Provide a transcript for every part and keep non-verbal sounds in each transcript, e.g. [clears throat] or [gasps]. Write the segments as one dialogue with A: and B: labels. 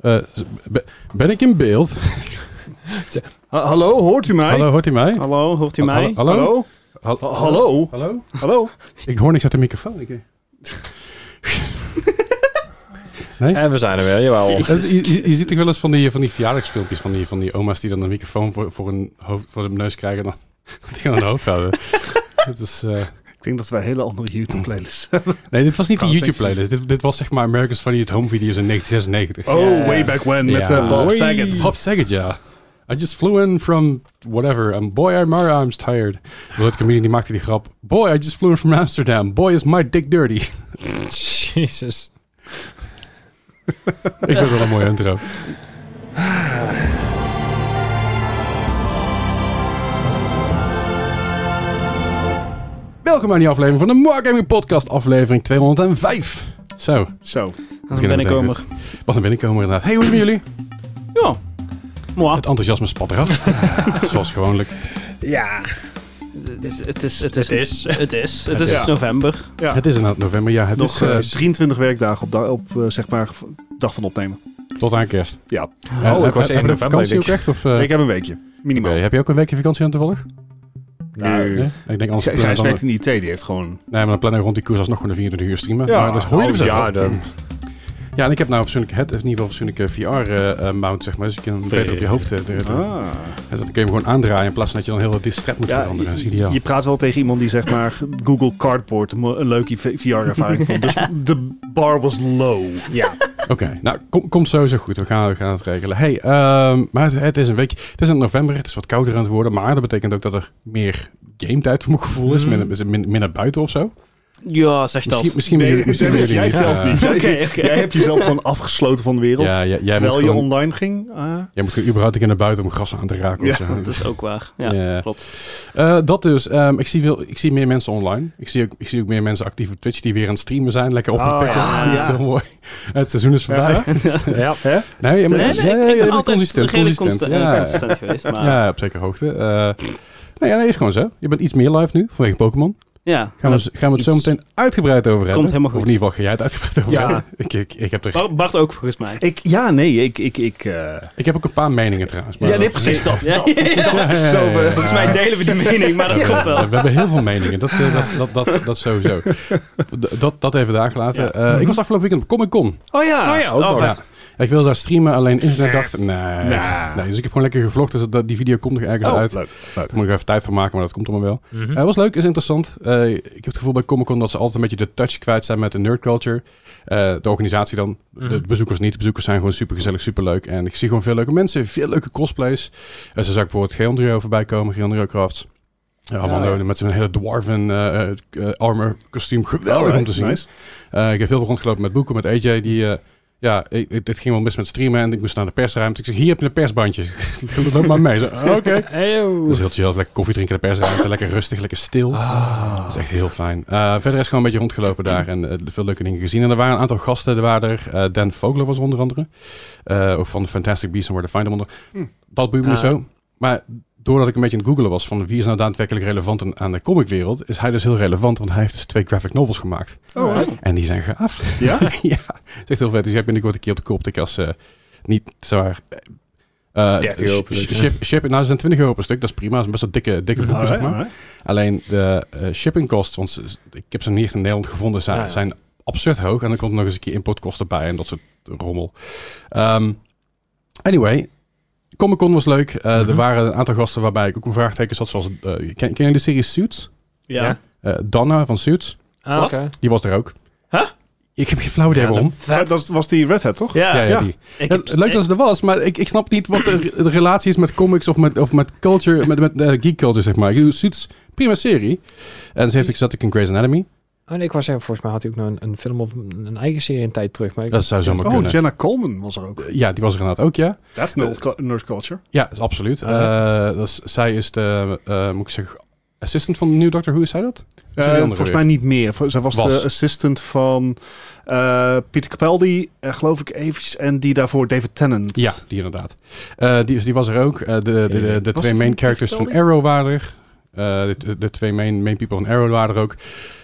A: Eh, be- ben ik in beeld?
B: Ha- hallo, hoort u mij?
A: Hallo, hoort u mij?
C: Hallo, hoort u
A: Hallo,
C: mij?
A: hallo?
B: Hallo?
A: Hal-
B: Ha- Hallo?
A: Hallo?
B: Hallo?
A: Ik hoor niks uit de microfoon. Ik... eh.
D: [laughs]
C: En we zijn er weer, jawel.
A: Dat is- Eh, Je, je, je ziet toch wel eens van die, van die verjaardagsfilmpjes van die, van die oma's die dan een microfoon voor, voor, hun, hoofd, voor hun neus krijgen en dan [laughs] die aan hun hoofd
B: [laughs]
A: houden. Dat is, eh,
B: Ik denk dat wij hele andere YouTube-playlists hebben.
A: nee, dit was niet de
B: Trouwens,
A: YouTube-playlist. Dit, dit was zeg maar America's Funniest Home Videos in 1996.
B: Oh,
C: Ja.
B: way back when, met
A: Ja.
B: eh, Bob
A: Hoi.
B: Saget.
A: Bob Saget, ja. I just flew in from whatever. And boy, I'm, I'm tired. Wil het comedian die maakte die grap. Boy, I just flew in from Amsterdam. Boy, is my dick dirty.
D: [laughs]
C: Jezus.
A: Ik vind het wel een mooie intro. Welkom bij die aflevering van de More Gaming Podcast, aflevering 205. Zo,
B: Zo.
C: Dan
A: Beginnen
C: ben
A: met
C: ik
A: David.
C: omer.
A: wat een binnenkomer inderdaad. Hey, hoe is het met jullie?
B: Ja. Moi.
A: Het enthousiasme spat eraf, zoals gewoonlijk.
C: Ja. Het is, het is, het is, het is, het is,
A: Het is.
C: november.
B: Ja.
A: Het is inderdaad november, ja. Het
B: Nog
A: is
B: eh,
A: eh,
B: 23 werkdagen op, da- op eh, zeg maar, v- dag van opnemen.
A: tot aan kerst.
B: Ja.
A: Eh, hebben-
D: was één
A: hebben we
D: november,
A: vakantie
D: denk
A: ook
D: ik.
A: echt? Of, eh,
B: ik heb een weekje. Minimaal.
A: oké, heb je ook een weekje vakantie aan toevallig?
B: Nou,
A: Nee? Ik denk anders
B: Gij-
A: plannen
B: Gijs
A: we dan,
B: werkt in de IT, die heeft gewoon...
A: nee, maar dan plannen we rond die koers alsnog gewoon een 24 uur streamen.
B: Ja,
A: maar dat is hoor je er
D: Oh,
A: zo
D: ja,
A: van.
D: dan.
A: Ja, en ik heb nou een fatsoenlijke head, of in ieder geval eh, een fatsoenlijke VR-mount, zeg maar. Dus je kan hem beter op je hoofd eh, drukken.
B: Ah.
A: Dus dan kun je hem gewoon aandraaien in plaats van dat je dan heel die strap moet
B: Ja,
A: veranderen. Dat is
B: je,
A: ideaal.
B: je praat wel tegen iemand die zeg maar Google Cardboard een, mo- een leuke VR-ervaring vond. Dus de bar was low.
C: Ja.
A: Oké, nou, kom, komt sowieso goed. We gaan, we gaan het regelen. Hey, ehm, maar het, het is een weekje. Het is in november, het is wat kouder aan het worden. Maar dat betekent ook dat er meer gametijd voor mijn gevoel is.
C: Mhm.
B: Hmm.
A: Minder, is het min- minder buiten of zo.
C: Ja, zeg
D: [laughs]
C: dat.
A: Misschien, misschien ben
B: [laughs] Nee,
A: jullie, misschien ben
B: Dennis,
A: jullie
B: jij
A: niet.
B: telt
A: eh,
B: niet. Jij,
C: Oké,
B: jij-
C: oké.
B: jij hebt jezelf gewoon afgesloten van de wereld.
A: Ja, jij, jij, moet
B: terwijl je
A: gewoon,
B: online ging. Ah.
A: jij moet gewoon überhaupt niet naar buiten om gras aan te raken. of
B: Ja,
A: zo.
C: Dat is ook waar. Ja.
A: Ja.
C: klopt.
A: Eh, dat dus. Ehm, ik, zie veel, ik zie meer mensen online. Ik zie, ook, ik zie ook meer mensen actief op Twitch die weer aan het streamen zijn. Lekker op
C: Oh,
A: het pakken. [laughs]
C: ja.
A: Dat is heel mooi. Het seizoen is voorbij.
B: Ja.
C: [laughs]
D: Ja.
B: Hè?
A: Nee, je bent-
C: Nee, nee,
A: ja, ja, je
C: ik ben
A: bent
C: altijd
A: consistent.
C: redelijk
A: consistent.
C: constant- eh,
A: ja.
C: consistent geweest. Maar ja,
A: ja, op zekere hoogte. Eh, nee, ja, nee, is gewoon zo. Je bent iets meer live nu, vanwege Pokémon. Gaan we,
C: maar
A: z- gaan we het zo
C: iets-
A: meteen uitgebreid over hebben.
C: helemaal goed. Oh.
A: Of in ieder geval ga jij het uitgebreid over
B: Ja.
A: hebben. Ik, ik, ik, heb er,
C: Bar- Bart ook volgens mij.
B: Ik, ja, nee, ik... ik, ik eh,
A: ik heb ook een paar meningen trouwens. maar
B: Ja, nee,
A: dat-
B: precies dat.
C: Ja.
B: [laughs] dat, dat.
A: ja, ja,
B: Zo,
A: ja,
B: eh,
A: ja.
C: Volgens mij delen we die mening, maar dat
A: Ja,
C: klopt
A: we,
C: wel.
A: we hebben heel veel meningen. Dat, eh, dat, dat, dat, dat sowieso. D- Dat, dat even daar gelaten. Eh, ik was afgelopen weekend op Comic Con.
C: Oh ja.
D: Oh ja, ook nog.
C: vet.
A: Ja. Ik wilde daar streamen, alleen internet dacht, nee.
B: Nah.
A: nee. Dus ik heb gewoon lekker gevlogd, dus dat- dat, die video komt nog ergens
B: Oh,
A: uit.
B: leuk, leuk.
A: Daar moet ik even tijd voor maken, maar dat komt allemaal wel.
D: Mhm.
A: Het was leuk, is interessant. Eh, ik heb het gevoel bij Comic Con dat ze altijd een beetje de touch kwijt zijn met de nerd culture. Eh, de organisatie dan, de
D: Mhm.
A: bezoekers niet. De bezoekers zijn gewoon super gezellig, super leuk. En ik zie gewoon veel leuke mensen, veel leuke cosplays. Eh, zo zag ik bijvoorbeeld Geondrio voorbij komen, Geondrio Crafts. Uh, Armando
D: Ja, ja.
A: met zijn hele dwarven eh, eh, eh, armor kostuum. Geweldig om te zien.
B: Nice.
A: Eh, ik heb heel veel rondgelopen met Boeken, met AJ. Die, eh, ja, ik, ik- dit ging wel mis met streamen en ik moest naar de persruimte. Ik zeg, hier heb je een persbandje. [laughs] Loop maar mee. Zo, Oké.
D: [laughs] Eeuw.
A: Dus heel chill, lekker koffie drinken in de persruimte. lekker rustig, lekker stil.
C: Ah.
A: Dat is echt heel fijn. Eh, verder is gewoon een beetje rondgelopen daar en eh, veel leuke dingen gezien. En er waren een aantal gasten. Er waren er, eh, Dan Vogler was er onder andere. Eh, ook van de Fantastic Beasts and Where to Find Them onder.
B: Hm.
A: Dat boeit me
C: Ah.
A: zo. Maar doordat ik een beetje aan het googelen was van wie is nou daadwerkelijk relevant aan- aan de comicwereld, is hij dus heel relevant, want hij heeft dus twee graphic novels gemaakt.
B: Oh, echt?
A: En die zijn gaaf [laughs]
B: Ja?
A: ja, dat is echt heel vet. Dus jij hebt binnenkort een keer op de koptik als eh, niet zwaar. eh
D: 30 euro per
A: sh-
D: stuk.
A: ship, ship, nou, ze zijn 20 euro per stuk, dat is prima. Dat is best wel dikke, dikke boeken,
B: Alright,
A: zeg maar.
B: alright.
A: Alleen de eh, shipping costs, want ze- ze- ik heb ze niet echt in Nederland gevonden, zijn,
D: Ja, ja.
A: zijn absurd hoog. En dan komt er nog eens een keer importkosten bij en dat soort rommel. Ehm, anyway, Comic Con was leuk. Eh,
D: Mhm.
A: Er waren een aantal gasten waarbij ik ook een vraagteken zat, zoals... eh, ken, ken jullie de serie Suits?
C: Ja.
A: Eh, Donna van Suits,
D: Ah,
C: Wat?
D: oké.
A: die was er ook.
C: Huh?
A: Ik heb geen flauw idee
D: Ja, dat-
A: waarom.
B: Maar Dat was die Red Hat, toch?
C: Ja.
A: Ja, ja,
B: Ja.
A: die.
C: Ik
A: Ja,
C: heb-
A: leuk dat ze er was, maar ik, ik snap niet wat de, re- de relatie is met comics of met, of met culture, met, met eh, geek culture, zeg maar. Ik bedoel, Suits, prima serie. En ze heeft ook, zat ik in Grey's Anatomy.
D: Oh, nee, ik was er, volgens mij had hij ook nog een, een film of een een eigen serie een tijd terug. Maar ik,
A: Dat zou zomaar
B: Oh,
A: kunnen.
B: Jenna Coleman was er ook.
A: Ja, die was er inderdaad ook, ja.
B: That's nerd, cu- nerd culture.
A: Ja, is absoluut.
D: Ah,
A: Eh, dat is, zij is de, eh, moet ik zeggen, assistant van de New Doctor Who, is zij dat?
B: Eh,
A: die andere
B: volgens
A: weer?
B: mij niet meer. Vo- Zij was,
A: Was.
B: de assistant van eh, Peter Capaldi, eh, geloof ik eventjes. En die daarvoor David Tennant.
A: Ja, die inderdaad. Eh, die, die was er ook. Eh, de de, de, de
B: Was
A: twee main
B: het van
A: characters van
B: Peter
A: Arrow waren er. Eh, de, de twee main, main people van Arrow waren er ook.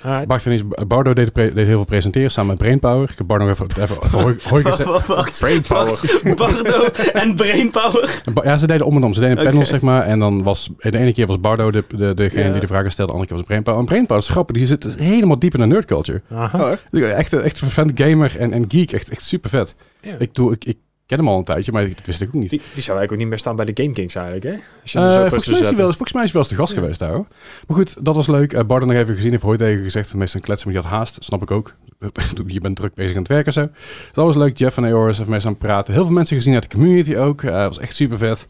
D: Alright.
A: Bart is Bardo deed, pre- deed heel veel presenteren samen met Brainpower. Ik heb Bardo even, even, even hooi- hooi gezet.
C: [laughs] Wacht, wacht,
B: Brainpower.
C: wacht. Bardo en Brainpower.
A: Ba- Ja, ze deden om en om. Ze deden
C: Oké.
A: panels, zeg maar. En dan was... De ene keer was Bardo de, de, degene
C: Ja.
A: die de vragen stelde. De andere keer was Brainpower. En Brainpower is grappig. Die zit dus helemaal diep in de nerdculture.
D: Aha.
A: Echt, echt vervent gamer en, en geek. Echt, echt super vet.
D: Ja.
A: Ik, doe, ik, ik ken hem al een tijdje, maar dat wist ik ook niet.
D: Die, die zou eigenlijk ook niet meer staan bij de Game Kings eigenlijk, hè? Als je
A: Eh,
D: hem zo
A: volgens,
D: tussen
A: mij is hij
D: zet.
A: wel, eens- volgens mij is hij wel eens de gast
D: Ja.
A: geweest daar. hoor. Maar goed, dat was leuk. Eh Bardo nog even gezien. Heeft ooit tegen gezegd. De meeste kletsen, maar die had haast. Snap ik ook. [laughs] Je bent druk bezig aan het werken zo. Dus dat was leuk. Jeff en Eoris even mee aan het praten. Heel veel mensen gezien uit de community ook. Eh, was echt super vet.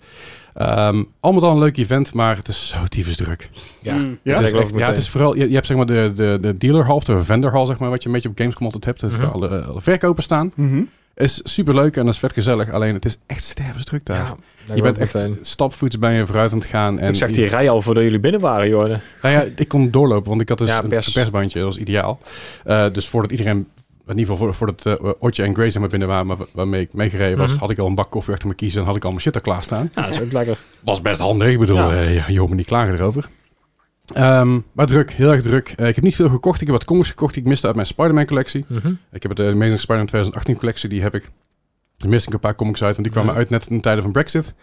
A: Ehm al met al een leuk event, maar het is zo tyfus druk.
D: Ja.
C: Mm.
B: Ja?
A: het is,
D: geloof
A: echt-
D: ik
A: ja, het is vooral, je, je hebt zeg maar de, de, de dealerhal of de vendorhal, zeg maar, wat je een beetje op Gamescom altijd hebt. Dat is
D: Mhm.
A: voor alle, eh, alle verkopers staan.
B: Mhm.
A: Is super leuk en dat is vet gezellig. Alleen het is echt stervensdruk daar.
D: Ja,
A: je bent echt stapvoets bij je vooruit aan het gaan. En
D: ik zag die rij al voordat jullie binnen waren, joh.
A: Nou ja, ik kon doorlopen, want ik had dus
D: Ja, pers.
A: een persbandje. Dat was ideaal. Eh, dus voordat iedereen, in ieder geval voor- voordat eh Otje en Grace er maar binnen waren, maar wa- waarmee ik meegereden was,
D: Mhm.
A: had ik al een bak koffie achter me kiezen en had ik al mijn shit er klaarstaan.
D: Ja, dat is ook lekker.
A: Was best handig. Ik bedoel,
D: Ja.
A: eh, je hoort me niet klagen erover. Ehm, maar druk, heel erg druk. Eh, ik heb niet veel gekocht. Ik heb wat comics gekocht die ik miste uit mijn Spider-Man collectie.
D: Mhm.
A: Ik heb de Amazing Spider-Man 2018 collectie, die heb ik. Er miste ik een paar comics uit, want die kwamen
D: Ja.
A: uit net in de tijden van Brexit.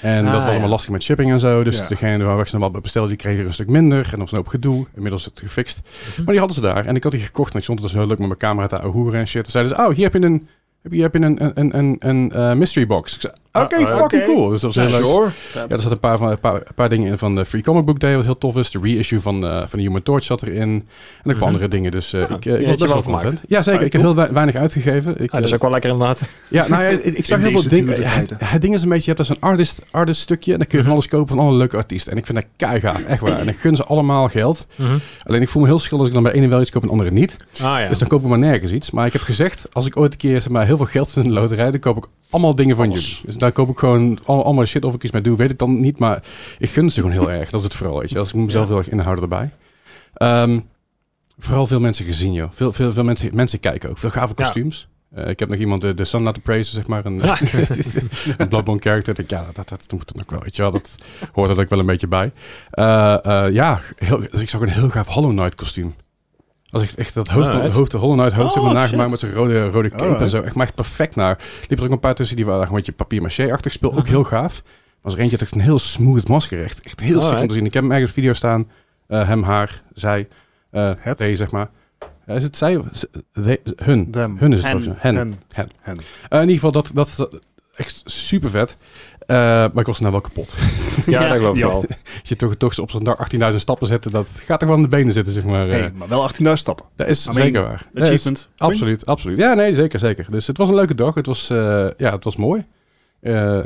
A: En
D: Ah,
A: dat was allemaal
D: ja.
A: lastig met shipping en zo. Dus
B: Ja.
A: degene waar we snel wat bestelden, die kregen er een stuk minder. En dat was een hoop gedoe. Inmiddels is het gefixt.
D: Mhm.
A: Maar die hadden ze daar. En ik had die gekocht. En ik stond het dus heel leuk met mijn camera te ahoeren en shit. Toen zeiden ze, oh, hier heb je een, heb je, hier heb je een, een, een, een, een, eh, mystery box. Ik zei, oké,
D: Ah, ah,
A: fucking
B: oké.
A: cool. Dus dat was heel leuk. Ja, er zaten een paar, van, een, paar, een paar dingen in van de Free Comic Book Day, wat heel tof is. De reissue van, eh, van de Human Torch zat erin. En nog wel
D: Mhm.
A: andere dingen. Dus eh,
D: Ja,
A: ik,
D: je
A: eh, ik
D: hebt
A: was
D: je
A: best wel
D: wel gemaakt.
A: content. Ja, zeker.
B: Ah,
A: Ik heb heel wei- weinig uitgegeven. Ik,
D: Ah, dat
A: eh,
D: is ook wel lekker inderdaad.
A: ja,
D: [laughs]
A: nou ja, ik, ik zag heel
B: deze
A: veel dingen.
B: dure
A: Ja,
B: tijden.
A: het ding is een beetje, je hebt dus een artist, artist stukje en dan kun je van
D: Mhm.
A: alles kopen van alle leuke artiesten. En ik vind dat kei gaaf, echt waar. En ik gun ze allemaal geld.
D: Mhm.
A: Alleen ik voel me heel schuldig als ik dan bij ene wel iets koop en andere niet.
D: Ah ja.
A: Dus dan koop ik maar nergens iets. Maar ik heb gezegd, als ik ooit een keer zeg maar, heel veel geld vind in de loterij, dan koop ik allemaal dingen van
B: Alles.
A: jullie. Dus dan koop ik gewoon al- allemaal shit of ik iets mee doe, weet ik dan niet. Maar ik gun ze
D: [laughs]
A: gewoon heel erg. Dat is het vooral, weet je. Als ik moet mezelf
D: Ja.
A: heel erg inhouden erbij. Ehm, vooral veel mensen gezien, joh. Veel, veel, veel mensen, mensen kijken ook. Veel gave
D: Ja.
A: kostuums. Eh, ik heb nog iemand de, de Sun laten praisen, zeg
D: [laughs]
A: maar. Een, [laughs]
D: Ja.
A: een Bloodborne character. Ik denk, ja, dat, dat, dat moet het ook wel. Weet je wel, dat hoort er ook wel een beetje bij. Eh, eh, ja, heel, dus ik zag een heel gaaf Hollow Knight kostuum. Als echt, echt dat hoofd,
D: Ah, echt?
A: hoofd, de Hollow Knight hoofd, zeg maar,
D: Oh,
A: nagemaakt
D: shit.
A: met zijn rode, rode cape en
B: Alright.
A: zo. Echt, maar echt perfect naar. Er liepen er ook een paar tussen die waren een beetje papier-maché-achtig speel. Ook heel gaaf. Maar er is eentje dat echt een heel smooth masker. Echt, echt heel sick om
D: Alright.
A: te zien. Ik heb hem ergens video staan. eh, hem, haar, zij, eh
B: Het?
A: they, zeg maar. Eh, Is het zij? of- ze- they- hun.
B: Them.
A: Hun is het
C: Hen.
A: volgens mij. Hen.
B: Hen.
A: Hen.
B: Hen.
A: Eh, in ieder geval, dat, dat is echt super vet. Eh, maar ik was nou wel kapot.
D: ja,
C: Ja.
D: dat geloof ik
B: Ja.
D: wel.
A: Als je toch, toch op zo'n dag 18.000 stappen zetten, dat gaat toch wel aan de benen zitten, zeg maar. Eh,
B: Hey, maar wel 18.000 stappen.
A: dat is
B: I mean,
A: zeker waar. Dat is-
B: Achievement.
A: absoluut, absoluut. Ja, nee, zeker, zeker. Dus het was een leuke dag. Het was, eh, ja, het was mooi. Eh,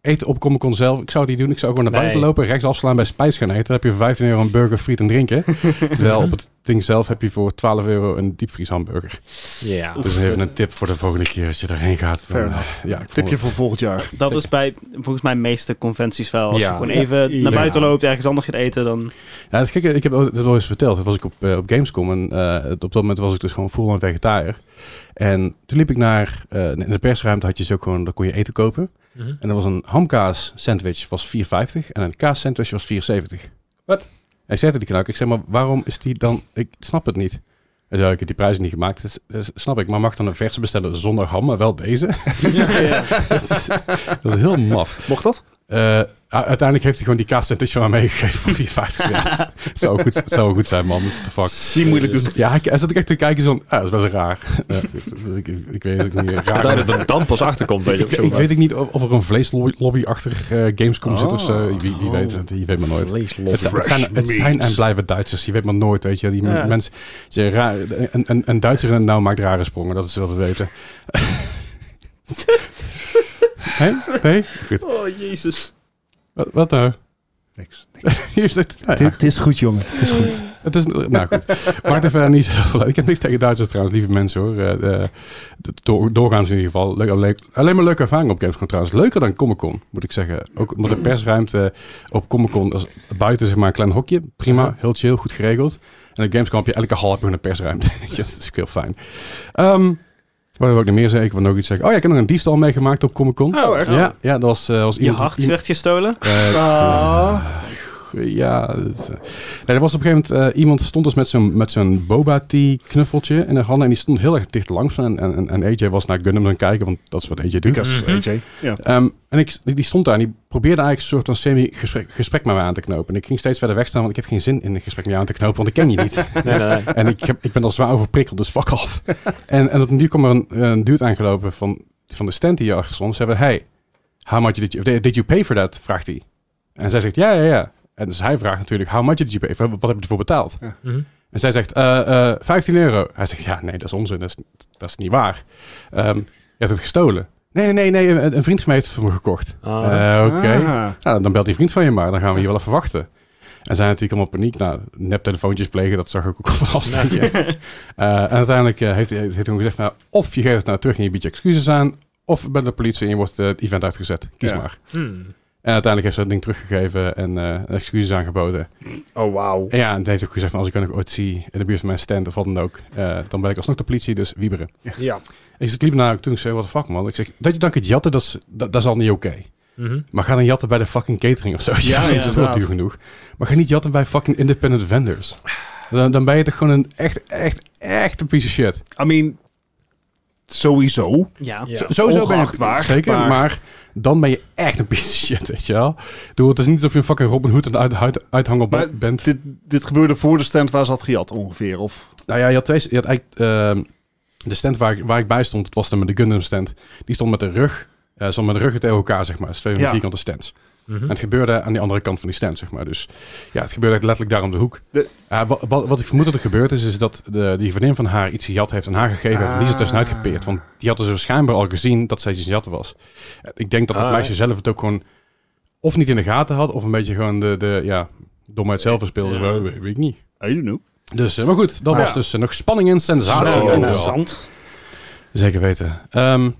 A: eten opkomen kon zelf. Ik zou het niet doen. Ik zou gewoon naar buiten
D: Nee.
A: lopen, rechts afslaan bij Spijs gaan eten. Dan heb je 15 euro een burger, friet en
B: [laughs]
A: drinken. Terwijl op het ding zelf heb je voor 12 euro een diepvrieshamburger.
D: Ja.
A: Dus even een tip voor de volgende keer als je erheen gaat.
B: Fair
A: Dan, eh,
B: enough.
A: ja, ik vond
B: Tipje voor volgend jaar.
C: Dat is bij volgens mij meeste conventies wel. Als
D: Ja.
C: je gewoon
D: Ja.
C: even
B: Ja.
C: naar buiten loopt, ergens anders gaat eten, dan...
A: Ja, het gekke, ik heb het al eens verteld. Dat was ik op, eh, op Gamescom en eh, op dat moment was ik dus gewoon full-on vegetariër. En toen liep ik naar, eh, in de persruimte had je dus ook gewoon, daar kon je eten kopen.
D: Mhm.
A: En er was een hamkaas sandwich was 4,50 en een kaas sandwich was 4,70.
D: Wat?
A: En ik zei tegen die knaak, ik zeg maar, waarom is die dan, ik snap het niet. Hij zei, ik heb die prijzen niet gemaakt, dat, is- dat is- snap ik. Maar mag ik dan een verse bestellen zonder ham, maar wel deze? [laughs] dat, is, dat is heel maf.
B: Mocht dat?
A: Eh, u- uiteindelijk heeft hij gewoon die kaas sandwich van mij meegegeven voor 4,50 cent. zou, goed, zou goed zijn, man. What the fuck.
B: Niet moeilijk doen.
A: Ja, ik, hij zat ook echt te kijken zo'n... Ah, dat is best raar. [laughs] Ja, ik, ik- ik weet het ook niet. Raar.
D: Dat het een damp pas achterkomt, weet je.
A: ik,
D: of zo.
A: ik weet ook niet of, of er een vleeslobby achter eh, Gamescom zit of zo.
B: Oh.
A: Wie, wie weet het. Je weet maar nooit.
D: Vleeslof.
A: Het, zijn- het zijn, het zijn en blijven Duitsers. Je weet maar nooit, weet je. Die
B: Ja.
A: mensen... ze raar- een, een, een Duitser in het nauw maakt rare sprongen. Dat is wat we weten. Hé? Nee? Goed.
C: Oh, jezus.
A: Wat, wat nou?
B: Niks.
A: [laughs] Hier zit... nou ja,
B: [laughs] Dit is goed, jongen. Het is goed.
A: Het is, nou goed, maakt er verder niet zoveel uit. Ik heb niks tegen Duitsers trouwens, lieve mensen hoor. Eh, eh, door- doorgaans in ieder geval. Leuk, leuk- alleen maar leuke ervaring op Gamescom trouwens. Leuker dan Comic Con, moet ik zeggen. Ook omdat de persruimte op Comic Con, als buiten zeg maar een klein hokje. Prima, heel chill, goed geregeld. En op Gamescom heb je elke hal heb je gewoon een persruimte. [laughs] Weet je, dat is ook heel fijn. Ehm, wat wil ik nog meer zeggen? Ik wil nog iets zeggen. Oh ja, ik heb nog een diefstal meegemaakt op Comic Con.
B: Oh, echt?
A: Ja, ja, dat was, eh, was
C: Je
A: iemand...
C: hart
A: iemand-
C: werd gestolen?
A: eh,
B: Ah.
A: toch? Ja. het, eh. Nee, er was op een gegeven moment eh, iemand stond dus met zo'n met zo'n boba tea knuffeltje in de handen en die stond heel erg dicht langs me. En, en, en AJ was naar Gundam aan het kijken, want dat is wat AJ doet.
B: Because
C: Mhm.
B: AJ. Ja.
A: Ehm, en ik, die stond daar en die probeerde eigenlijk een soort van semi-gesprek gesprek met me aan te knopen. En ik ging steeds verder weg staan, want ik heb geen zin in een gesprek met jou aan te knopen, want ik ken je niet.
D: Nee, nee, nee.
A: En ik, heb, ik ben al zwaar overprikkeld, dus fuck off. En, en op een duur kwam er een, een dude aangelopen van, van de stand die hierachter stond. Ze hebben, hey, how much did you, did you pay for that? Vraagt hij. En zij zegt, ja, ja, ja. En dus hij vraagt natuurlijk, how much did you pay for? Wat heb je ervoor betaald?
D: Mhm.
A: En zij zegt, eh, eh, 15 euro. Hij zegt, ja, nee, dat is onzin. Dat is, dat is niet waar. Ehm, je hebt het gestolen. Nee, nee, nee, nee een, een vriend van mij heeft het voor me gekocht.
D: Ah.
A: Eh, Oké.
B: Ah.
A: Nou, dan belt die vriend van je maar. Dan gaan we je wel even wachten. En zijn natuurlijk allemaal paniek. Nou, neptelefoontjes plegen, dat zag ik ook al van afstandje. [laughs] Eh, en uiteindelijk eh, heeft, hij- heeft hij toen gezegd, van, nou, of je geeft het nou terug en je biedt je excuses aan, of bij de politie en je wordt eh, het event uitgezet. Kies
B: Ja.
A: maar.
D: Hmm.
A: En uiteindelijk heeft ze dat ding teruggegeven en eh, excuses aangeboden.
B: Oh, wauw.
A: En ja, en hij heeft ook gezegd, van, als ik hem ooit zie in de buurt van mijn stand of wat dan ook, eh, dan ben ik alsnog de politie, dus wieberen.
D: Ja.
A: Ik zit- liep naar hem toe en ik zei, what the fuck man. Ik zeg, dat je dan kunt jatten, dat is, dat, dat is al niet oké.
D: Mhm.
A: Maar ga dan jatten bij de fucking catering of zo.
B: [laughs] Ja,
A: Ja, dat is wel
B: inderdaad.
A: duur genoeg. Maar ga niet jatten bij fucking independent vendors. Dan, dan ben je toch gewoon een echt, echt, echt een piece of shit.
B: I mean, sowieso.
C: Ja.
D: Ja.
A: Zo- Sowieso ben
B: ongeacht
A: je
B: waar,
A: Zeker,
B: maar-
A: maar... dan ben je echt een piece of shit, weet je wel. Ik bedoel, het is niet alsof je een fucking Robin Hood aan de uit, uit- uithang op
B: Maar
A: bent.
B: Dit, dit gebeurde voor de stand waar ze had gejat ongeveer. Of,
A: Nou ja, je had, twee, je had eigenlijk... ehm, de stand waar ik, waar ik bij stond, dat was dan met de Gundam stand. Die stond met de rug... eh stond met de ruggen tegen elkaar, zeg maar. Dus twee van die
B: Ja.
A: vierkante stands.
D: Mhm.
A: En het gebeurde aan die andere kant van die stand, zeg maar. Dus ja, het gebeurde echt letterlijk daar om de hoek.
B: De-
A: Eh, wa- wat, wat ik vermoed dat er gebeurd is, is dat de, die vriendin van haar iets jat heeft aan haar gegeven heeft. En die is er tussenuit
B: Ah.
A: gepeerd. Want die hadden ze waarschijnlijk al gezien dat zij iets jatten was. Eh, Ik denk dat dat
D: Ah,
A: meisje
D: ja.
A: zelf het ook gewoon of niet in de gaten had, of een beetje gewoon de, de ja, domheid zelf verspeelde.
D: Ja.
A: Zo, weet, weet ik niet.
B: I don't know.
A: Dus, eh, maar goed, dat
B: Maar
A: was
B: ja.
A: dus eh, nog spanning en sensatie.
B: Zo.
A: Dankjewel.
C: Interessant.
A: Zeker weten. Ehm,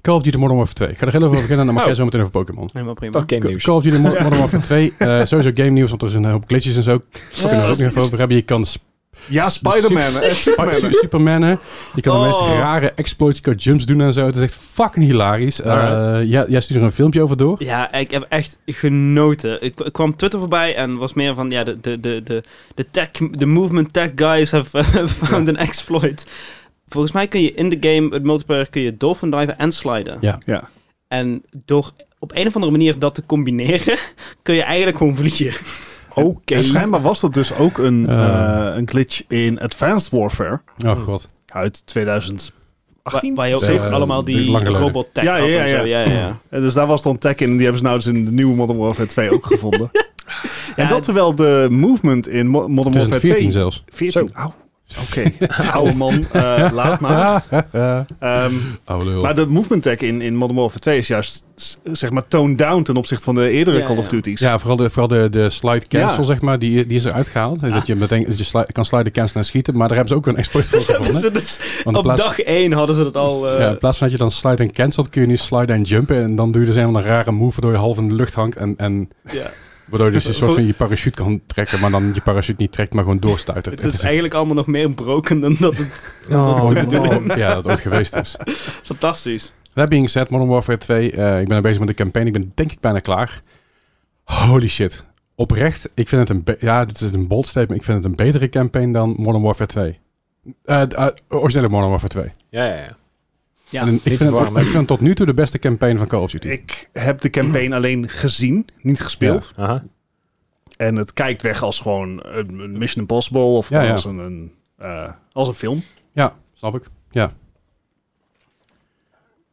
A: Call of Duty Modern Warfare 2. Ik ga er heel even over beginnen, dan mag
D: Oh.
A: jij zo meteen over Pokémon.
C: Helemaal prima.
D: Oké,
A: Ca-
D: nieuws.
A: Call of Duty Mo- Modern Warfare 2. eh, sowieso game nieuws, want er is een hoop glitches en zo. We kunnen er ook nog even over hebben. Je kan sp-
B: Ja,
A: S-
B: Spider-Man.
A: super-
B: echt Spider-Man.
A: su- Supermannen. Je kan de meest
C: Oh.
A: rare exploits, je kan jumps doen en zo. Het is echt fucking hilarisch. Eh,
D: Alright.
A: jij, jij stuurde er een filmpje over door.
C: [laughs] Ja, ik heb echt genoten. Ik, ik kwam Twitter voorbij en was meer van, ja, de, de, de, de, de tech, de movement tech guys have [laughs] eh, found an exploit. Volgens mij kun je in de game, het multiplayer, kun je dolphin diven en sliden.
A: Ja.
B: Ja.
C: En door op een of andere manier dat te combineren, [laughs] kun je eigenlijk gewoon vliegen.
B: Oké. En schijnbaar was dat dus ook een,
A: Eh.
B: eh, een glitch in Advanced Warfare
A: Oh god.
B: uit 2018.
C: Waar, waar je ook echt
A: Eh,
C: allemaal die
A: lang geleden.
C: robot tech
B: Ja,
C: had
B: ja,
C: en
B: ja.
C: zo. Ja, ja, ja.
B: En dus daar was dan tech in. en Die hebben ze nou dus in de nieuwe Modern Warfare 2 ook
C: [laughs]
B: gevonden. en
C: Ja,
B: dat
C: het-
B: terwijl de movement in Mo- Modern Warfare 2...
A: 2014 zelfs.
B: 14. Au. Oké. [laughs] Oude man.
A: [laughs]
B: eh, laat maar. Ehm,
A: Oh, lul.
B: maar de movement tech in, in Modern Warfare 2 is juist s- zeg maar toned down ten opzichte van de eerdere
C: Ja,
B: Call of
C: ja.
B: Duty's.
A: Ja, vooral de, vooral de, de slide cancel,
B: Ja.
A: zeg maar, die, die is eruit gehaald. Dus Dat je meteen dat je sli- kan sliden, cancelen en schieten. Maar daar hebben ze ook een exploit voor
C: dus,
A: gevonden.
C: dus
A: Want in
C: op
A: plaats-
C: dag 1 hadden ze dat al. eh,
A: Ja, in plaats van dat je dan slide en cancelt, kun je nu slide en jumpen. En dan doe je dus helemaal een rare move waardoor je half in de lucht hangt. En, en
C: ja.
A: waardoor je dus een soort van je parachute kan trekken, maar dan je parachute niet trekt, maar gewoon doorstuitert.
C: Het is eigenlijk allemaal nog meer broken dan dat het
A: Oh,
D: Oh,
A: oh, [laughs] ja, dat ooit geweest is.
C: fantastisch.
A: That being said, Modern Warfare 2. eh, ik ben er bezig met de campaign. Ik ben denk ik bijna klaar. Holy shit. Oprecht, ik vind het een... be- Ja, dit is een bold statement. Ik vind het een betere campaign dan Modern Warfare 2. Eh de, eh, originele Modern Warfare 2.
D: Ja, ja, ja.
C: Ja,
A: en ik, vind
D: te
A: het, ik
D: warm, hè?
A: vind het tot nu toe de beste campaign van Call of Duty.
B: Ik heb de campaign [clears throat] alleen gezien, niet gespeeld.
D: Aha.
B: En het kijkt weg als gewoon een, een Mission Impossible of gewoon
A: Ja, ja.
B: Als, een, een, eh, als een film.
A: Ja, snap ik.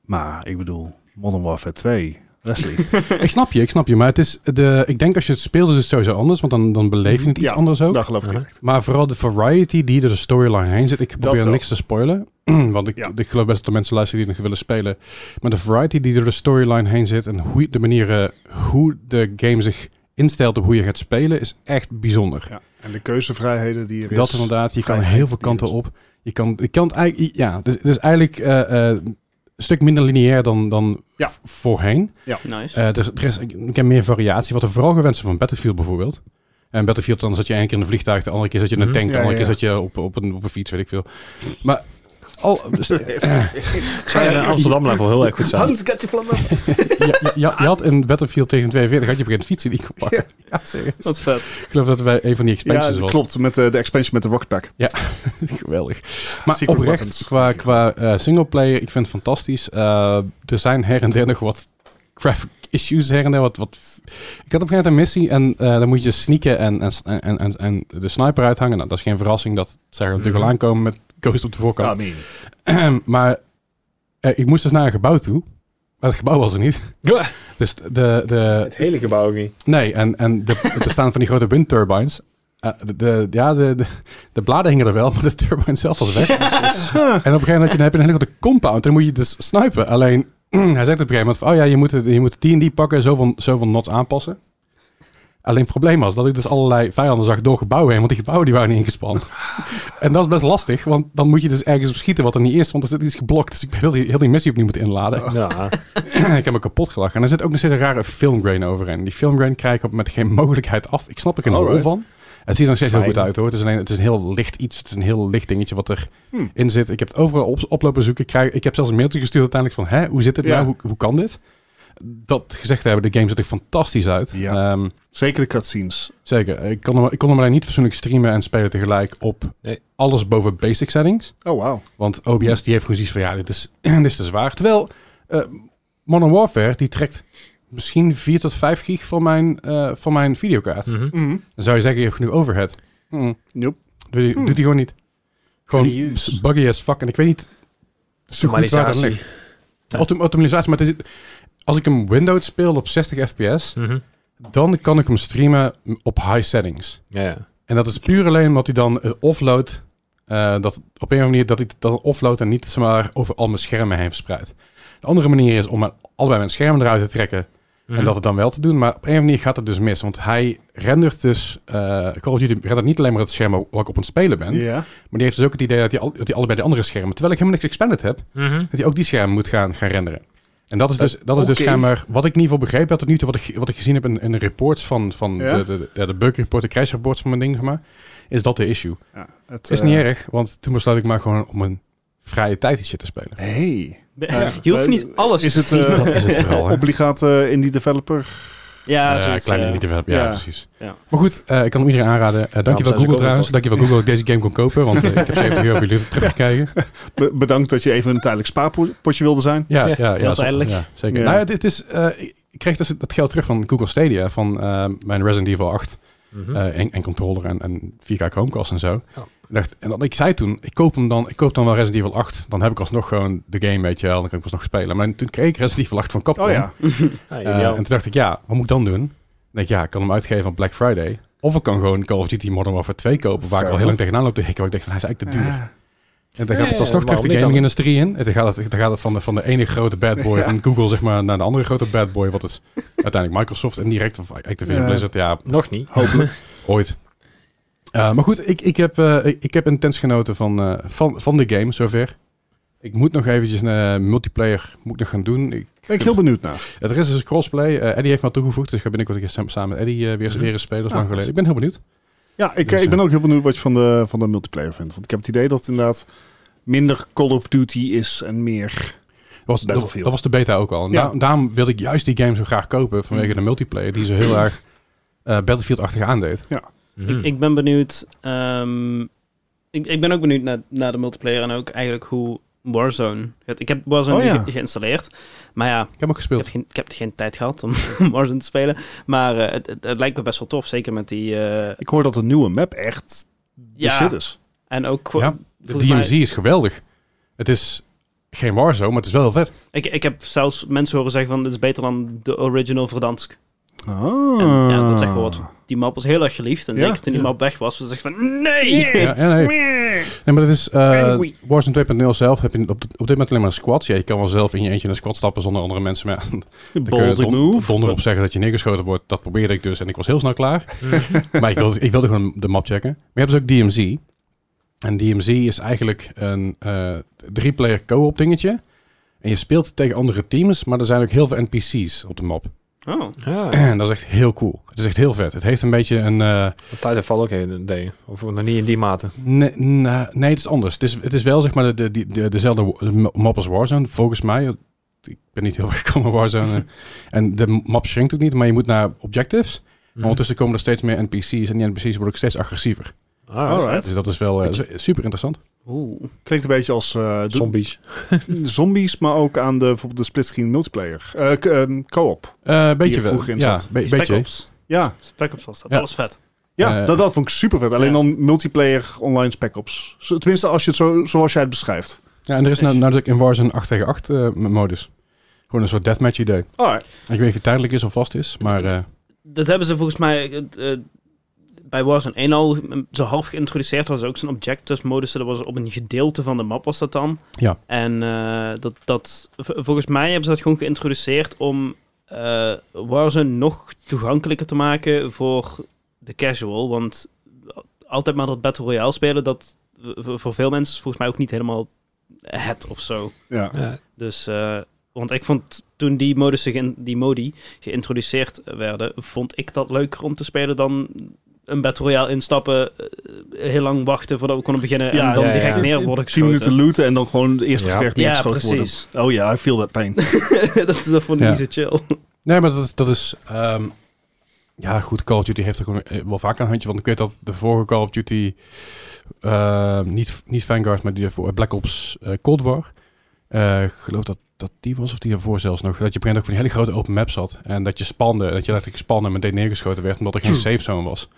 B: Maar ik bedoel, Modern Warfare 2, Wesley.
A: Ik snap je, ik snap je. Maar het is de, ik denk als je het speelt is het sowieso anders. Want dan, dan beleef je het iets
B: Ja,
A: anders [laughs] ook.
B: Daar geloof ik
C: Uh-huh.
D: Ja.
B: direct.
A: Maar vooral de variety die door de storyline heen zit. Ik probeer
B: wel.
A: niks te spoilen. [clears throat] want ik,
B: Ja.
A: ik geloof best dat er mensen luisteren die nog willen spelen. Maar de variety die door de storyline heen zit. En hoe, je- de manier eh, hoe de game zich instelt op hoe je gaat spelen. Is echt bijzonder.
B: Ja. En de keuzevrijheden die er
A: Dat
B: is.
A: inderdaad. Je kan
B: vrijheid
A: heel veel
B: die
A: kanten
B: is.
A: op. Je kan, je kan het eigenlijk, ja, dus, dus eigenlijk eh, eh, een stuk minder lineair dan, dan
B: Ja.
A: v- voorheen.
C: nice.
A: Eh, er, er is, ik ik heb meer variatie. Wat er vooral gewend is van Battlefield bijvoorbeeld. En Battlefield dan zat je één keer in een vliegtuig, de andere keer zat je in een
D: Mhm.
A: tank, de
B: Ja,
A: andere
B: ja,
A: keer zat je op, op, een, op een fiets, weet ik veel. Maar Oh, dus,
E: Zijn
D: eh,
E: in Amsterdam blijft wel heel erg goed
B: [laughs]
E: zijn.
B: Hans, get je vlam af.
A: ja, ja, je had in Battlefield tegen 42 had je begint fietsen die kon pakken. Ja,
B: [laughs]
A: serieus.
C: Wat vet.
A: Ik geloof dat het bij een van die expansions
B: Ja,
A: was.
B: klopt. Met eh, de expansion met de rocket pack.
A: [laughs] Geweldig. Maar
B: Secret
A: oprecht,
B: weapons.
A: qua, qua eh, singleplayer, ik vind het fantastisch. Eh, er zijn her en der nog wat graphic issues her en der. Wat, wat... Ik had op een gegeven moment een missie en eh, dan moet je sneaken en, en, en, en, en de sniper uithangen. Nou, dat is geen verrassing dat zij er natuurlijk al aankomen met Ghost op de voorkant.
B: mean.
A: [clears throat] maar eh, ik moest dus naar een gebouw toe. Maar het gebouw was er niet.
E: Ja.
A: Dus de, de,
E: Het hele gebouw ook niet.
A: Nee, en, en de, er staan van die grote windturbines. Eh, de, de- ja, de, de, de bladen hingen er wel, maar de turbine zelf was weg. Dus- en op een gegeven moment heb je- dan heb je een hele grote compound. Dan moet je dus snipen. Alleen, [clears throat] hij zegt op een gegeven moment van... Oh ja, je moet, het- je moet die en die pakken, zoveel, zoveel knots aanpassen. Alleen het probleem was dat ik dus allerlei vijanden zag door gebouwen heen. Want die gebouwen die waren niet ingespannen. [laughs] en dat is best lastig, want dan moet je dus ergens op schieten wat er niet is. Want er zit iets geblokt. Dus ik heb heel die, heel die missie opnieuw moeten inladen
D: Ja.
A: [clears throat] ik heb me kapot gelachen. En er zit ook nog steeds een rare filmgrain overheen. Die filmgrain krijg ik op met geen mogelijkheid af. Ik snap er geen rol
B: Alright.
A: van. Het ziet er nog steeds heel
E: Fijn.
A: goed uit hoor. Het is, alleen, het is een heel licht iets. Het is een heel licht dingetje wat erin
B: Hmm.
A: in zit. Ik heb het overal op, oplopen zoeken. Ik, krijg, ik heb zelfs een mailtje gestuurd uiteindelijk van... Hè, hoe zit dit
B: Ja.
A: nou? Hoe, hoe kan dit? Dat gezegd hebben, de game ziet er fantastisch uit.
B: Ja.
A: Ehm,
B: Zeker de cutscenes.
A: zeker. Ik kon, hem, ik kon hem alleen niet fatsoenlijk streamen en spelen tegelijk op
D: Nee.
A: alles boven basic settings.
B: Oh, wow.
A: Want OBS die heeft gewoon zoiets van, ja, dit is, [clears throat] dit is te zwaar. Terwijl eh, Modern Warfare, die trekt misschien 4 tot 5 gig van mijn, eh, van mijn videokaart.
D: Mhm.
A: Dan zou je zeggen, je hebt genoeg overhead. Hm.
B: Nope.
A: Doe- Doet hij gewoon niet. Gewoon
B: Reuse.
A: s- buggy as fuck. En ik weet niet zo goed waar dat
E: Optimalisatie.
A: ligt. Autom- Optimalisatie, maar het is, als ik hem Windows speel op 60 fps,
D: Mhm.
A: dan kan ik hem streamen op high settings.
D: Ja, ja.
A: En dat is puur alleen omdat hij dan het offload. eh, dat op een of andere manier dat hij dat offload en niet zomaar over al mijn schermen heen verspreidt. De andere manier is om mijn- allebei mijn schermen eruit te trekken
D: Mhm.
A: en dat het dan wel te doen. Maar op een of andere manier gaat het dus mis. Want hij rendert dus. eh Call of Duty rendert niet alleen maar het scherm waar ik op aan het spelen ben.
B: Ja.
A: Maar die heeft dus ook het idee dat hij, al, dat hij allebei de andere schermen. Terwijl ik helemaal niks expanded heb.
D: Mhm.
A: Dat hij ook die schermen moet gaan, gaan renderen. En dat is dus, dat is dus
B: oké.
A: schijnbaar wat ik in ieder geval begreep. Dat tot nu toe wat ik, wat ik gezien heb in, in de reports van, van
B: Ja?
A: de, de, de, ja, de bug report, de krijgsreports van mijn ding, zeg maar. Is dat de issue.
B: ja het,
A: Is
B: eh,
A: niet erg, want toen besloot ik maar gewoon om een vrije tijd iets te spelen.
B: Hey. Ja.
C: Je hoeft niet alles
B: Is
C: te
B: het, eh,
C: streamen.
A: Dat is het vooral,
B: [laughs]
A: hè?
B: Obligaat eh, indie developer.
C: ja,
A: Ja,
C: zoiets,
A: kleine
C: eh, ja.
A: indie developer. Ja,
B: Ja.
A: precies.
C: Ja.
A: Maar goed, eh, ik kan hem iedereen aanraden. Eh,
E: zijn ze
A: dankjewel Google
E: ook
A: trouwens.
E: gekocht.
A: Dankjewel Google dat ik deze game kon kopen. Want eh, ik heb 70 euro voor jullie teruggekregen.
B: Be- bedankt dat je even een tijdelijk spaarpotje wilde zijn.
A: Ja, ja,
D: Ja,
A: ja,
C: heel
A: zo-
C: tijdelijk.
A: ja, zeker.
B: Ja.
A: Nou, dit is, eh, ik ik kreeg dus dat geld terug van Google Stadia. Van eh, mijn Resident Evil 8
B: Hm?
D: Mhm.
A: eh, en, en controller en, en 4K Chromecast en zo.
D: Oh.
A: Ik Dacht, en dan, ik zei toen, ik koop hem dan, ik koop dan wel Resident Evil 8. Dan heb ik alsnog gewoon de game, weet je wel. Dan kan ik alsnog spelen. Maar toen kreeg ik Resident Evil 8 van Capcom.
B: Oh ja.
D: Ja,
A: Eh,
D: ideaal.
A: en toen dacht ik, ja, wat moet ik dan doen? Dan denk ik, ja, ik kan hem uitgeven aan Black Friday. Of ik kan gewoon Call of Duty Modern Warfare 2 kopen, waar ik al heel lang tegenaan loop te hikken. waar ik denk, van, hij is eigenlijk te duur. En dan gaat
D: Ja,
A: het alsnog
D: ja,
A: terug
D: waarom
A: de
D: niet dan?
A: gaming-industrie in. En dan gaat het, dan gaat het van, de, van de ene grote bad boy van Google, zeg maar, naar de andere grote bad boy. Wat
B: [laughs]
A: is uiteindelijk Microsoft en direct of Activision
B: Ja.
A: Blizzard. Ja,
D: Nog niet.
A: Ooit. Eh, maar goed, ik, ik, heb, eh, ik ik heb intens genoten van, eh, van, van de game zover. Ik moet nog eventjes een eh, multiplayer moet ik nog gaan doen. Ik,
B: Ben ik heel benieuwd naar.
A: er is dus crossplay. Eh, Eddie heeft me al toegevoegd, dus ik ga binnenkort een keer sam- samen met Eddie eh, weer eens
D: Mhm.
A: leren spelen. Dat is
B: Ah,
A: lang geleden. Ik ben heel benieuwd.
B: Ja, ik,
A: Dus,
B: eh, ik ben ook heel benieuwd wat je van de, van de multiplayer vindt. Want ik heb het idee dat het inderdaad minder Call of Duty is en meer...
A: Dat was, dat,
B: Battlefield.
A: dat was de beta ook al. En
B: Ja.
A: da- daarom wilde ik juist die game zo graag kopen vanwege de multiplayer die zo heel erg eh, Battlefield-achtig aandeed.
D: Mhm.
B: Hmm.
C: Ik ben benieuwd. ehm, ik, ik ben ook benieuwd naar, naar de multiplayer en ook eigenlijk hoe Warzone gaat. Ik heb Warzone
B: Oh,
C: nu
B: ja.
C: ge- geïnstalleerd. Maar ja,
A: Ik heb hem ook
C: ik
A: gespeeld.
C: heb, geen, ik heb geen tijd gehad om [laughs] Warzone te spelen. Maar eh, het, het, het lijkt me best wel tof. Zeker met die. eh,
B: Ik hoor dat de nieuwe map echt
C: Ja.
B: de shit is.
C: en ook.
A: Ja, De
C: volgens mij-
A: DMZ is geweldig. Het is geen Warzone, maar het is wel heel vet.
C: ik, ik heb zelfs mensen horen zeggen van dit is beter dan de original Verdansk.
B: Ah.
C: En ja, dat zegt wel wat. Die map was heel erg geliefd. En
B: Ja.
C: zeker toen die
D: Ja.
C: map weg was, was ik van nee!
A: Ja, ja, nee. Nee, maar dat is eh Warzone 2.0 zelf. Heb je op, dit- op dit moment alleen maar squads. Ja, je kan wel zelf in je eentje in een squad stappen zonder andere mensen. Maar [laughs] ja, dan kun je
B: Bold
A: don-
B: move.
A: donder op zeggen dat je neergeschoten wordt. Dat probeerde ik dus en ik was heel snel klaar. maar ik wilde, ik wilde gewoon de map checken. Maar je hebt dus ook DMZ. En DMZ is eigenlijk een eh drie-player co-op dingetje. En je speelt tegen andere teams, maar er zijn ook heel veel NPC's op de map. [clears throat]
C: Oh.
D: Ja,
A: En dat is echt heel cool. Het is echt heel vet. Het heeft een beetje een... eh,
D: Titanfall ook heen deed. Of nog niet in die mate.
A: Nee, nee, nee, het is anders. Het is, het is wel zeg maar de, de, de, dezelfde wa- de map als Warzone, volgens mij. Ik ben niet heel [laughs] erg gekomen in Warzone. eh. en de map shrinkt ook niet, maar je moet naar objectives.
B: Mhm.
A: Maar ondertussen komen er steeds meer NPC's en die NPC's worden ook steeds agressiever.
D: Ah,
B: Alright.
A: Dus dat is wel eh, super interessant.
C: Oeh.
B: Klinkt een beetje als eh, de-
D: Zombies.
B: [laughs] zombies, maar ook aan de, bijvoorbeeld de splitscreen multiplayer. Eh, k- ehm, co-op.
A: Eh beetje
B: je
A: wel.
B: vroeger in
A: Ja,
B: zat.
A: be-
C: Spec
A: beetje.
C: Ops.
B: Ja,
C: Spec Ops was dat.
A: Ja.
C: Dat was vet.
B: ja
A: Eh,
B: dat, dat vond ik super vet. Alleen
C: ja.
B: dan multiplayer online spec ops. Zo- Tenminste, als je het zo, zoals jij het beschrijft.
A: Ja, en er is nou, nou dat ik in Warzone 8 tegen 8 eh, modus. Gewoon een soort deathmatch idee.
B: Alright.
A: Ik weet niet of het tijdelijk is of vast is, maar eh,
C: Dat hebben ze volgens mij eh, eh, bij Warzone 1 al mm, zo half geïntroduceerd. Dat was ook zo'n objectives modus. Dat was op een gedeelte van de map was dat dan.
A: Ja.
C: En eh, dat, dat, v- volgens mij hebben ze dat gewoon geïntroduceerd om eh, Warzone nog toegankelijker te maken voor de casual. Want altijd maar dat Battle Royale spelen, dat v- v- voor veel mensen is volgens mij ook niet helemaal het of zo.
B: Ja.
D: Ja.
C: Dus, eh, want ik vond toen die, modussen geïn- die modi geïntroduceerd werden, vond ik dat leuker om te spelen dan een Battle Royale instappen, eh, heel lang wachten voordat we konden beginnen
B: Ja,
C: Eh, en dan
D: ja, ja.
C: direct
D: Tien-
C: neer worden
B: 10 minuten
C: geschoten.
B: looten en dan gewoon het eerste
D: Ja.
B: gevecht
C: Ja,
B: neergeschoten worden.
C: precies.
B: Oh ja, I feel that pain.
C: dat, dat vond ik
A: Ja.
C: niet zo chill.
A: Nee, maar dat, dat is... ehm, ja, goed, Call of Duty heeft er gewoon eh, wel vaak een handje. Want ik weet dat de vorige Call of Duty... ehm, niet, niet Vanguard, maar die ervoor, Black Ops eh, Cold War. eh, ik geloof dat dat die was, of die daarvoor zelfs nog. Dat je op een gegeven moment ook van die hele grote open map zat. En dat je spande, en dat je letterlijk spande en meteen neergeschoten werd... omdat er geen safe zone was.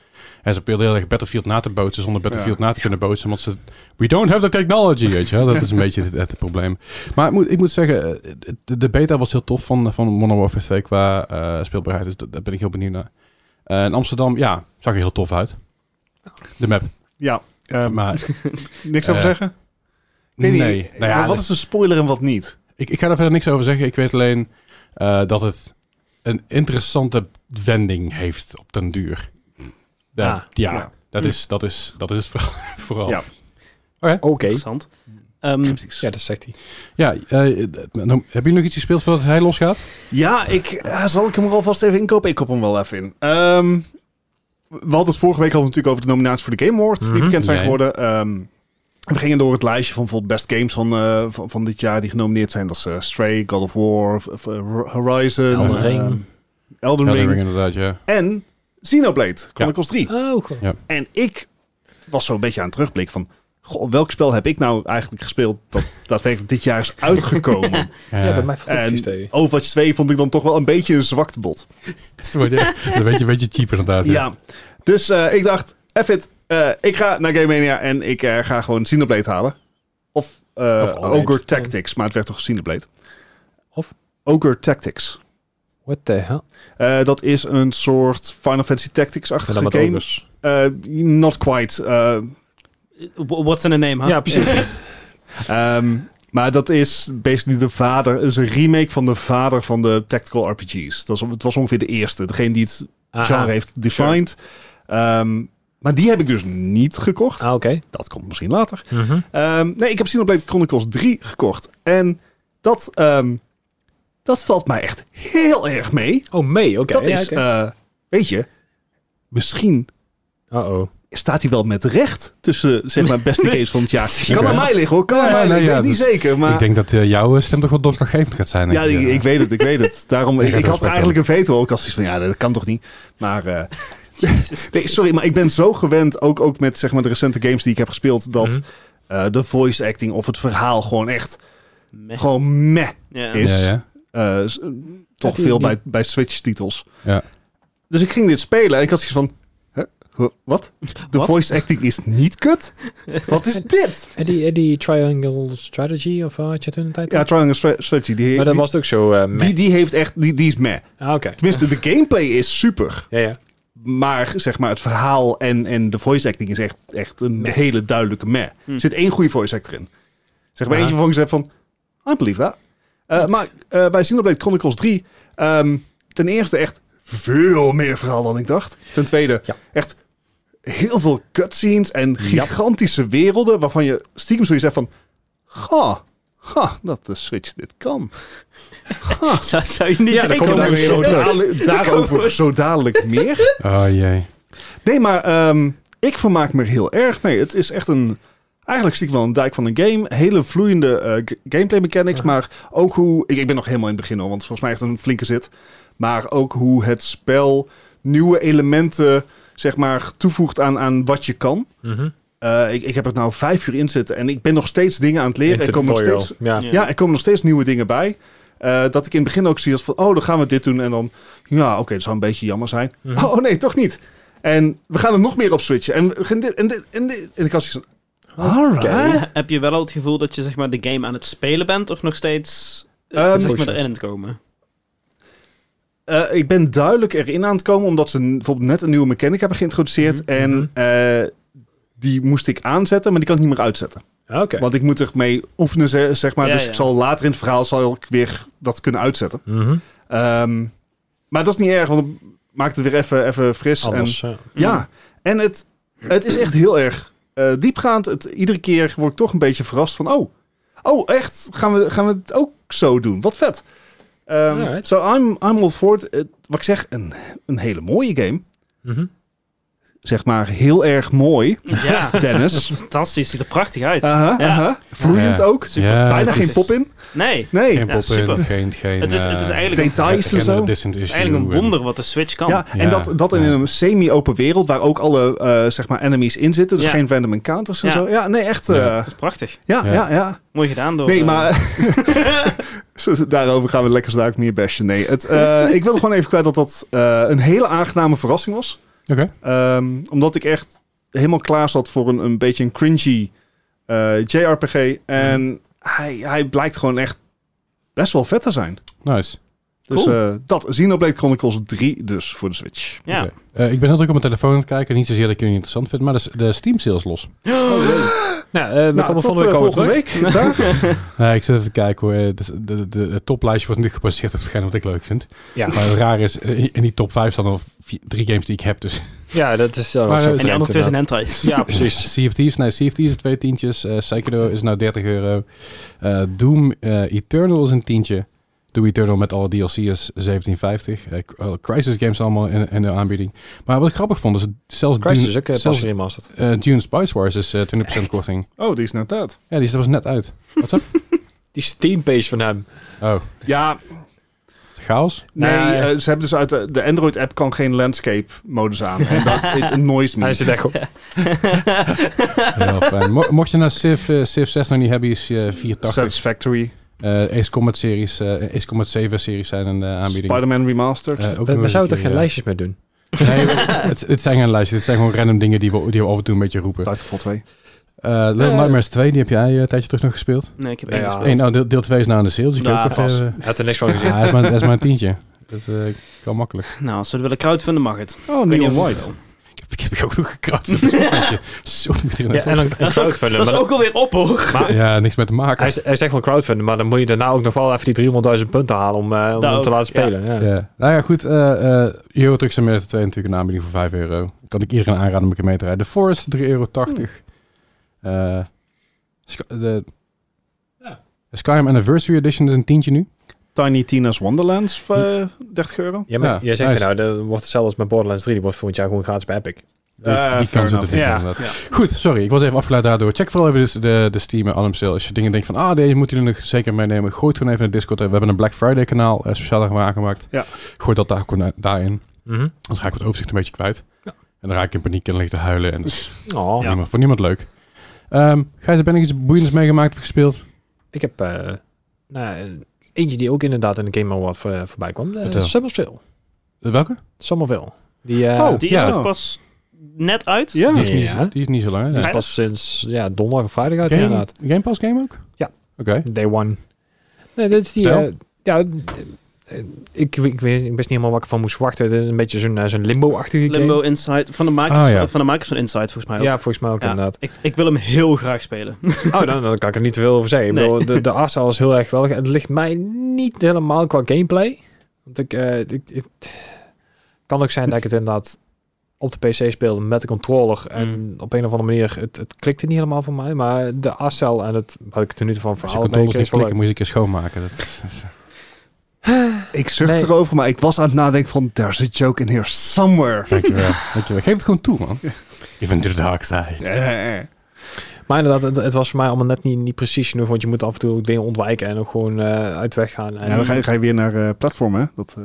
A: En ze probeerden heel erg Battlefield na te bootsen... zonder Battlefield na te kunnen bootsen. Want ze... We don't have the technology, weet je wel. Dat is een [laughs] beetje het, het probleem. Maar ik moet, ik moet zeggen, eh, de, de beta was heel tof van, van Modern Warfare 2 qua eh, speelbaarheid. Dus dat- daar ben ik heel benieuwd naar. Eh, en Amsterdam, ja, zag er heel tof uit. De map.
B: Ja, eh,
A: maar
B: niks over
A: eh,
B: zeggen? Ik weet
A: nee.
B: niet,
A: Nou ja,
B: maar wat is een spoiler en wat niet?
A: ik, ik ga daar verder niks over zeggen. Ik weet alleen eh, dat het een interessante wending heeft op den duur. Ja,
D: Ah.
A: ja,
B: Ja.
A: Dat,
C: Hm.
A: is, dat, is, dat is [laughs] het vooral. vooral.
B: Ja.
D: Oké.
C: Interessant. Ehm,
D: Ja, dat zegt hij.
A: Ja, eh, eh, nou, hebben jullie nog iets gespeeld voordat hij losgaat?
B: Ja, ik, eh, zal ik hem er alvast even inkopen? Ik kop hem wel even in. Ehm, we hadden het vorige week al natuurlijk over de nominaties voor de Game Awards, die
D: Mhm.
B: bekend zijn
A: Ja.
B: geworden. Ehm, we gingen door het lijstje van bijvoorbeeld best games van, eh, van, van dit jaar die genomineerd zijn. Dat is eh, Stray, God of War, of- of, eh, Horizon,
D: Elden
B: ehm,
D: Ring.
B: Elden
A: Ja,
B: Ring.
A: inderdaad, ja.
B: en Xenoblade Chronicles 3.
D: Oh, cool.
B: En ik was zo'n beetje aan het terugblik van... Goh, welk spel heb ik nou eigenlijk gespeeld dat [laughs] daadwerkelijk dit jaar is
D: [laughs]
B: uitgekomen?
D: Ja,
A: Ja. [laughs]
D: bij mij valt het ook
B: En-
D: precies tegen.
B: Overwatch 2 vond ik dan toch wel een beetje een zwakte bot.
A: Dat wordt een beetje, een beetje cheaper inderdaad. hè.
B: Ja, dus eh, ik dacht, eff it, eh, ik ga naar Game Mania en ik eh, ga gewoon Xenoblade halen. Of, eh,
D: Of Allied.
B: Ogre Tactics, maar het werd toch Xenoblade?
D: Of?
B: Ogre Tactics.
D: What the hell?
B: Eh, dat is een soort Final Fantasy Tactics-achtige
D: En dan met
B: game. Eh, not quite. eh,
C: w- what's in a name, huh?
D: Ja, precies. [laughs]
B: ehm, maar dat is basically de vader, is een remake van de vader van de tactical RPG's. Dat is, het was ongeveer de eerste. Degene die het
D: Ah,
B: genre
D: ah.
B: heeft defined. Ehm, maar die heb ik dus niet gekocht.
D: Ah, oké.
B: Dat komt misschien later.
D: Mhm.
B: Ehm, nee, ik heb Xenoblade Chronicles 3 gekocht. En dat, ehm, dat valt mij echt heel erg mee.
D: Oh, mee. Oké.
B: dat is, eh, weet je, misschien
D: Oh, oh.
B: staat hij wel met recht tussen zeg maar
A: [laughs]
B: beste games van het jaar. Kan
A: Oké.
B: aan mij liggen hoor, kan
A: Ja,
B: aan mij
A: ja, nee,
B: liggen. ik
A: ja,
B: weet niet
A: dat
B: zeker, maar...
A: Ik denk dat eh, jouw stem toch wel doorslaggevend gaat zijn.
B: ja,
A: denk
B: ik, ik weet het, ik weet
A: [laughs]
B: het. Daarom,
A: Je
B: ik,
A: gaat
B: ik had
A: respect
B: eigenlijk een veto ook. Als iets van, ja, dat kan toch niet. Maar, eh, nee, sorry, maar ik ben zo gewend, ook, ook met zeg maar, de recente games die ik heb gespeeld, dat
D: Mhm.
B: eh, de voice acting of het verhaal gewoon echt,
C: Meh.
B: gewoon meh
C: Ja.
B: is-
A: Ja, ja.
B: eh, s- toch
D: die-
B: veel
D: die-
B: bij, bij Switch-titels.
A: Ja.
B: Dus ik ging dit spelen en ik had zoiets van... hè? Huh? Wat? De
C: Wat?
B: voice acting is niet kut? Wat is dit?
D: En die, en die triangle strategy of eh, had je toen een tijd?
B: Ja, Triangle Stra- Strategy, die,
D: maar dat
B: die,
D: was het ook zo. eh, meh.
B: die, die heeft echt... Die, die is meh.
D: Ah, oké.
B: Tenminste, de gameplay is super.
D: Ja, ja.
B: Maar zeg maar, het verhaal en, en de voice acting is echt, echt een
D: Meh.
B: hele duidelijke meh.
C: Hm.
E: Hmm.
B: Er zit één goede voice actor in. Zeg maar
D: Ja.
B: eentje van ik zeg van... I believe that. Eh,
E: Hmm.
B: maar eh, bij Xenoblade Chronicles 3... ehm, ten eerste echt veel meer verhaal dan ik dacht. Ten tweede
D: Ja.
B: echt heel veel cutscenes en gigantische werelden... waarvan je stiekem zoiets zegt van... Ga, Ha, dat de Switch dit kan.
C: [laughs] Zou, zou je niet
E: Ja, daar
C: denken?
E: kom je dan weer op terug.
B: Daar- Daarover zo dadelijk meer.
A: Oh jee.
B: Nee, maar ehm, ik vermaak me er heel erg mee. Het is echt een... Eigenlijk zie ik wel een dijk van een game. Hele vloeiende eh, g- gameplay mechanics.
D: Ja.
B: Maar ook hoe... Ik, ik ben nog helemaal in het begin hoor, want volgens mij echt een flinke zit. Maar ook hoe het spel nieuwe elementen, zeg maar, toevoegt aan, aan wat je kan. Eh, ik, ik heb er nou vijf uur in zitten en ik ben nog steeds dingen aan het leren.
E: Een
B: Er komen nog
E: tutorial.
B: steeds,
E: Ja.
B: ja, er komen nog steeds nieuwe dingen bij. Eh, dat ik in het begin ook zie als van, oh, dan gaan we dit doen. En dan, ja, oké, dat zou een beetje jammer zijn.
D: Mhm.
B: Oh nee, toch niet. En we gaan er nog meer op switchen. En, we gaan dit, en, dit, en, dit. en ik had zoiets van, alright.
C: Heb je wel al het gevoel dat je zeg maar, de game aan het spelen bent of nog steeds eh,
B: Ehm,
C: zeg maar,
E: Bullshit.
C: erin aan het komen?
B: Eh, ik ben duidelijk erin aan het komen, omdat ze n- bijvoorbeeld net een nieuwe mechanic hebben geïntroduceerd.
D: Mhm, mhm.
B: En eh, die moest ik aanzetten, maar die kan ik niet meer uitzetten.
D: Ah, Oké.
B: Want ik moet ermee oefenen, ze- zeg maar.
C: Ja,
B: dus
C: ja.
B: ik zal later in het verhaal zal ik weer dat kunnen uitzetten.
D: Mhm.
B: Ehm, maar dat is niet erg, want het maakt het weer even, even fris.
D: Anders. ja.
B: En, ja, en het, het is echt heel erg eh, diepgaand. Het, iedere keer word ik toch een beetje verrast van... Oh, oh echt? Gaan we, gaan we het ook zo doen? Wat vet. Ehm
D: Alright.
B: so I'm, I'm all for it. Eh, wat ik zeg, een, een hele mooie game.
D: Mhm.
B: Zeg maar heel erg mooi,
C: Ja,
B: Dennis.
C: fantastisch. Ziet er prachtig uit.
B: Aha,
C: Ja.
B: aha. Vloeiend
A: Ja.
B: ook.
C: Super.
A: Ja,
B: Bijna
A: het
B: geen
A: is-
B: pop in.
C: Nee,
B: Nee.
A: Geen
C: Ja,
A: pop
C: super.
A: in, geen, geen...
C: het is, het is
A: eh,
C: eigenlijk,
B: Detail. Thais en zo.
A: herkende distance
C: het is
A: issue
C: eigenlijk een
A: en-
C: wonder wat de Switch kan.
B: Ja,
A: Ja,
B: en dat, dat in
A: ja.
B: een semi-open wereld waar ook alle eh, zeg maar enemies in zitten. Dus
C: Ja.
B: geen random encounters en
C: Ja.
B: zo. Ja, nee, echt. eh,
A: Nee.
B: Ja,
C: Dat is prachtig.
B: ja,
A: Ja.
B: ja.
C: Mooi gedaan door...
B: Nee,
C: eh,
B: maar [laughs] zo- daarover gaan we lekker zo meer bashen. Nee, het, eh, ik wil gewoon even kwijt dat dat eh, een hele aangename verrassing was.
A: Oké.
B: Ehm, omdat ik echt helemaal klaar zat voor een, een beetje een cringy eh, JRPG. En hij, hij blijkt gewoon echt best wel vet te zijn.
A: Nice.
B: Dus
C: Cool.
B: eh dat, Xenoblade Chronicles 3 dus voor de Switch.
C: ja. [gasps] Oh,
A: Oké. Eh, ik ben heel druk op mijn telefoon aan het kijken. Niet zozeer dat ik jullie interessant vind, maar de, s- de Steam sale is los.
D: Nou, eh, we
B: Nou, tot
D: komen volgende
B: eh,
D: week over
B: volgende
D: terug.
B: week. Dag.
A: Nee, ik zit even te kijken hoor. Eh, dus De, de, de, het toplijstje wordt nu gebaseerd op hetgeen wat ik leuk vind.
D: Ja.
A: Maar het raar is, eh, in die top 5 staan al vier- drie games die ik heb. Dus
D: [laughs] Ja, dat is zo.
A: Maar, eh,
D: zo
A: en
C: En die andere twee zijn hentais.
D: [laughs]
C: [laughs]
D: Ja, precies.
A: [laughs] Sea of Thieves, nee, Sea of Thieves is twee tientjes. eh Sekiro is nou 30 euro. Eh, Doom eh, Eternal is een tientje. Doom Eternal met alle DLC is 17,50. Eh, Cr- alle Crisis games allemaal in, in de aanbieding. Maar wat ik grappig vond, is zelfs
D: Crash
A: Dune,
D: is ook eh, pas
A: zelfs,
D: geremasterd.
A: eh, Dune Spice Wars is eh, 20% korting.
B: Oh, die is net uit.
A: Ja, die is- dat was net uit. Wat is
D: Die Steam-page van
A: [laughs]
D: hem.
A: Oh,
B: Ja,
A: chaos?
B: nee,
D: Nee.
B: eh, ze hebben dus uit de, de Android-app kan geen landscape-modus aan. En dat it annoys me.
D: Hij zit [laughs] echt op.
A: Heel fijn. Mo- mocht je nou Civ, eh, Civ 6 nog niet hebben, is eh 480.
B: Satisfactory,
A: Eh Ace Combat series, eh Ace Combat 7 series zijn een eh, aanbieding.
B: Spider-Man Remastered.
A: Eh, ook nog
D: We, we
A: eens een
D: zouden
A: keer,
D: toch geen
A: eh,
D: lijstjes meer doen?
A: [laughs] Nee, het, het zijn geen lijstjes. Het zijn gewoon random dingen die we, die we af en toe een beetje roepen.
B: Titanfall 2.
A: Eh, Little
D: Eh.
A: Nightmares 2, die heb jij eh, een tijdje terug nog gespeeld.
C: Nee, ik heb
D: Ja,
C: één
D: ja.
C: gespeeld.
A: Eén, nou, deel, deel 2 is nou aan de sale, dus ik
C: Nou,
A: ook even...
C: vast.
A: eh,
D: Hij had er niks van gezien.
A: ja, dat is maar, dat is maar een tientje. Dat eh, kan makkelijk.
C: Nou, als we het willen crowdfunden, mag het.
B: Oh,
C: Ik weet niet
B: Neon
C: of-
B: White.
A: Ik heb, ik heb ook nog gekraakt
D: [laughs]
A: voor dit spelletje. Zo niet erin.
D: Ja, en [laughs] dan en crowdfunden.
C: Dat is
D: maar
C: ook alweer op, hoor.
A: Ja, niks mee te maken.
D: Hij, z- hij zegt wel crowdfunding, maar dan moet je daarna ook nog wel even die 300.000 punten halen om, eh, om
C: Dat
D: hem te
C: Nou, ook,
D: laten
C: ja.
D: spelen. Ja.
A: Ja. Nou ja, goed. eh eh Euro Truck Simulator 2 natuurlijk een aanbieding voor 5 euro. Kan ik iedereen aanraden om een keer mee te rijden. The Forest 3,80 euro.
D: Hm.
A: Eh, Sky- de, de Skyrim Anniversary Edition is een tientje nu.
B: Tiny Tina's Wonderlands, voor 30 euro.
D: Ja, maar
A: Ja,
D: jij zegt
A: nice.
D: nou, dat wordt hetzelfde als met Borderlands 3. Die wordt volgend jaar gewoon gratis bij Epic.
A: Die,
B: Eh,
A: die kan
B: fair
A: zitten
B: enough.
A: dicht
D: Ja.
A: inderdaad. Goed, sorry. Ik was even afgeleid daardoor. Check vooral even dus de, de Steam en Arnhem Sale. Als je dingen denkt van, ah, deze moeten jullie nog zeker meenemen. Gooi het gewoon even in de Discord. We hebben een Black Friday kanaal eh, speciaal daarvoor aangemaakt.
B: Ja.
A: Gooi dat daar, gewoon daarin.
C: Mhm.
A: Anders raak ik het overzicht een beetje kwijt.
D: Ja.
A: En dan raak ik in paniek en lig te huilen. En dus dat is
D: Oh,
A: voor, niemand, voor niemand leuk. Ehm Gijs, heb je nog iets boeiends meegemaakt of gespeeld?
D: Ik heb eh, nou, eh, eentje die ook inderdaad in de Game Award voor, eh, voorbij kwam. Uh,
A: Vertel.
D: Somerville.
A: Eh, Welke?
D: Somerville. Die, eh
B: Oh,
C: Die is
A: Ja.
C: toch pas net uit?
B: Ja.
A: Die, is niet,
D: Ja.
A: die is niet zo lang. hè?
D: die is
A: Ja.
D: pas sinds ja, donderdag of vrijdag uit
A: Game,
D: inderdaad.
A: game Pass game ook?
D: Ja.
A: Oké.
D: Day one. Nee, dit is die...
A: Vertel.
D: eh, ja, eh, ik, ik, weet, ik wist niet helemaal wat ik van moest wachten. Het is een beetje zo'n eh, zo'n limbo-achtige game.
C: Limbo Inside. Van de makers,
A: Ah, ja.
C: van de makers van Inside, volgens mij ook.
D: Ja, volgens mij ook
C: Ja.
D: inderdaad.
C: Ik, ik wil hem heel graag spelen.
D: Oh, dan, dan kan ik er niet te veel over zeggen. Ik
C: Nee.
D: bedoel, de, de artstyle is heel erg wel. Het ligt mij niet helemaal qua gameplay. Want ik, eh, ik, ik- kan ook zijn dat ik het inderdaad op de PC speelde met de controller. En
A: Mm.
D: op een of andere manier, het, het klikte niet helemaal voor mij. Maar de afstel en het, wat ik er nu van
A: Als je
D: verhaal
A: controllers
D: deed,
A: niet
D: is wel
A: klikken, moet je ze een keer schoonmaken. Dat is- is-
B: Ik zucht
D: Nee.
B: erover, maar ik was aan het nadenken van... There's a joke in here somewhere.
A: Dankjewel. Dankjewel. Geef het gewoon toe, man. Even the dark side.
B: Eh, eh.
D: leuk. Maar inderdaad, het, het was voor mij allemaal net niet, niet precies genoeg. Want je moet af en toe ook dingen ontwijken en ook gewoon eh, uit de weg gaan. En
B: Ja, dan ga je, ga je weer naar eh platform, hè? Dat, eh,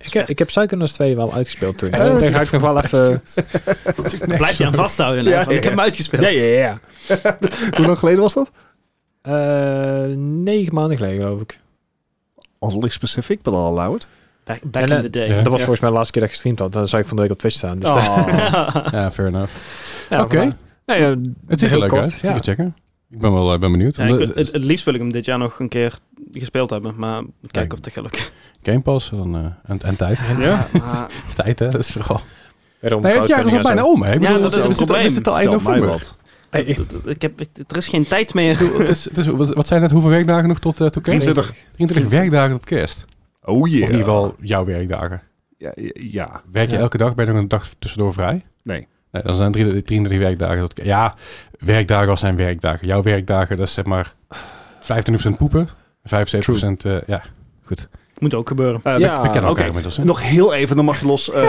D: ik, heb- ik heb Psychonauts 2 wel uitgespeeld toen.
A: Ja,
D: Dus
B: dat
D: daar ga ik nog wel even...
C: [laughs] Blijf je aan vasthouden.
B: Ja,
C: Ja, Ik
B: ja.
C: heb hem uitgespeeld.
D: Ja, ja, ja.
B: [laughs] Hoe lang geleden was dat?
D: Eh, negen maanden geleden, geloof ik.
B: Allicht specific, but I'll allow it.
C: Back, back
D: En,
C: in the day.
A: eh, ja.
D: Dat was
C: Ja. Oh.
D: volgens mij de laatste keer dat ik gestreamd had. Dan zag ik van de week op Twitch staan. Dus daar-
C: [laughs]
A: Ja, fair enough.
D: ja,
A: Oké.
D: vandaar. Nou ja,
A: Het ziet er
D: heel
A: leuk
D: kort,
A: uit.
D: ja.
A: Ja. checken. Ik ben wel eh, ben benieuwd.
C: Ja, ik wil- het, het liefst wil ik hem dit jaar nog een keer gespeeld hebben, maar kijken
A: Kijk.
C: of dat gaat lukken.
A: Game Pass dan, eh, en, en tijd.
B: Ja?
C: Maar-
A: [laughs] tijd, hè? Dat is vooral...
D: Wederom
A: Nee, het jaar is al
D: crowdfunding en
A: bijna
D: zo.
A: om, hè? Ik
C: Ja,
A: bedoel,
C: dat
A: we
C: is een
A: zitten-
C: probleem.
A: We zitten al eind
B: Vertel mij
A: november.
B: wat.
D: Hey,
C: ik, ik- ik heb, ik- er is geen tijd meer.
A: Ik bedoel, het is, het is, wat wat zijn het? Hoeveel werkdagen nog tot, eh tot kerst?
B: 23.
A: 23 werkdagen tot kerst.
B: Oh yeah.
A: Of in ieder geval jouw werkdagen.
B: Ja, ja, ja.
A: Werk je
D: Ja.
A: elke dag? Ben je nog een dag tussendoor vrij?
B: Nee.
A: Nee, dan zijn 33 33 werkdagen tot kerst. Ja, werkdagen als zijn werkdagen. Jouw werkdagen, dat is zeg maar 25% poepen. 75% eh ja,
C: Het [laughs] moet ook gebeuren.
B: Eh,
A: we
D: Ja,
A: kennen elkaar
B: oké.
A: inmiddels. Hè?
B: we- Nog heel even, dan mag je los, eh,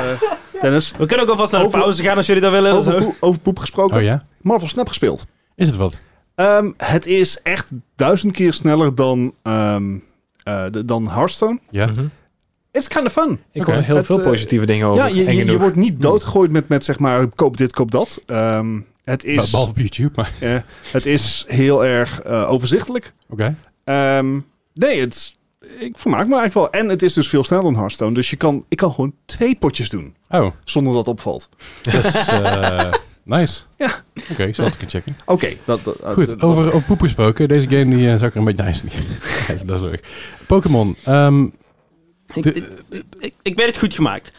B: Dennis.
C: We kunnen ook alvast naar de
B: Over-
C: pauze gaan als jullie dat willen.
B: Over,
C: Zo.
B: poe- over poep gesproken.
A: Oh ja?
B: Marvel Snap gespeeld.
A: Is het wat?
B: Ehm, het is echt duizend keer sneller dan, ehm, eh, de- dan Hearthstone.
A: Ja.
D: Mhm.
B: It's kind of fun.
D: Ik
A: Oké.
D: hoor heel
B: Het,
D: veel
B: eh,
D: positieve dingen
A: Oh,
D: over.
B: ja, je,
D: Eng
B: je, je
D: genoeg.
B: wordt
A: Hmm.
B: niet doodgegooid met, met zeg maar koop dit, koop dat. Ehm, het,
A: Is...
B: is, eh,
A: Behalve op YouTube, maar
B: het is heel erg eh, overzichtelijk.
A: oké.
B: Ehm, nee, het, is- ik vermaak me eigenlijk wel. En het is dus veel sneller dan Hearthstone. Dus je kan, ik kan gewoon twee potjes doen
A: Oh,
B: zonder dat het opvalt.
A: dat is
B: [laughs]
A: eh, nice.
B: Ja.
A: Oké, zal ik het checken.
B: Oké, dat, dat-
A: Goed,
B: dat-
A: over, over poep gesproken. Deze game die, eh, zou ik er een beetje... [laughs] nice niet. dat is- dat is leuk. Pokémon. ehm,
C: Ik, ik, ik- ik ben het goed gemaakt.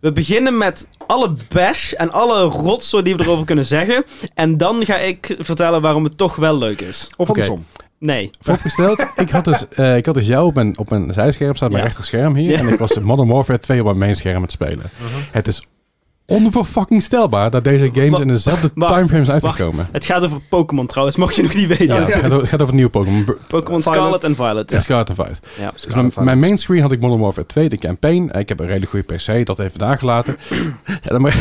C: We beginnen met alle bash en alle rotzooi die we erover kunnen zeggen. En dan ga ik vertellen waarom het toch wel leuk is.
B: Of
A: Oké.
B: andersom.
C: Nee.
A: vooropgesteld, [laughs] ik, had dus, eh, ik had dus jou op mijn, op mijn zijscherm, staat mijn
C: Ja.
A: rechterscherm hier.
C: Ja. Uh-huh.
A: En ik was de Modern Warfare 2 op mijn mainscherm aan het spelen. Het is onverfucking stelbaar dat deze games
C: Wa-
A: in dezelfde
C: wacht,
A: timeframes uit zijn
C: wacht.
A: komen.
C: Het gaat over Pokémon trouwens, mocht je nog niet weten.
A: Ja, Het, gaat over, het gaat over nieuwe Pokémon. Br-
C: Pokémon
B: Violet.
C: Scarlet en Violet. Ja.
A: Scarlet and Violet.
C: Ja.
A: Dus mijn, mijn main screen had ik Modern Warfare 2, de campaign. Eh, Ik heb een redelijk goede PC, dat even daar
C: [clears throat]
A: gelaten. en dan [laughs] mijn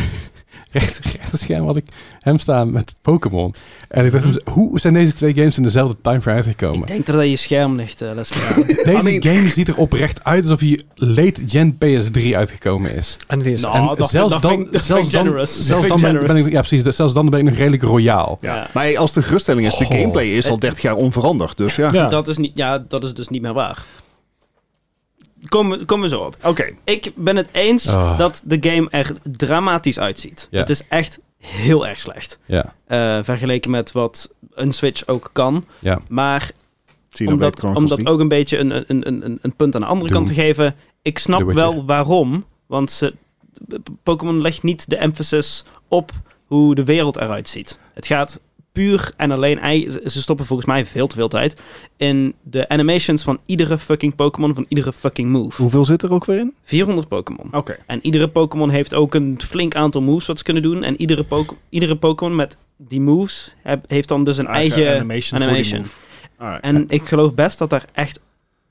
A: rechter, rechterscherm had ik hem staan met Pokémon. En ik dacht, hoe zijn deze twee games in dezelfde timeframe
C: Ik
A: uitgekomen?
C: denk dat dat je scherm ligt, eh, Leslie. [laughs]
A: Deze
B: I mean-
A: game ziet er oprecht uit alsof hij late gen PS3 uitgekomen is.
D: En weer
C: Nou, dat vind- dat vind ik- dat
A: zelfs
C: vind ik
A: dan,
C: generous. Dat
A: zelfs
C: vind
A: dan
C: ik
A: ben, ben ik,
C: generous.
A: ja precies, dus zelfs dan ben ik nog redelijk royaal.
B: Ja.
C: Ja.
B: Maar als de geruststelling is, de
A: Goh.
B: gameplay is al 30 jaar onveranderd. Dus ja.
D: Ja.
C: Dat is niet, ja, dat is dus niet meer waar. Komen we- komen we zo op.
B: Oké,
C: Ik ben het eens
A: Ah.
C: dat de game er dramatisch uitziet.
A: Ja.
C: Het is echt heel erg slecht.
A: Ja,
C: Eh, vergeleken met wat een Switch ook kan.
A: ja.
C: Maar
B: zie
C: om dat,
B: Chronicles
C: om dat
B: niet.
C: ook een beetje een, een, een, een, een punt aan de andere
A: Doom.
C: kant te geven. Ik snap
A: The Witcher.
C: wel waarom. Want ze, Pokémon legt niet de emphasis op hoe de wereld eruit ziet. Het gaat puur en alleen... ei- Ze stoppen volgens mij veel te veel tijd... in de animations van iedere fucking Pokémon... van iedere fucking move.
B: Hoeveel zit er ook weer in?
C: 400 Pokémon.
B: Oké.
C: En iedere Pokémon heeft ook een flink aantal moves wat ze kunnen doen. En iedere, Poke- iedere Pokémon met die moves heb- heeft dan dus een eigen,
B: Ah, eh, animation.
C: animation. En ik geloof best dat daar echt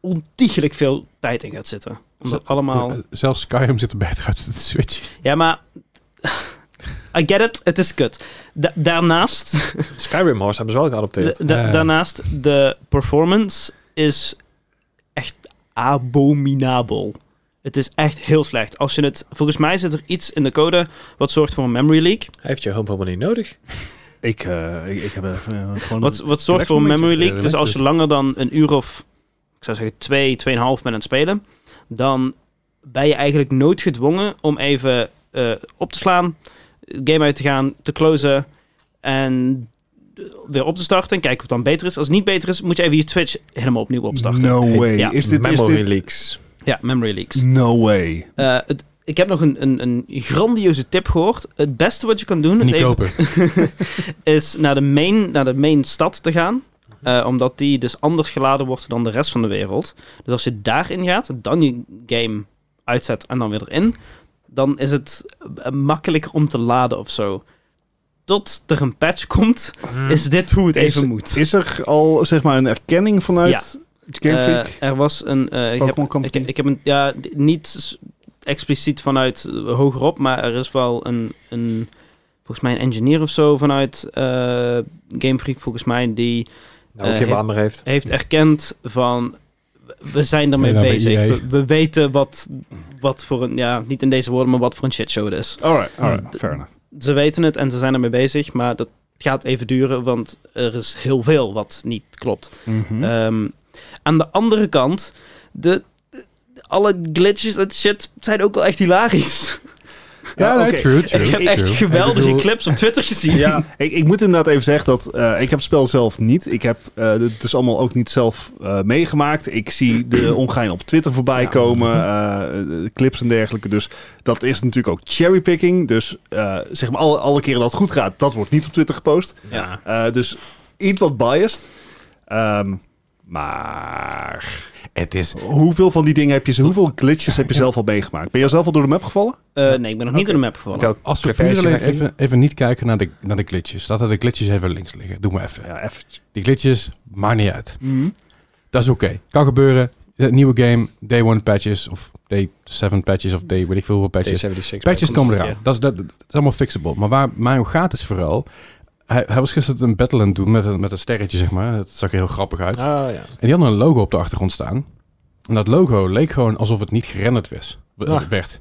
C: ontiegelijk veel tijd in gaat zitten. Omdat
A: Zo-
C: allemaal...
A: Eh, Zelfs Skyrim ziet er beter uit dan de
C: [laughs]
A: Switch.
C: Ja, maar... I get it, het is kut. Da- daarnaast,
D: Skyrim Horse hebben ze wel geadopteerd.
C: da- da-
A: Ja.
C: daarnaast, de performance is echt abominabel. Het is echt heel slecht. Als je het, volgens mij zit er iets in de code wat zorgt voor een memory leak.
D: Hij heeft je hulp helemaal niet nodig. Nou,
B: ik, eh, ik, ik heb even, eh, gewoon...
C: Wat, wat zorgt
A: Relax
C: voor een
A: momentje. Ja,
C: memory leak?
A: relax
C: Dus als je langer dan een uur of, ik zou zeggen, twee, tweeënhalf bent aan het spelen, dan ben je eigenlijk noodgedwongen om even eh, op te slaan, het game uit te gaan, te closen en weer op te starten en kijken of het dan beter is. Als het niet beter is, moet je even je Twitch helemaal opnieuw opstarten.
B: No way.
C: Ja,
B: Is dit, is
D: Memory
B: dit...
D: leaks.
C: Ja, memory leaks.
B: No way.
C: Eh, het, ik heb nog een, een, een grandioze tip gehoord. Het beste wat je kan doen... is
A: Niet
C: even-
A: kopen.
C: is naar de main, naar de main stad te gaan.
B: Mhm.
C: Eh, omdat die dus anders geladen wordt dan de rest van de wereld. Dus als je daarin gaat, dan je game uitzet en dan weer erin. dan is het eh, makkelijker om te laden of zo. Tot er een patch komt, is dit hoe het
B: Mhm. Is-
C: even moet.
B: Is er al zeg maar een erkenning vanuit Game Freak?
C: Eh, er was een. eh, ik, heb,
B: Pokémon
C: ik,
B: Company?
C: ik heb een. Ja, d- niet s- expliciet vanuit eh, hogerop, maar er is wel een. een volgens mij een engineer of zo vanuit eh, Game Freak, volgens mij, die
D: Nou,
C: eh,
D: geen
C: heeft-
D: baan meer heeft.
C: heeft erkend van. We zijn ermee
A: Ja, nou, dan bij
C: bezig.
A: EA.
C: We, we weten wat, wat voor een. Ja, niet in deze woorden, maar wat voor een shitshow het is.
B: Alright,
C: Mm.
B: alright, fair enough.
C: Ze weten het en ze zijn ermee bezig, maar dat gaat even duren, want er is heel veel wat niet klopt.
A: Hm?
B: Mhm.
C: Ehm, aan de andere kant, de, de- alle glitches en shit zijn ook wel echt hilarisch.
A: Ja, nee,
B: oké.
A: true, true.
C: ik heb echt
A: true.
C: geweldige
A: Ik bedoel,
C: clips op Twitter gezien.
B: Ja, ik, ik moet inderdaad even zeggen dat eh, ik heb het spel zelf niet. Ik heb eh, het is allemaal ook niet zelf eh, meegemaakt. Ik zie de ongein op Twitter voorbij
D: Ja.
B: komen, eh, de clips en dergelijke. Dus dat is natuurlijk ook cherrypicking. Dus eh, zeg maar alle, alle keren dat het goed gaat, dat wordt niet op Twitter gepost.
C: Ja.
B: Eh, dus iets wat biased. Ehm, maar
A: Het is...
B: hoeveel van die dingen heb je, hoeveel glitches heb je zelf al meegemaakt? Ben je zelf al door de map gevallen?
C: Eh, nee, ik ben nog niet door de map gevallen.
D: Welke
A: Als we puur
D: versie
A: alleen
D: heb je?
A: even, even niet kijken naar de, naar de glitches. Laten we de glitches even links liggen. Doe maar even.
B: Ja, even. Mhm.
A: Die glitches, maakt niet uit. Dat is oké. Kan gebeuren. Eh, Nieuwe game, day one patches of day seven patches of day weet ik veel hoeveel patches.
D: D76.
A: Patches komen eraan.
C: Ja.
A: Dat, is, dat, dat is allemaal fixable. Maar waar mij om gaat is vooral... Hij, hij was gisteren een battle aan het doen met een, met een sterretje, zeg maar. Dat zag er heel grappig uit.
D: Ah, ja.
A: En die hadden een logo op de achtergrond staan. En dat logo leek gewoon alsof het niet gerenderd was, w-
D: Ah.
A: werd.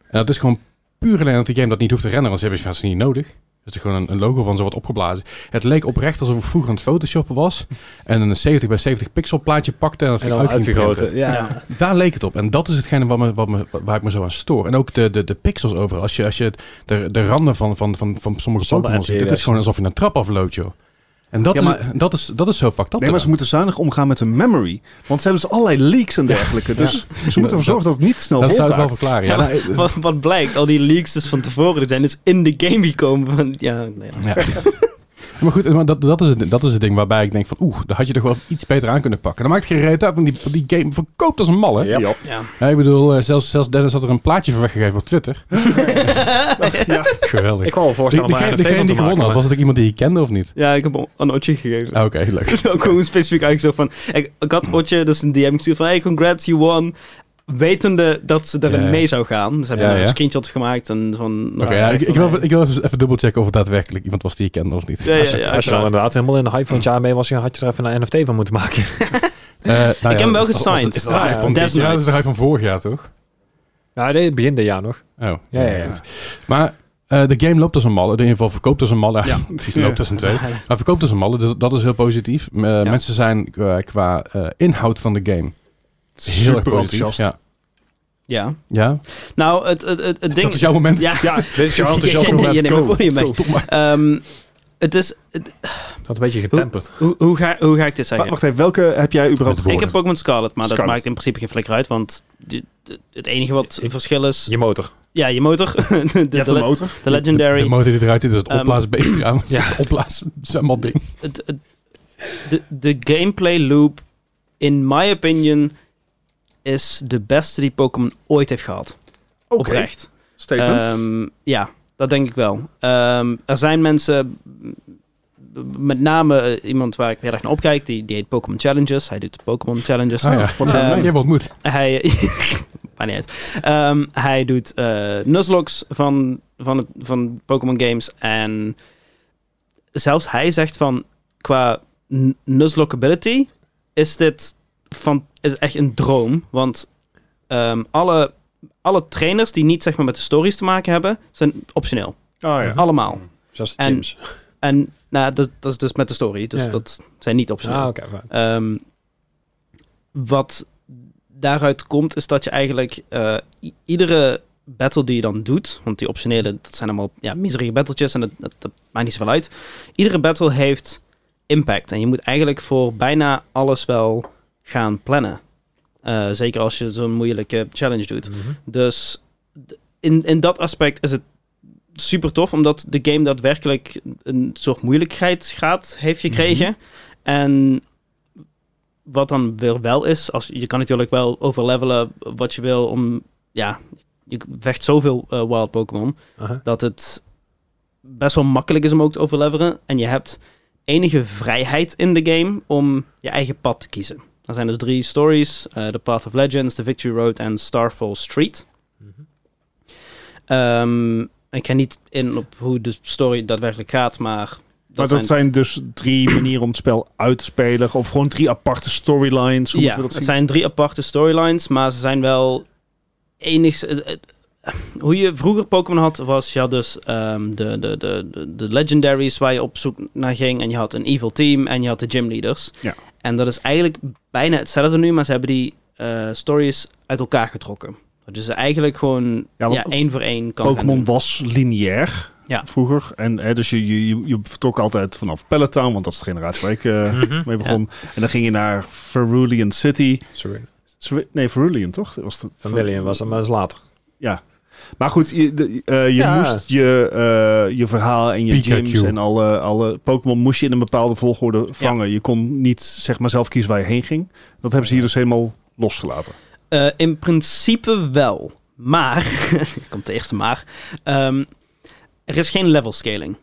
A: En dat is gewoon puur alleen dat die game dat niet hoeft te renderen, want ze hebben ze vast niet nodig. Dus er gewoon een, een logo van zo wat opgeblazen. Het leek oprecht alsof ik vroeger aan het photoshoppen
D: [laughs]
A: was. En een 70 bij 70 pixel plaatje pakte en dat
D: En
A: ging
D: dan uitgegoten. Ja.
C: Ja.
A: Daar leek het op. En dat is hetgene wat me, wat me, waar ik me zo aan stoor. En ook de, de, de pixels overal. Als je, als je de, de randen van, van, van, van sommige
D: Zonder
A: Pokémon ziet, het is
D: RGS.
A: gewoon alsof je een trap afloopt, joh. En dat,
B: Ja, maar-
A: is, dat, is, dat is zo fucked up.
B: Nee, maar ze
A: eraan.
B: moeten zuinig omgaan met hun memory. Want ze hebben dus allerlei leaks en dergelijke. Dus ze moeten ervoor zorgen dat het niet snel
A: dat zou het wel
B: volraakt.
A: verklaren, ja.
C: Ja, maar wat, wat blijkt, al die leaks dus van tevoren die zijn dus in de game gekomen. Van, ja, nou ja.
A: Ja. [laughs] Maar goed, maar dat, dat, is het, dat is het ding waarbij ik denk van... oeh, daar had je toch wel iets beter aan kunnen pakken. Dan maakt het geen reet uit, want die, want die game verkoopt als een malle.
E: Ja.
B: Ja.
C: Ja.
A: ik bedoel, eh, zelfs, zelfs Dennis had er een plaatje van weggegeven op Twitter.
B: Ja.
A: Geweldig.
D: Ik kwam al
A: Die,
D: voorstellen om
A: degene
D: daar een
A: degene die
D: NFT van te
A: gewonnen had,
D: maken.
A: was het ook iemand die je kende of niet?
C: ja, ik heb een otje gegeven. [laughs]
A: Ah, Oké, leuk.
C: Ook gewoon specifiek eigenlijk zo van... Ik, ik had Otje dus een DM gestuurd van... Hey, congrats, you won. Wetende dat ze daarin
A: Ja, ja.
C: mee zou gaan. Dus hebben
A: Ja,
C: we een
A: ja.
C: screenshot gemaakt en van...
A: Oké, ja, ik, ik wil, ik wil even, even dubbelchecken of het daadwerkelijk iemand was die je kende of niet. Eh,
C: Ja, ja, ja,
D: Als je dan
C: uiteraard.
D: inderdaad helemaal in de hype van het jaar mee was, had je er even een NFT van moeten
A: [laughs]
D: maken.
A: Eh, nou ja,
C: Ik heb hem
A: is
C: wel
A: dat- is dat-
C: gesigned.
A: Is dat de hype
D: Ah,
A: van dit
C: Death
A: jaar?
C: Knight.
A: Dat is de hype van vorig jaar, toch?
D: Ja, nee, begin dit jaar Nou, nog.
A: Oh,
D: Ja, ja, ja.
A: goed. Maar eh, de game loopt als een malle. In ieder geval verkoopt als een malle.
B: Ja.
A: [laughs] Die loopt als een twee. Maar verkoopt als een malle, dus dat is heel positief. Eh, Mensen zijn eh, qua eh, inhoud van de game heel erg
B: Super
A: positief.
B: enthousiast.
A: Ja.
C: Ja.
A: ja,
C: Nou, het, het, het, het ding...
A: dat is jouw moment.
C: Ja.
B: Ja,
D: Dit is jouw
C: [laughs]
D: enthousiasme.
C: Je- je- je neemt het podium mee.
A: Verdomme.
C: Ehm, het is... het-
D: Dat een beetje getemperd.
C: hoe, hoe, ga, hoe ga ik dit
B: Wa-
C: zeggen?
B: Wacht even, welke heb jij
A: Met
B: überhaupt
C: ik
B: gehoord?
A: woorden.
C: heb Pokémon Scarlet, maar dat
B: Scarlet.
C: maakt in principe geen flikker uit, want... dit- dit- het enige wat het verschil is...
D: Je motor.
C: Ja, je motor. [laughs] de, de,
B: Je hebt
C: le-
B: een motor.
C: de Legendary.
A: De, de motor die eruit zit, is het
C: Ehm,
A: opblaasbeest trouwens.
D: ja.
A: Ja. [laughs] Het opblaas allemaal ding.
C: het, het- de, de gameplay loop, in my opinion, is de beste die Pokémon ooit heeft gehad. Oprecht.
B: Statement.
C: Ehm, ja, dat denk ik wel. Ehm, er zijn mensen, m- met name eh, iemand waar ik heel erg naar opkijk, die, die heet Pokémon Challenges. Hij doet Pokémon Challenges.
A: Ah, ja.
B: Wat
C: ehm,
B: zijn
A: je
B: wij?
A: hebt ontmoet.
C: Hij, [laughs] maar niet uit. Ehm, hij doet eh Nuzlocks van, van, het, van Pokémon games. En zelfs hij zegt van, qua n- Nuzlockability is dit van, is echt een droom. Want ehm, alle, alle trainers die niet zeg maar, met de stories te maken hebben, zijn optioneel.
D: Oh
B: Ah, ja.
C: Allemaal.
D: Zoals de
C: En-
D: gyms.
C: En nou, dat, dat is dus met de story. Dus
D: Ja.
C: dat zijn niet optioneel.
D: Ah, oké. fijn.
C: Ehm, wat daaruit komt, is dat je eigenlijk eh, i- iedere battle die je dan doet, want die optionele, dat zijn allemaal ja, miserige battletjes en dat, dat, dat maakt niet zoveel uit. Iedere battle heeft impact en je moet eigenlijk voor bijna alles wel gaan plannen. Eh, zeker als je zo'n moeilijke challenge doet.
D: Mhm.
C: Dus d- in, in dat aspect is het super tof, omdat de game daadwerkelijk een soort moeilijkheidsgraad heeft gekregen. En wat dan weer wel is, als, je kan natuurlijk wel overlevelen wat je wil om, ja, je vecht zoveel eh, wild Pokémon
D: Aha.
C: dat het best wel makkelijk is om ook te overleveren. En je hebt enige vrijheid in de game om je eigen pad te kiezen. Er zijn dus drie stories: eh, The Path of Legends, The Victory Road en Starfall Street.
D: Mhm.
C: Ehm, ik ga niet in op hoe de story daadwerkelijk gaat, maar dat,
B: maar dat zijn... dus drie [clears throat] manieren om het spel uit te spelen. Of gewoon drie aparte storylines. Hoe
C: ja,
B: moeten we dat
C: het
B: zien?
C: zijn drie aparte storylines, maar ze zijn wel enigszins... het- het- Hoe je vroeger Pokémon had, was je had dus ehm, de, de, de, de, de legendaries waar je op zoek naar ging. En je had een evil team en je had de gymleaders.
B: Ja.
C: En dat is eigenlijk bijna hetzelfde nu, maar ze hebben die eh, stories uit elkaar getrokken. Dus eigenlijk gewoon
B: Ja,
C: ja,
B: want
C: één voor één kan gaan
B: Pokémon
C: doen.
B: was lineair
C: Ja.
B: vroeger. En hè, dus je, je, je, je vertrok altijd vanaf Palatown, want dat is de generatie waar ik eh,
D: Mhm.
B: [laughs] mee begon. En dan ging je naar Cerulean City.
E: Sorry.
B: Ceru- Nee, Cerulean toch? Dat Was de,
D: Van William was dat, maar dat is later.
B: Maar goed, je, de- eh, je
D: Ja.
B: moest je, eh, je verhaal en je
A: Pikachu.
B: gyms en alle, alle Pokémon moest je in een bepaalde volgorde vangen. Je kon niet zeg maar zelf kiezen waar je heen ging. Dat hebben ze hier dus helemaal losgelaten.
C: Eh, in principe wel. Maar, [laughs] hier komt de eerste maar. Ehm, er is geen level scaling.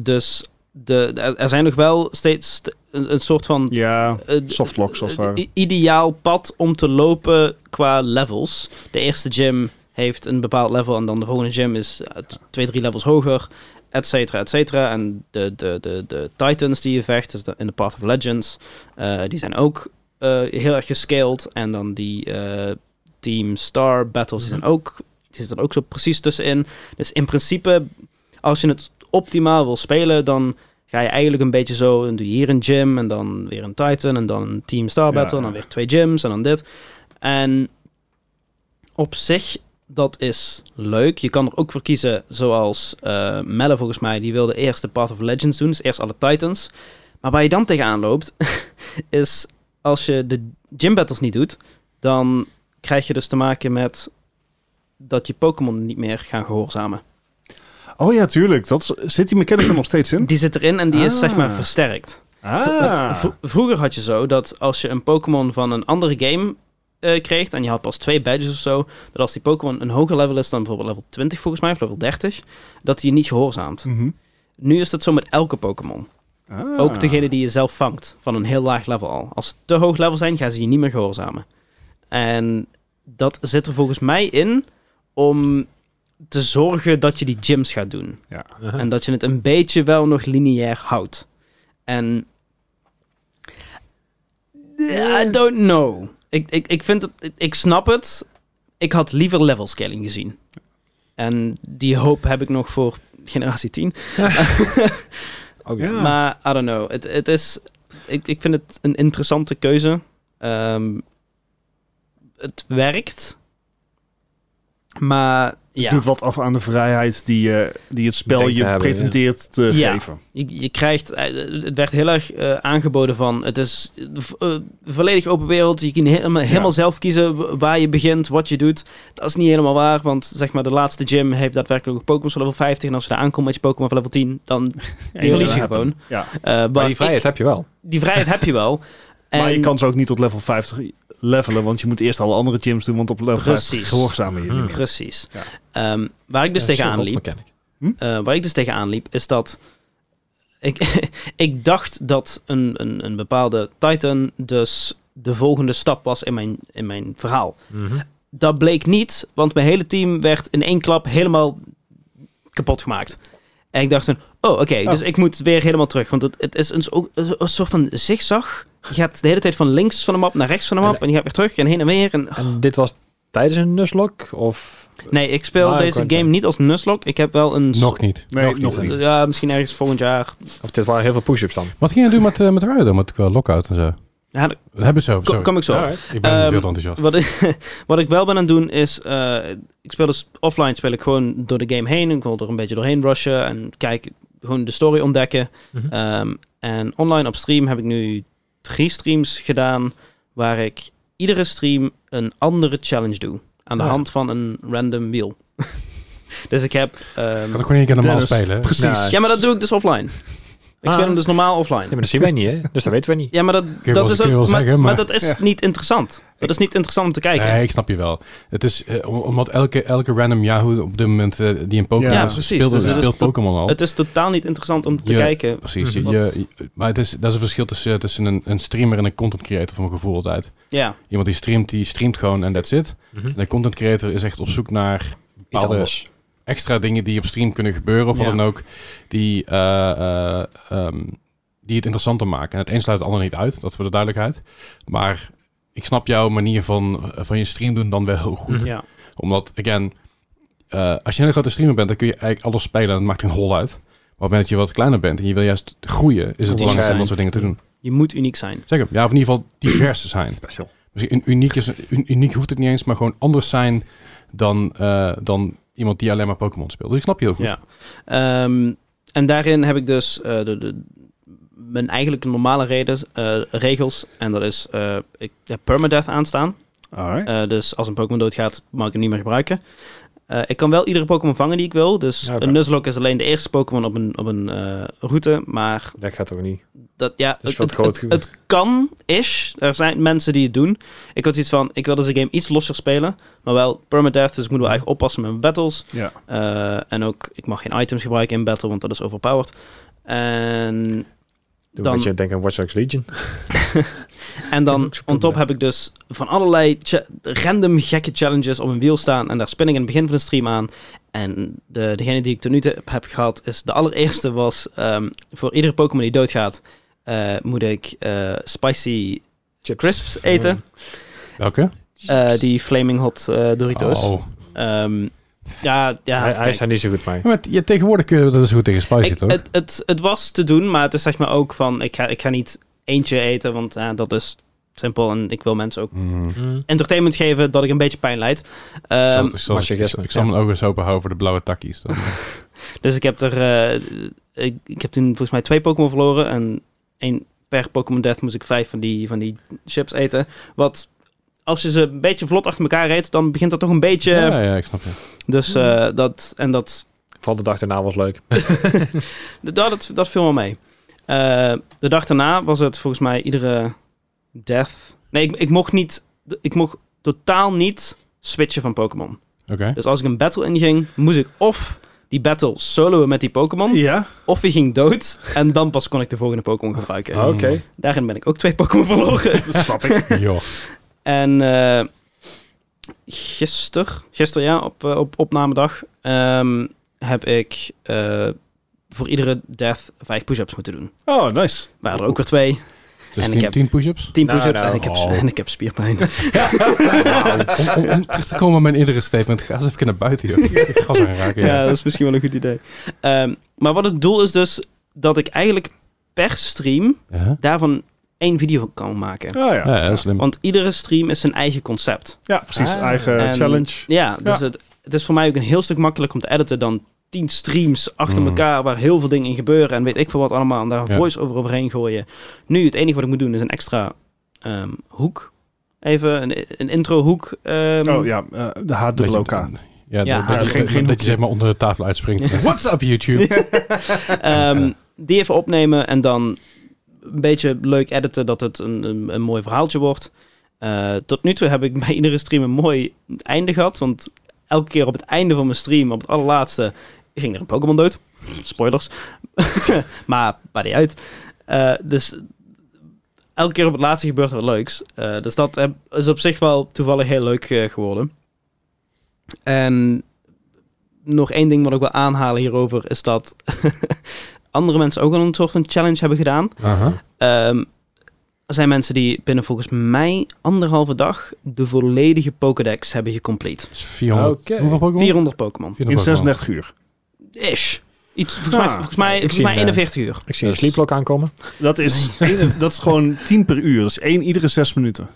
C: Dus de, de- er zijn nog wel steeds st- een, een soort van
B: Ja,
C: eh,
B: softlocks als het ware.
C: i- ideaal pad om te lopen qua levels. De eerste gym heeft een bepaald level en dan de volgende gym is eh, t- twee, drie levels hoger, et cetera, et cetera. En de, de, de, de titans die je vecht dus de- in de Path of Legends, eh, die zijn ook eh, heel erg gescaled. En dan die eh, Team Star battles die zijn ook, die zitten er ook zo precies tussenin. Dus in principe, als je het optimaal wil spelen, dan ga je eigenlijk een beetje zo, dan doe je hier een gym en dan weer een titan en dan een Team Star
B: Ja,
C: battle en
B: ja.
C: dan weer twee gyms en dan dit. En op zich, dat is leuk. Je kan er ook voor kiezen, zoals eh Melle volgens mij, die wilde eerst de Path of Legends doen, dus eerst alle Titans. Maar waar je dan tegenaan loopt, [laughs] is als je de gym battles niet doet, dan krijg je dus te maken met dat je Pokémon niet meer gaan gehoorzamen.
B: Oh ja, tuurlijk. Dat is- zit die mechanic er nog steeds in?
C: Die zit erin en die is zeg maar
B: Ah.
C: versterkt.
B: Ah.
C: Want v- vroeger had je zo dat als je een Pokémon van een andere game eh, kreeg en je had pas twee badges of zo, dat als die Pokémon een hoger level is dan bijvoorbeeld level 20 volgens mij of level 30, dat die je niet gehoorzaamt.
B: Mhm.
C: Nu is dat zo met elke Pokémon.
B: Ah.
C: Ook degene die je zelf vangt van een heel laag level al. Als ze te hoog level zijn, gaan ze je niet meer gehoorzamen. En dat zit er volgens mij in om te zorgen dat je die gyms gaat doen.
D: Aha.
C: En dat je het een beetje wel nog lineair houdt. En. Eh, I don't know. Ik, ik, ik vind het. ik- Ik snap het. Ik had liever level scaling gezien. En die hoop heb ik nog voor generatie 10.
D: Ook
B: Ja.
C: [laughs] Maar I don't know. Het, het is. Ik, ik vind het een interessante keuze. Ehm, het werkt. Maar ja.
B: Doet wat af aan de vrijheid die, eh, die het spel
D: Denkt te
B: je
D: hebben, ja.
B: pretendeert te
C: Ja.
B: geven.
C: Je, je krijgt, eh, het werd heel erg eh, aangeboden van, het is eh, v- eh, volledig open wereld. Je kan helemaal, helemaal zelf kiezen w- waar je begint, wat je doet. Dat is niet helemaal waar, want zeg maar de laatste gym heeft daadwerkelijk ook Pokémon van level 50. En als je daar aankomt met je Pokémon van level 10, dan
B: [laughs] Ja,
C: verlies je
B: ja.
C: gewoon.
B: Ja.
C: Eh, maar
D: Maar die vrijheid
C: ik-
D: heb je wel.
C: die vrijheid heb je wel.
B: [laughs] Maar
C: En-
B: je kan ze ook niet tot level 50 levelen, want je moet eerst alle andere gyms doen, want op level
C: Precies.
B: 50 gehoorzamen je niet meer.
C: Precies.
B: Ja.
C: Ehm, waar ik dus
D: Ja,
C: tegenaan
D: zo'n
C: liep,
D: mechanic.
C: Eh, waar ik dus tegenaan liep, is dat. Ik, [laughs] ik dacht dat een, een, een bepaalde Titan dus de volgende stap was in mijn, in mijn verhaal.
D: Mhm.
C: Dat bleek niet, want mijn hele team werd in één klap helemaal kapot gemaakt. En ik dacht toen, oh oké,
B: Oh.
C: dus ik moet weer helemaal terug. Want het, het is een, zo- een, soort van zigzag. Je gaat de hele tijd van links van de map naar rechts van de map. En je gaat weer terug en heen en weer. En,
D: En dit was tijdens een Nuzlocke? Of...
C: nee, ik speel
D: Mario
C: deze
D: Kart,
C: game
D: ja.
C: niet als Nuzlocke. Ik heb wel een...
A: Nog niet.
B: Nee, nog, niet.
C: Ja, misschien ergens volgend jaar.
D: of dit waren heel veel push-ups dan?
A: Wat ging je doen met, eh, met Rider, met qua lockout en zo?
C: Ja,
A: Dat hebben ze over.
C: Kom,
A: Sorry.
C: kom ik zo.
A: Ik ben
C: Ehm,
A: veel te enthousiast.
C: Wat ik, [laughs] wat ik wel ben aan het doen is, eh, ik speel dus offline speel ik gewoon door de game heen. Ik wil er een beetje doorheen rushen en kijken, gewoon de story ontdekken.
D: Mhm.
C: Ehm, en online op stream heb ik nu drie streams gedaan, waar ik iedere stream een andere challenge doe. Aan de
D: Ah.
C: hand van een random wheel. [laughs] dus ik heb... ehm,
A: Kan ik gewoon één keer normaal
B: Dennis,
A: spelen? hè?
B: Precies.
D: Nou,
C: ja, maar dat doe ik dus offline. Ik
D: Ah.
C: speel hem dus normaal offline.
D: maar dat zien wij niet, hè? Dus dat weten we niet.
C: Ja, maar dat,
A: je wel-
C: dat is
A: kun je wel
C: ook, maar,
A: zeggen,
C: maar
A: maar-
C: dat is
B: Ja.
C: niet interessant. Dat is niet interessant om te kijken.
A: Nee, ik snap je wel. Het is eh, om- omdat elke, elke random Yahoo op dit moment eh, die een Pokémon
B: Ja,
A: is,
C: precies.
A: speelt,
C: Dus het is
A: speelt
C: tot-
A: Pokémon
D: Oh.
A: al.
C: Het is totaal niet interessant om te
A: Ja.
C: kijken.
A: Precies. Je,
D: Mhm.
A: je- je- maar het is, dat is een verschil tussen, eh, tussen een, een streamer en een content creator van mijn gevoel altijd.
C: Ja,
A: Iemand die streamt, die streamt gewoon en that's it.
D: Mhm.
A: En een content creator is echt op zoek naar
D: Iets
A: bepaalde
D: anders.
A: extra dingen die op stream kunnen gebeuren of wat
C: Ja.
A: dan ook, die, eh, eh, ehm, die het interessanter maken. En het een sluit het ander niet uit, dat voor de duidelijkheid. Maar ik snap jouw manier van, eh, van je stream doen dan wel heel goed.
D: Mhm.
C: ja.
A: Omdat, again, eh, als je een grote streamer bent, dan kun je eigenlijk alles spelen en het maakt geen hol uit. Maar op het moment dat je wat kleiner bent en je wil juist groeien, is het belangrijk om dat soort dingen te doen.
C: Je moet uniek zijn.
A: Zeker. Ja, of in ieder geval divers te zijn.
B: Special.
A: Misschien een uniek, is, un- uniek hoeft het niet eens, maar gewoon anders zijn dan, eh, dan iemand die alleen maar Pokémon speelt. Dus ik snap je heel goed.
C: Ja. Ehm, en daarin heb ik dus eh, de, de, mijn eigenlijke normale reden, eh, regels. En dat is, eh, ik heb permadeath aanstaan.
B: Alright.
C: Eh, dus als een Pokémon doodgaat, mag ik hem niet meer gebruiken. Eh, ik kan wel iedere Pokémon vangen die ik wil. Dus
D: Ja, oké.
C: een Nuzlocke is alleen de eerste Pokémon op een, op een eh, route. Maar
D: Dat gaat toch niet?
C: dat, ja,
D: Dat is
C: het,
D: veel
C: het,
D: te groot.
C: het- het kan, is. Er zijn mensen die het doen. Ik had iets van, ik wil deze game iets losser spelen. Maar wel permadeath, dus ik moet wel eigenlijk oppassen met mijn battles.
B: Ja.
C: Eh, en ook, ik mag geen items gebruiken in battle, want dat is overpowered. En,
D: Doe
C: dan-
D: een beetje denken aan Watch Dogs Legion.
C: en
D: Ik heb
C: dan
D: ook zo'n
C: on top
D: probleem.
C: heb ik dus van allerlei cha- random gekke challenges op een wiel staan. En daar spin ik in het begin van de stream aan. En de, degene die ik tot nu toe heb gehad, is de allereerste was... ehm, voor iedere Pokémon die doodgaat, eh, moet ik eh, spicy
D: Chips. Mm.
C: crisps eten.
A: Welke?
C: Eh, die Flaming Hot eh, Doritos.
A: Oh.
C: Ehm, ja, ja.
D: hij, hij
C: kijk,
D: is daar niet zo goed mee.
A: Maar ja, tegenwoordig kun je dat is goed tegen Spice
C: ik-
A: toch?
C: het, het, het was te doen, maar het is zeg maar ook van... Ik ga, ik ga niet eentje eten, want ja, dat is simpel. En ik wil mensen ook
A: Mm.
D: Mhm.
C: entertainment geven dat ik een beetje pijn lijd. Ehm,
A: Zo- zoals
D: je
A: ik,
D: gisteren-
A: ik zal
D: ja.
A: mijn ogen eens open houden voor de blauwe takkies. Dan.
C: dus ik heb er... eh, ik, ik heb toen volgens mij twee Pokémon verloren. En één per Pokémon Death moest ik vijf van die, van die chips eten. Wat... Als je ze een beetje vlot achter elkaar eet, dan begint dat toch een beetje...
A: ja, ja, ik snap je.
C: Dus eh, dat... En dat
D: Vooral de dag daarna was leuk.
C: De- Dat, dat, dat viel wel mee. Eh, de dag daarna was het volgens mij iedere death. Nee, ik, ik mocht niet. Ik mocht totaal niet switchen van Pokémon.
A: Oké.
C: Dus als ik een battle inging, moest ik of die battle soloen met die Pokémon,
B: Ja.
C: of die ging dood. En dan pas kon ik de volgende Pokémon gebruiken.
A: Oh.
D: Ah, Oké.
C: Daarin ben ik ook twee Pokémon verloren.
B: Dat snap ik.
A: Joh.
C: En eh gisteren, gister, ja, op, eh, op opnamedag, ehm, heb ik eh, voor iedere death vijf push-ups moeten doen.
B: [laughs] Oh, nice.
C: Waren er ook weer twee.
A: Dus
C: ik
A: 10
C: heb-
A: tien push-ups?
C: 10
D: Nou,
C: push-ups
D: nou.
C: en, ik heb,
A: Oh.
C: en ik heb
B: [laughs]
C: spierpijn.
A: Om, om, om terug te komen op mijn eerdere statement, ga eens even naar buiten. Joh.
C: [laughs]
A: Ik ga gas aanraken.
C: ja,
A: Ja.
C: dat is misschien wel een goed idee. Ehm, maar wat het doel is dus dat ik eigenlijk per stream
A: Ja.
C: daarvan één video kan maken.
B: Oh, ja.
A: Ja, ja, slim.
C: Want iedere stream is zijn eigen concept.
B: Ja, precies.
D: Ah.
B: Eigen
C: En-
B: Eh, challenge.
C: Ja, dus
B: Ja.
C: Het, het is voor mij ook een heel stuk makkelijker om te editen dan 10 streams achter
A: Mm.
C: elkaar waar heel veel dingen in gebeuren en weet ik veel wat allemaal en daar een
A: Ja.
C: voice-over overheen gooien. Nu, het enige wat ik moet doen is een extra ehm, hoek. Even een, een intro-hoek. ehm,
B: oh ja, eh, de H dubbel OK.
A: Beetje- Ja,
C: Ja,
A: dat- dat,
B: ja,
A: je,
B: geen- geen
A: dat je
B: hoekje.
A: zeg maar onder de tafel uitspringt. What's up, YouTube?
C: Ehm,
A: Want,
C: die even opnemen en dan een beetje leuk editen dat het een, een, een mooi verhaaltje wordt. Eh, tot nu toe heb ik bij iedere stream een mooi einde gehad. Want elke keer op het einde van mijn stream, op het allerlaatste, ging er een Pokémon dood. Spoilers. [laughs] maar maakt niet uit. Eh, dus elke keer op het laatste gebeurt er wat leuks. Eh, dus dat heb- is op zich wel toevallig heel leuk eh, geworden. En nog één ding wat ik wil aanhalen hierover is dat andere mensen ook al een soort van challenge hebben gedaan.
A: Aha.
C: Ehm, er zijn mensen die binnen volgens mij anderhalve dag de volledige Pokédex hebben gecomplete.
A: Dus 400.
D: Oké.
A: Hoeveel Pokémon?
C: 400 Pokémon.
A: 400
B: In
A: Pokémon.
B: 36 uur.
C: Ish. Iets, volgens
B: Nou,
C: mij, volgens mij,
D: ik
C: volgens
D: zie
C: mij
D: hem, eh,
C: 41 uur.
D: Ik zie
B: Dus-
D: een sleeplok aankomen.
B: Dat is, één- [laughs] dat is gewoon 10 per uur. Dat is één iedere 6 minuten.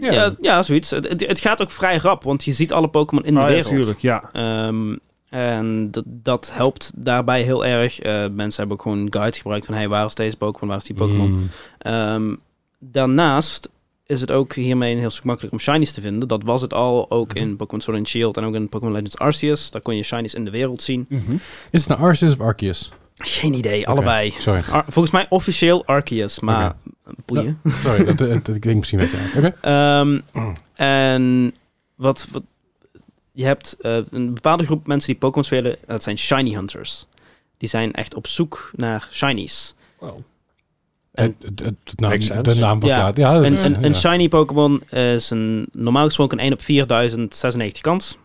C: Ja, eh, ja, zoiets. Het, het- het gaat ook vrij rap, want je ziet alle Pokémon in de
B: Ah, ja,
C: wereld.
B: tuurlijk. Ja.
C: Ehm, en dat, dat helpt daarbij heel erg. Eh, mensen hebben ook gewoon guides gebruikt van... hey, waar is deze Pokémon, waar is die Pokémon?
A: Mm.
C: Ehm, daarnaast is het ook hiermee een heel stuk makkelijk om shinies te vinden. Dat was het al, ook in Pokémon Sword
B: Mhm.
C: and Shield en ook in Pokémon Legends Arceus. Daar kon je shinies in de wereld zien.
A: Is het nou Arceus of Arceus?
C: Geen idee, allebei.
A: Sorry,
C: Ar- volgens mij officieel Arceus, maar [laughs] boeien.
A: sorry dat, dat, dat klinkt misschien weg. Oké.
C: Ehm, en wat, wat... Je hebt eh, een bepaalde groep mensen die Pokémon spelen. Dat zijn Shiny Hunters. Die zijn echt op zoek naar Shinies.
D: Oh,
A: Het- het- het- nou,
E: Makes sense.
A: De naam van
C: Ja.
A: ja. ja, dat
C: Een,
A: is-
C: een, een
A: ja.
C: Shiny Pokémon is een, normaal gesproken een 1 op 4096 kans.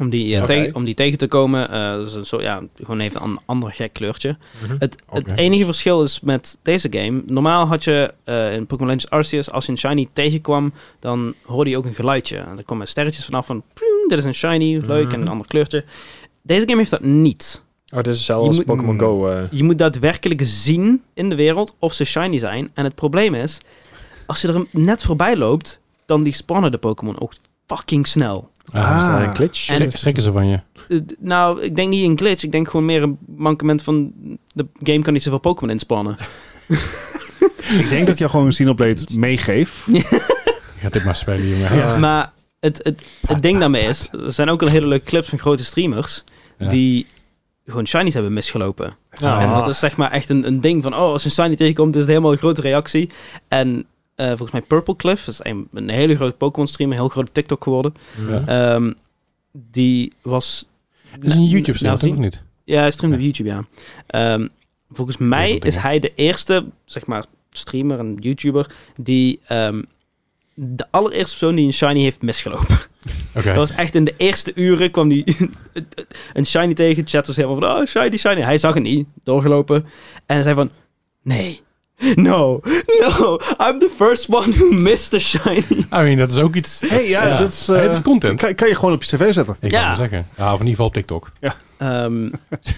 C: Om die, eh,
E: Oké.
C: tegen- om die tegen te komen. Eh, dat is een soort, ja, gewoon even een ander gek kleurtje.
D: Mhm.
C: Het,
A: Oké.
C: het enige verschil is met deze game. Normaal had je eh, in Pokémon Legends Arceus, als je een shiny tegenkwam, dan hoorde je ook een geluidje. En er kwamen sterretjes vanaf van, "Pring, dit is een shiny, leuk, en een
D: Mhm.
C: ander kleurtje. Deze game heeft dat niet.
D: Oh, dit is
C: Je
D: hetzelfde als
C: moet-
D: Pokémon Go. eh.
C: Je moet daadwerkelijk zien in de wereld of ze shiny zijn. En het probleem is, als je er net voorbij loopt, dan die spawnen de Pokémon ook fucking snel.
A: Ah,
D: Is dat
B: Ah.
D: een glitch? Dus-
C: En-
A: schrik- schrikken ze van je.
C: Eh, d- nou, ik denk niet een glitch. Ik denk gewoon meer een mankement van de game kan niet zoveel Pokémon inspannen.
B: Ik denk dat je gewoon een Xenoblade meegeeft.
A: Ga dit maar spelen, jongen.
B: Ja.
C: Maar het, het, het ding daarmee is, er zijn ook een hele leuke clips van grote streamers
A: Ja.
C: die gewoon shinies hebben misgelopen.
D: Ja.
C: Nou, En dat is zeg maar echt een, een ding van, oh, als een shiny tegenkomt, is het helemaal een grote reactie. En eh, volgens mij Purple Cliff, dat is een, een hele grote Pokémon streamer, heel groot op TikTok geworden.
A: Ja.
C: Ehm, die was...
A: Het is een youtube stream
C: Nou,
A: of niet?
C: Ja, hij streamt op YouTube, ja. Ehm, volgens mij
A: soort
C: is
A: dingen.
C: hij de eerste, zeg maar, streamer en YouTuber die ehm, de allereerste persoon die een shiny heeft misgelopen.
A: Oké. [laughs]
C: Dat was echt in de eerste uren kwam die [laughs] een shiny tegen. Chat was helemaal van, oh, shiny, shiny. Hij zag het niet. Doorgelopen. En hij zei van, nee. [laughs] No, no, I'm the first one who missed the shiny. [laughs]
A: I mean, dat is ook iets...
B: Hey, ja,
A: ja.
B: dat is, eh,
A: het is content.
B: kan, kan je gewoon op je cv zetten.
A: Ik
C: Ja.
A: kan maar zeggen. Ja, of in ieder geval op TikTok.
C: Ehm,
A: Het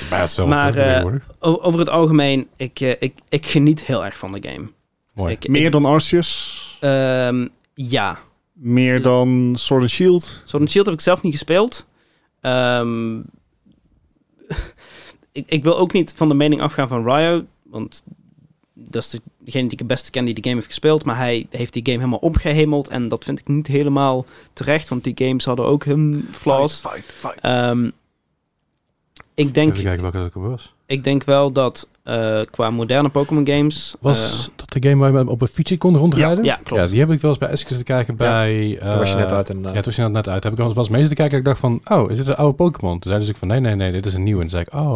A: is bijna hetzelfde
C: Maar, eh,
A: tegenwoordig.
C: o- over het algemeen, ik, eh, ik, ik geniet heel erg van de game.
A: Mooi.
C: Ik,
B: Meer
C: ik-
B: dan Arceus.
C: ehm, ja.
B: Meer dan Sword and Shield.
C: Sword and Shield heb ik zelf niet gespeeld. Ehm, [laughs] ik, ik wil ook niet van de mening afgaan van Ryo, want dat is degene die ik het beste ken die de game heeft gespeeld, maar hij heeft die game helemaal opgehemeld en dat vind ik niet helemaal terecht, want die games hadden ook hun flaws. Ehm, ik, denk,
A: Even kijken welke dat ook was.
C: ik denk wel dat eh, qua moderne Pokémon games... eh,
A: Was dat de game waar je op een fietsje kon rondrijden?
C: ja, klopt.
A: die heb ik wel eens bij Eskes te kijken bij...
D: Daar was je
A: eh,
D: net uit
A: Ja,
D: inderdaad.
A: toen was je net uit. Heb ik wel eens mensen te kijken dat ik dacht van... Oh, is dit een oude Pokémon? Toen zeiden ze ook van... Nee, nee, nee, dit is een nieuwe. En toen zei ik...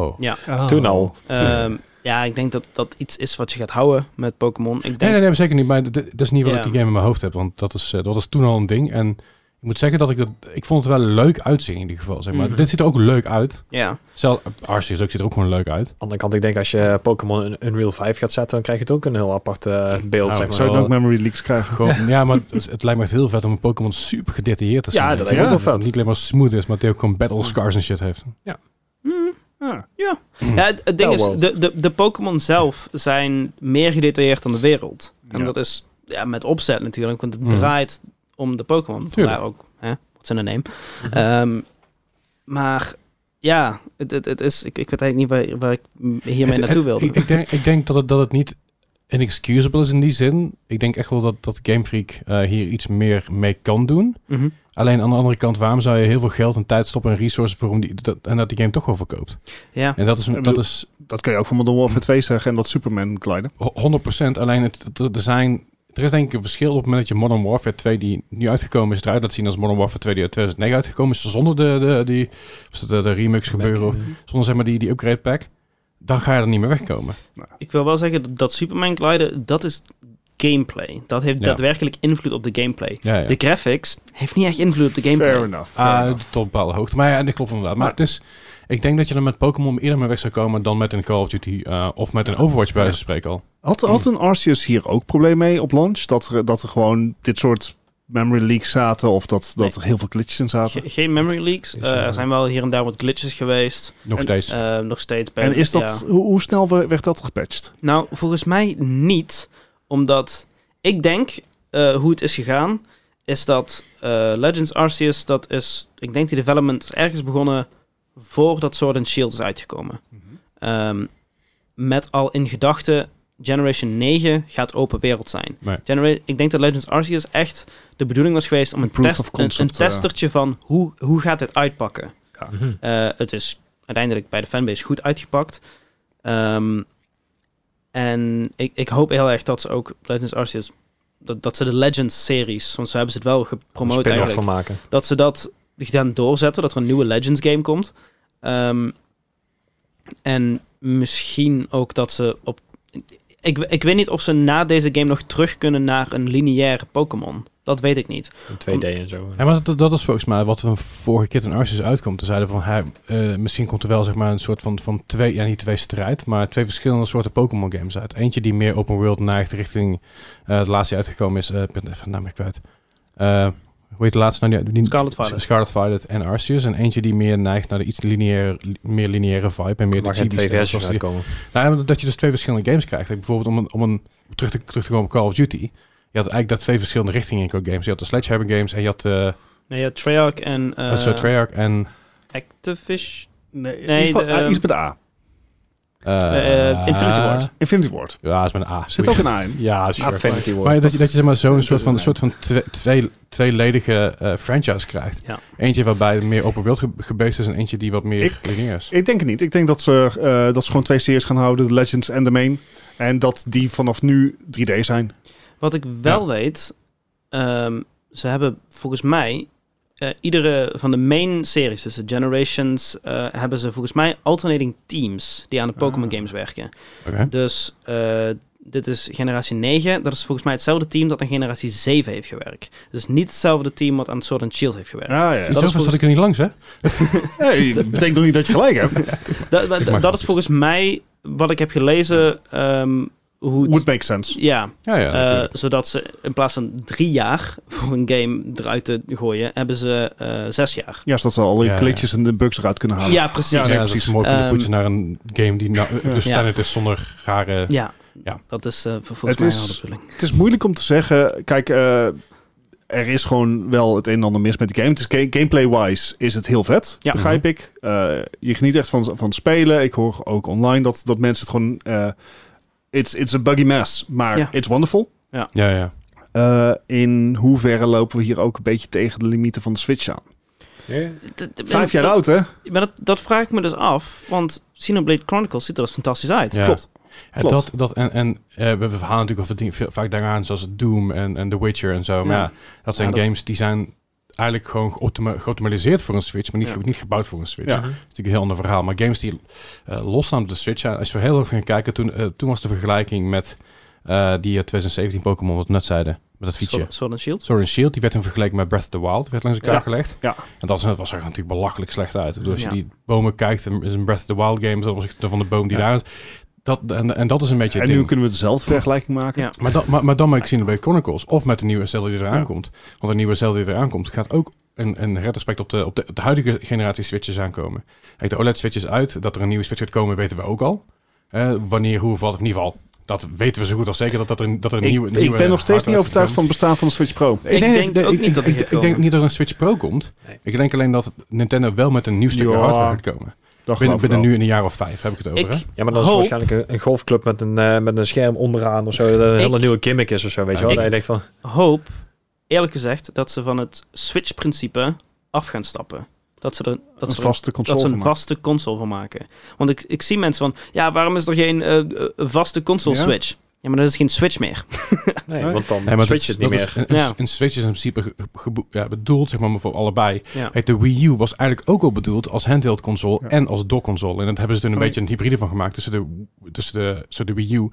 A: Oh.
E: Toen al.
C: eh, ehm, ja, ik denk dat dat iets is wat je gaat houden met Pokémon. Ik denk,
A: Nee, nee, nee, zeker niet. Maar d- d- dat is niet wat
C: Ja.
A: ik die game in mijn hoofd heb. Want dat, is, eh, dat was toen al een ding. En ik moet zeggen dat ik dat... Ik vond het wel leuk uitzien in ieder geval. Zeg maar.
C: Mhm.
A: Dit ziet er ook leuk uit.
C: Ja,
A: Zelf, Arceus ook ziet er ook gewoon leuk uit.
D: Aan de andere kant, ik denk als je Pokémon in Unreal 5 gaat zetten, dan krijg je het ook een heel apart eh, beeld.
A: Nou,
D: zeg
A: ik
D: maar.
B: Zou je dan ook memory leaks krijgen?
A: Gewoon, [laughs] ja. maar het, het lijkt me echt heel vet om een Pokémon super gedetailleerd te
D: Ja,
A: zien.
D: dat
A: Ik
D: lijkt
B: me
A: denk
B: ook
A: het
D: wel vet.
A: niet alleen maar smooth is, maar dat hij ook gewoon battle scars en shit heeft.
B: Ja.
A: Hm.
C: Ja, het, het ding is,
D: Elworld.
C: de, de, de Pokémon zelf zijn meer gedetailleerd dan de wereld. En
B: Ja.
C: dat is ja, met opzet natuurlijk, want het
A: Mhm.
C: draait om de Pokémon. Vandaar
A: Tuurlijk. Mhm.
C: ook, hè, wat zijn de name. Ehm, maar ja, het, het, het is, ik, ik weet eigenlijk niet waar, waar ik m- hiermee
A: Het-
C: naartoe
A: het-
C: wilde.
A: Ik, ik denk, ik denk dat, het, dat het niet inexcusable is in die zin. Ik denk echt wel dat, dat Game Freak eh, hier iets meer mee kan doen.
C: Mhm.
A: Alleen aan de andere kant, waarom zou je heel veel geld en tijd stoppen en resources voor om die, dat, en dat die game toch wel verkoopt?
C: Ja,
A: En dat is,
B: bedoel-
A: dat is
B: Dat kan je ook van Modern Warfare 2 zeggen en dat Superman gliden.
A: ho- 100%. Alleen het, het- het design. Er is denk ik een verschil op het moment dat je Modern Warfare 2, die nu uitgekomen is, eruit laat zien als Modern Warfare 2 die uit 2009 uitgekomen is, zonder de, de, die, of de, de remix gebeuren, of zonder zeg maar die, die upgrade pack, dan ga je er niet meer wegkomen.
C: ik wil wel zeggen dat, dat Superman gliden, dat is gameplay. Dat heeft
A: Ja.
C: daadwerkelijk invloed op de gameplay.
A: Ja, ja.
C: De graphics heeft niet echt invloed op de gameplay.
B: Fair enough. fair
A: Ah,
B: enough.
A: tot een bepaalde hoogte. Maar ja, dat klopt inderdaad. Maar het is, ik denk dat je er met Pokémon eerder mee weg zou komen dan met een Call of Duty eh, of met een Overwatch bij wijze van spreken al.
B: Had, had een Arceus hier ook probleem mee op launch? Dat er, dat er gewoon dit soort memory leaks zaten of dat, dat
C: Nee.
B: er heel veel glitches in zaten?
C: Ge- geen memory leaks.
D: Is,
C: Eh,
D: eh,
C: er zijn wel hier en daar wat glitches geweest.
A: Nog steeds.
C: Eh, nog steeds bij.
B: En is dat,
C: ja.
B: hoe, hoe snel we- werd dat gepatcht?
C: Nou, volgens mij niet. Omdat ik denk eh, hoe het is gegaan. Is dat eh, Legends Arceus. Dat is. Ik denk die development is ergens begonnen. Voordat Sword and Shield is uitgekomen. Ehm, met al in gedachte. Generation 9 gaat open wereld zijn.
A: Nee.
C: Genera- ik denk dat Legends Arceus echt de bedoeling was geweest om
B: Een
C: een,
B: proof
C: test,
B: of
C: een, een
B: concept, eh.
C: testertje van hoe, hoe gaat dit uitpakken.
D: Mhm.
C: Eh, het is uiteindelijk bij de fanbase goed uitgepakt. Ehm, en ik, ik hoop heel erg dat ze ook Legends Arceus, dat, dat ze de Legends-series, want zo hebben ze het wel gepromoot
D: spin-off
C: eigenlijk
D: van maken.
C: dat ze dat gaan doorzetten, dat er een nieuwe Legends game komt. Ehm, en misschien ook dat ze op. Ik, ik weet niet of ze na deze game nog terug kunnen naar een lineaire Pokémon. Dat weet ik niet.
D: In 2D en zo.
A: Ja, maar dat, dat is volgens mij wat we vorige keer in Arceus uitkomt. Toen zeiden we van, hey, eh, misschien komt er wel zeg maar, een soort van, van twee, ja niet twee strijd, maar twee verschillende soorten Pokémon games uit. Eentje die meer open world neigt richting, eh het laatste die uitgekomen is, eh, ik ben even namelijk kwijt. Eh, hoe heet de laatste nou? Die, die,
C: Scarlet Violet.
A: Scarlet Violet en Arceus. En eentje die meer neigt naar de iets lineaire, li- meer lineaire vibe en meer
D: Er
A: de
D: mag geen
A: chibi
D: twee
A: stijl,
D: versies
A: zoals die-
D: uitkomen.
A: nou, ja, dat je dus twee verschillende games krijgt. Kijk, Bijvoorbeeld om, een, om een, terug, te, terug te komen op Call of Duty. Je had eigenlijk dat twee verschillende richtingen in qua games. Je had de Sledgehammer games en je had eh
C: Nee, ja, Treyarch en
D: Oh,
C: eh,
A: uh, Treyarch en...
C: Activision.
B: Nee,
C: Nee,
B: iets, van-
C: de,
B: ah,
C: ehm,
B: iets met de A.
A: eh,
C: eh, Infinity Ward.
B: Infinity Ward.
A: Ja, is met een A.
B: Zit Ah, ook een A in.
A: Ja, sure.
E: Affinity
A: Maar
E: War.
A: dat je, dat je zeg maar zo'n soort van,
B: nee.
A: soort van twee, twee, tweeledige eh, franchise krijgt.
C: Ja.
A: Eentje waarbij het meer open world ge- gebased is en eentje die wat meer
B: Ik-
A: lineair is.
B: Ik denk het niet. Ik denk dat ze, eh, dat ze gewoon twee series gaan houden, de Legends en de Main. En dat die vanaf nu 3D zijn.
C: Wat ik wel weet, ehm, ze hebben volgens mij eh, iedere van de main series, dus de Generations, eh, hebben ze volgens mij alternating teams die aan de Pokémon
B: Ah.
C: games werken.
A: Oké.
C: Dus eh, dit is generatie 9. Dat is volgens mij hetzelfde team dat aan generatie 7 heeft gewerkt. Dus niet hetzelfde team wat aan Sword and Shield heeft gewerkt.
B: Ah, ja.
A: Zo
C: is
A: zat
C: volgens-
A: ik er niet langs, hè?
B: [laughs] Hey, dat betekent nog niet dat je gelijk hebt.
C: Dat- dat-
A: Ik mag
C: dat is
A: grapjes.
C: volgens mij wat ik heb gelezen. ehm, hoe het-
B: Would make sense.
C: ja,
A: Ja, ja.
C: eh,
A: natuurlijk.
C: zodat ze in plaats van drie jaar voor een game eruit te gooien, hebben ze eh, zes jaar.
B: Ja, zodat ze al die
A: Ja, ja.
B: glitches en de bugs eruit kunnen halen.
C: Ja, precies.
A: Ah. ja,
B: nee,
A: dat is
B: precies.
A: mooi kunnen
C: Ehm,
A: poetsen naar een game die nou,
B: Ja.
A: de standaard is zonder rare...
C: Ja,
A: Ja.
C: dat is eh, volgens
B: Het
C: mij
B: is-
C: wel de bedoeling.
B: Het is moeilijk om te zeggen. Kijk, eh, er is gewoon wel het een en ander mis met de game. Het is ga- gameplay-wise is het heel vet,
C: Ja.
B: begrijp ik. Eh, je geniet echt van, van het spelen. Ik hoor ook online dat, dat mensen het gewoon... eh it's, it's a buggy mess, maar
C: Ja.
B: it's wonderful.
A: Ja, ja.
B: Eh, in hoeverre lopen we hier ook een beetje tegen de limieten van de Switch aan?
C: D- d-
B: Vijf jaar
C: dat-
B: oud, hè?
C: Maar dat, dat vraag ik me dus af, want Xenoblade Chronicles ziet er als fantastisch uit.
A: Ja.
B: Klopt.
A: En,
B: Klopt.
A: dat, dat, en, en eh, we we verhalen natuurlijk over dingen, veel- vaak daaraan, zoals Doom en, en The Witcher en zo. Maar
C: Ja.
A: ja, dat zijn
C: Ja, dat-
A: games die zijn eigenlijk gewoon geoptima- geoptimaliseerd voor een Switch, maar niet,
B: Ja.
A: ge- niet gebouwd voor een Switch.
B: Ja.
A: Dat is natuurlijk een heel ander verhaal. Maar games die eh losstaan op de Switch, ja, als we heel even gaan kijken, toen, eh, toen was de vergelijking met eh, die eh, 2017 Pokémon, wat we net zeiden, met dat feature.
C: Sword, Sword and Shield.
A: Sword and Shield, die werd toen vergeleken met Breath of the Wild. Die werd langs elkaar
B: Ja.
A: gelegd.
B: Ja.
A: En dat was, dat was er natuurlijk belachelijk slecht uit. Ik bedoel, als je
C: Ja.
A: die bomen kijkt, dan is een Breath of the Wild game ten opzichte van de boom die
B: Ja.
A: daar is. Dat, en, en dat is een beetje
B: En
A: het
B: nu
A: ding.
B: kunnen we dezelfde vergelijking maken.
C: Ja.
A: Maar, dan maar, maar dan met Xenoblade Chronicles. Of met de nieuwe Zelda die eraan komt. Want de nieuwe Zelda die eraan komt gaat ook een, een retrospect op de, op, de, op de huidige generatie Switches aankomen. Kijk, de OLED-Switch is uit. Dat er een nieuwe Switch gaat komen weten we ook al. Eh, wanneer, hoe, wat of in ieder geval. Dat weten we zo goed als zeker dat, dat er, een- dat er een
B: Ik,
A: nieuwe,
B: ik
A: nieuwe
B: ben nog steeds niet
A: hardware
B: overtuigd
A: gaat
B: van het bestaan van de Switch Pro.
A: komen.
C: Ik denk ook niet dat die
A: ik,
C: gaat
A: ik denk
C: komen.
A: niet dat er een Switch Pro komt.
D: Nee.
A: Ik denk alleen dat Nintendo wel met een nieuw stukje
B: Ja,
A: hardware gaat komen.
B: Dat
A: Binnen,
B: geloof ik
A: binnen
B: wel.
A: nu in een jaar of vijf heb ik het over. hè?
C: Ik,
D: Ja, maar dat is
C: Hoop.
D: waarschijnlijk een, een golfclub met een, eh, met een scherm onderaan of zo. Dat een
C: Ik-
D: hele nieuwe gimmick is of zo, weet je wel.
C: Ik-
D: Dat je denkt van,
C: hoop, eerlijk gezegd, dat ze van het Switch-principe af gaan stappen. Dat ze er, dat
B: Een
C: ze er,
B: vaste console.
C: dat ze een
B: van maken.
C: vaste console van maken. Want ik, ik zie mensen van, ja, waarom is er geen eh, eh, vaste console
B: Ja.
C: Switch? Ja, maar dat is geen Switch meer.
D: nee,
B: Nee.
D: want dan
A: Nee, maar dat
D: switch
A: is-
D: je het
A: dat
D: niet meer.
A: is- een, een-
C: Ja.
A: een Switch is in principe ge- gebo- ja, bedoeld zeg maar, voor allebei.
C: Ja.
A: Kijk, de Wii U was eigenlijk ook al bedoeld als handheld console
B: Ja.
A: en als dock console. En dat hebben ze toen een
B: Maar-
A: beetje een hybride van gemaakt tussen de, tussen de, tussen de Wii U.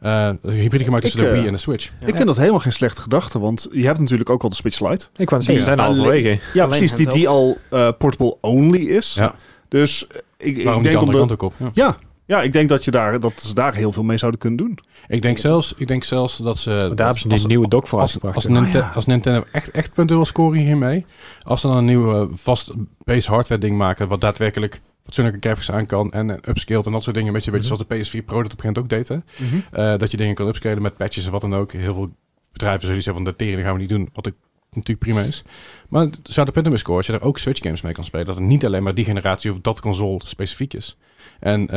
A: eh, een hybride gemaakt tussen
B: Ik,
A: de Wii
B: eh,
A: en de Switch.
B: Ik vind dat helemaal geen slechte gedachte, want je hebt natuurlijk ook al de Switch Lite.
D: Ik wou het zeggen, we
B: Ja.
D: zijn al halverwege.
B: Ja,
C: Alleen
B: precies, die, die al eh, portable only is.
A: Ja.
B: Dus eh, ik, ik
A: Waarom niet de
B: denk
A: andere
B: omdat,
A: kant ook op? Ja.
B: ja, ik denk dat, je daar, dat ze daar heel veel mee zouden kunnen doen.
A: Ik, denk zelfs, ik denk zelfs dat ze... dat
D: Daar hebben ze
A: als-
D: die nieuwe dock voor
A: als,
D: uitgebracht. Ah,
A: als,
D: hè.
A: Ninte- als Nintendo echt, echt punten wil scoren hiermee, als ze dan een nieuw eh, vast base hardware ding maken, wat daadwerkelijk fatsoenlijke graphics aan kan en, en upscaled en dat soort dingen, een beetje, een
D: Mhm.
A: beetje zoals de PS4 Pro dat op een gegeven moment ook deed, hè? Eh, dat je dingen kan upscalen met patches en wat dan ook. Heel veel bedrijven zullen zeggen van de tering gaan we niet doen, wat ik natuurlijk prima is. Maar het zou de punten mee scoren als je daar ook Switch games mee kan spelen. Dat het niet alleen maar die generatie of dat console specifiek is. En eh,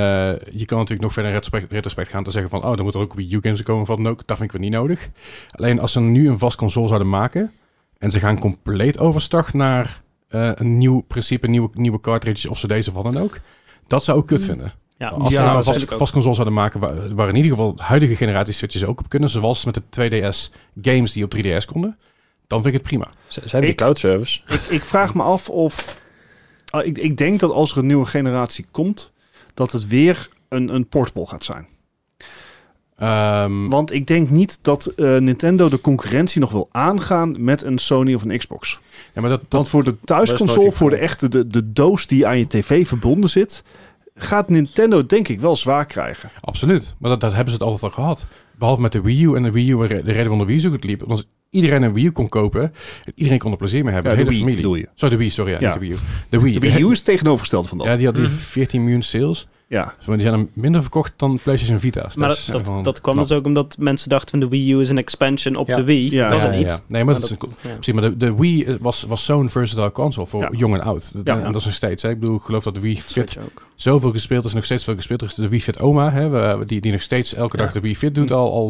A: je kan natuurlijk nog verder in retrospect, retrospect gaan te zeggen van... oh, dan moeten er ook Wii U games komen of wat dan ook. Dat vind ik weer niet nodig. Alleen als ze nu een vast console zouden maken... en ze gaan compleet overstag naar eh, een nieuw principe, nieuwe, nieuwe cartridges of ze deze of wat dan ook... Dat zou ik kut vinden.
C: Ja.
A: Als ze
B: Ja,
A: nou een
B: dat
A: vast,
B: vind ik ook.
A: vast console zouden maken waar, waar in ieder geval de huidige generaties switches ook op kunnen, zoals met de 2DS games die op 3DS konden, dan vind ik het prima.
E: Z- Zijn die
B: Ik-
E: cloud service?
B: Ik, ik vraag me af of... ah, ik, ik denk dat als er een nieuwe generatie komt, dat het weer een, een portable gaat zijn.
A: Ehm,
B: Want ik denk niet dat eh, Nintendo de concurrentie nog wil aangaan met een Sony of een Xbox.
A: ja, maar dat, dat,
B: Want voor de
E: dat is
B: thuisconsole,
E: nooit
B: voor de
E: gebeurd.
B: echte de, de doos die aan je tv verbonden zit, gaat Nintendo denk ik wel zwaar krijgen.
A: Absoluut. Maar dat, dat hebben ze het altijd al gehad. Behalve met de Wii U en de Wii U, de reden waarom de Wii U zo goed liep. Omdat iedereen een Wii U kon kopen. En iedereen kon er plezier mee hebben.
B: Ja,
A: de
B: de
A: hele
B: Wii
A: familie.
B: bedoel je.
A: Sorry, de Wii, sorry. Ja,
B: Ja.
A: niet de Wii U. De Wii.
B: De Wii U is het tegenovergestelde van dat.
A: Ja, die had die
D: Mhm.
A: 14 miljoen sales.
B: ja.
A: Dus Die zijn er minder verkocht dan PlayStation Vita's.
C: Maar
A: is
C: dat, dat,
A: gewoon
C: dat kwam
A: knap.
C: dus ook omdat mensen dachten van de Wii U is een expansion op
E: Ja.
C: de Wii.
B: Ja,
C: dat is
A: Ja,
C: het
A: ja,
C: niet.
A: ja. Nee, maar,
C: Maar
A: dat is een co-
C: dat- ja.
A: precies, maar de, de Wii was, was zo'n versatile console voor
B: Ja.
A: jong en oud. Dat-
B: Ja.
A: En dat is nog steeds. Hè. Ik bedoel, ik geloof dat de Wii Fit
C: Switch ook.
A: zoveel gespeeld is, nog steeds veel gespeeld is. De Wii Fit Oma, hè, we- die, die nog steeds elke dag
E: Ja.
A: de Wii Fit doet, al, al